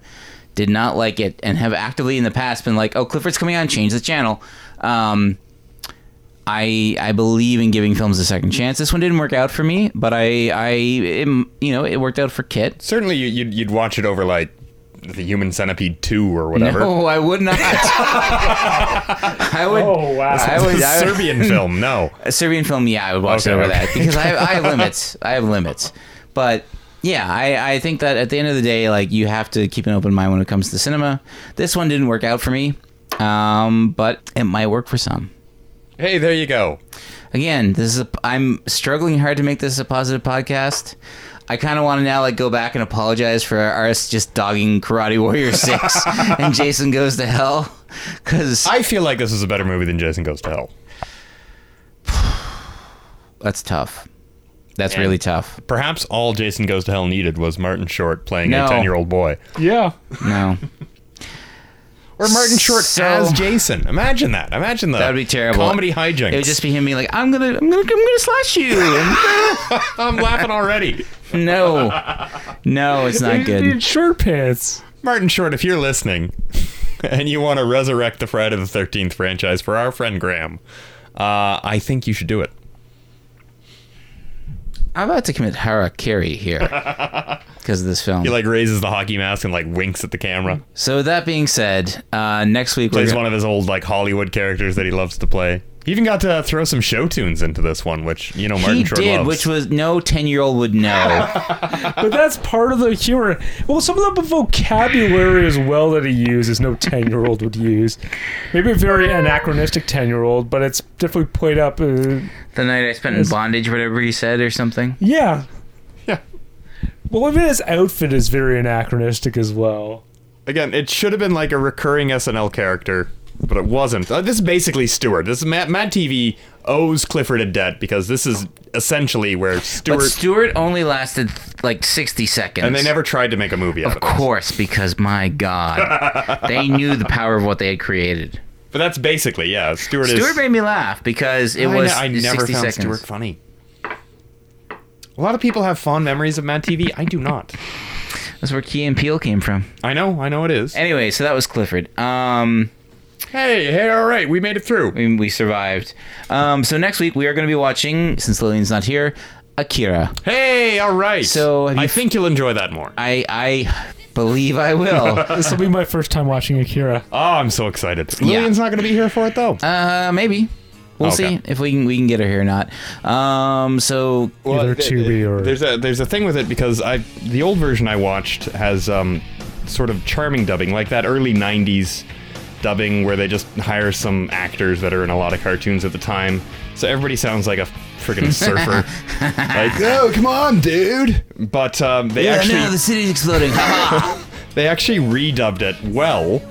[SPEAKER 1] did not like it, and have actively in the past been like, "Oh, Clifford's coming on, change the channel." Um, I I believe in giving films a second chance. This one didn't work out for me, but I I it, you know it worked out for [LAUGHS] Kit.
[SPEAKER 2] Certainly, you, you'd, you'd watch it over like the Human Centipede two or whatever.
[SPEAKER 1] No, Oh, I would not. [LAUGHS] I would.
[SPEAKER 4] Oh wow!
[SPEAKER 1] I would, I would- [LAUGHS]
[SPEAKER 2] Serbian film, no.
[SPEAKER 1] A Serbian film, yeah, I would watch
[SPEAKER 2] Okay,
[SPEAKER 1] over
[SPEAKER 2] okay.
[SPEAKER 1] that because I have,
[SPEAKER 2] [LAUGHS]
[SPEAKER 1] I have limits. I have limits. But yeah, I, I think that at the end of the day, like you have to keep an open mind when it comes to cinema. This one didn't work out for me, um, but it might work for some.
[SPEAKER 2] Hey, there you go.
[SPEAKER 1] Again, this is a, I'm struggling hard to make this a positive podcast. I kind of want to now like go back and apologize for us just dogging Karate
[SPEAKER 2] [LAUGHS]
[SPEAKER 1] Warrior Six and Jason Goes to Hell because
[SPEAKER 2] I feel like this is a better movie than Jason Goes to Hell.
[SPEAKER 1] that's tough. That's really tough.
[SPEAKER 2] Perhaps all Jason Goes to Hell needed was Martin Short playing
[SPEAKER 1] No.
[SPEAKER 2] a ten-year-old boy,
[SPEAKER 4] Yeah.
[SPEAKER 1] No.
[SPEAKER 2] or Martin Short
[SPEAKER 1] So-
[SPEAKER 2] [LAUGHS] as Jason. Imagine that. Imagine that.
[SPEAKER 1] That would be terrible.
[SPEAKER 2] Comedy hijinks.
[SPEAKER 1] It would just be him being like, "I'm gonna, I'm gonna, I'm gonna slash you." [LAUGHS]
[SPEAKER 2] I'm laughing already.
[SPEAKER 1] no, no, it's not
[SPEAKER 4] Dude,
[SPEAKER 1] good.
[SPEAKER 4] short pants.
[SPEAKER 2] Martin Short, if you're listening [LAUGHS] and you want to resurrect the Friday the 13th franchise for our friend Graham, uh, I think you should do it.
[SPEAKER 1] I'm about to commit harakiri
[SPEAKER 2] [LAUGHS]
[SPEAKER 1] here because of this film.
[SPEAKER 2] He like raises the hockey mask and like winks at the camera.
[SPEAKER 1] so with that being said, uh, next week we're
[SPEAKER 2] Plays
[SPEAKER 1] gonna-
[SPEAKER 2] one of his old like Hollywood characters that he loves to play. He even got to throw some show tunes into this one, which you know Martin
[SPEAKER 1] he
[SPEAKER 2] Short
[SPEAKER 1] did,
[SPEAKER 2] loves.
[SPEAKER 1] which was no ten year old would know.
[SPEAKER 2] [LAUGHS]
[SPEAKER 4] But that's part of the humor. Well, some of the vocabulary as well that he uses, no 10 year old would use. Maybe a very anachronistic 10 year old, but it's definitely played up. Uh,
[SPEAKER 1] the night I spent in bondage, whatever he said or something.
[SPEAKER 4] yeah. Yeah. Well, even his outfit is very anachronistic as well.
[SPEAKER 2] Again, it should have been like a recurring SNL character, but it wasn't. Uh, this is basically Stewart. This is Mad, Mad TV owes Clifford a debt because this is essentially where
[SPEAKER 1] But
[SPEAKER 2] Stewart
[SPEAKER 1] Stewart only lasted like sixty seconds,
[SPEAKER 2] and they never tried to make a movie out of,
[SPEAKER 1] Of
[SPEAKER 2] it.
[SPEAKER 1] course, because my
[SPEAKER 2] [LAUGHS]
[SPEAKER 1] God, they knew the power of what they had created.
[SPEAKER 2] But that's basically yeah. Stewart,
[SPEAKER 1] Stewart
[SPEAKER 2] is.
[SPEAKER 1] made me laugh because it
[SPEAKER 2] I
[SPEAKER 1] was
[SPEAKER 2] ne- I never
[SPEAKER 1] 60
[SPEAKER 2] found
[SPEAKER 1] seconds.
[SPEAKER 2] Stewart funny. A lot of people have fond memories of Mad TV. I do not.
[SPEAKER 1] That's where Key and Peele came from.
[SPEAKER 2] I know. I know it is.
[SPEAKER 1] Anyway, so that was Clifford. Um,
[SPEAKER 2] Hey, hey, all right, we made it through.
[SPEAKER 1] we, we survived. Um, so next week we are going to be watching, since Lillian's not here, Akira.
[SPEAKER 2] Hey, all right.
[SPEAKER 1] So, have you-
[SPEAKER 2] I think you'll enjoy that more.
[SPEAKER 1] I I believe I will.
[SPEAKER 2] [LAUGHS]
[SPEAKER 4] This will be my first time watching Akira.
[SPEAKER 2] Oh, I'm so excited. Lillian's not going to be here for it though.
[SPEAKER 1] uh, maybe. We'll
[SPEAKER 2] Okay.
[SPEAKER 1] see if we can we can get her here or not. Um, so
[SPEAKER 2] th- there's a there's a thing with it because I the old version I watched has um sort of charming dubbing like that early '90s dubbing where they just hire some actors that are in a lot of cartoons at the time, so everybody sounds like a freaking surfer. like, oh come on, dude! But um, they
[SPEAKER 1] yeah,
[SPEAKER 2] actually
[SPEAKER 1] oh, no, the city's
[SPEAKER 2] [LAUGHS]
[SPEAKER 1] exploding.
[SPEAKER 2] they actually redubbed it well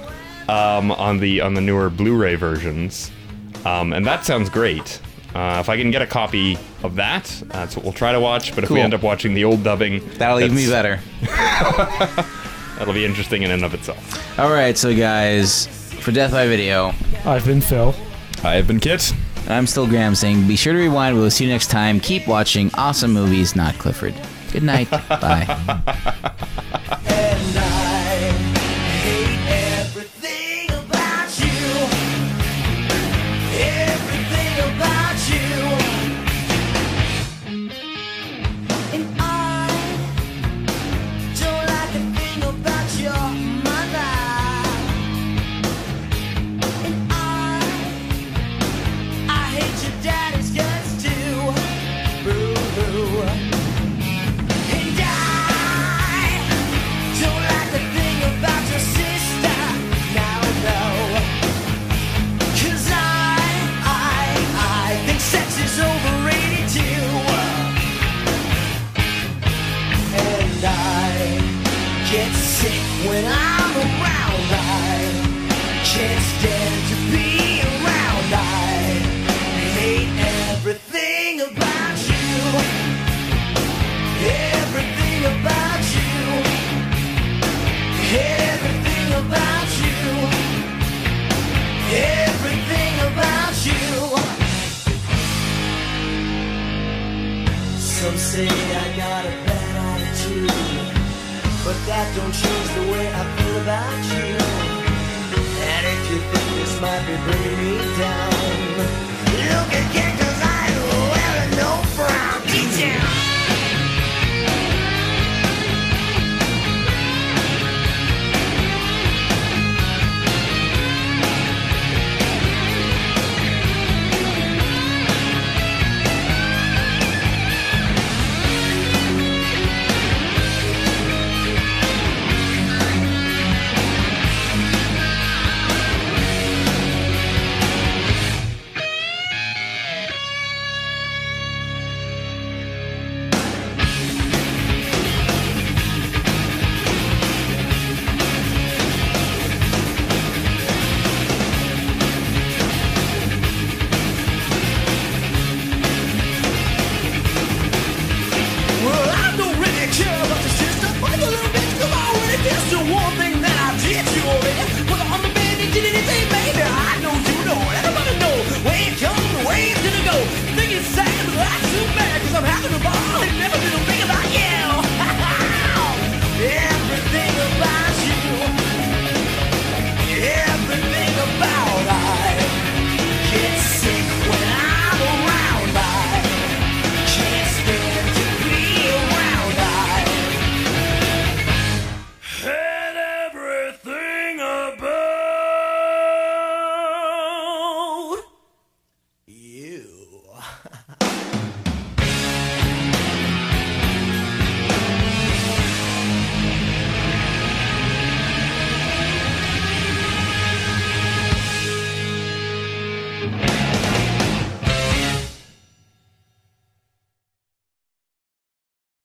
[SPEAKER 2] um, on the on the newer Blu-ray versions, um, and that sounds great. Uh, if I can get a copy of that, that's what we'll try to watch. But if we
[SPEAKER 1] Cool.
[SPEAKER 2] end up watching the old dubbing,
[SPEAKER 1] That'll even be
[SPEAKER 2] that's-
[SPEAKER 1] better.
[SPEAKER 2] That'll be interesting in and of itself.
[SPEAKER 1] All right, so guys, for Death by Video,
[SPEAKER 4] I've been Phil.
[SPEAKER 2] I have been Kit.
[SPEAKER 1] I'm still Graham saying be sure to rewind. We'll see you next time. Keep watching awesome movies, not Clifford. Good
[SPEAKER 2] [LAUGHS]
[SPEAKER 1] night. Bye.
[SPEAKER 13] Everything about you. Everything about you. And I don't like a thing about your mother. And I, I hate your daddy's guts too. Boo hoo. And I don't like a thing about your sister. Now no. Cause I, I, I think sex is overrated too. And I get sick when I'm around. I can't stand to be around. I hate everything about you. Everything about you. Everything about you. Everything about you. Some say I got a bad attitude, but that don't change the way I feel about you. And if you think this might be bringing me down, look again. [LAUGHS]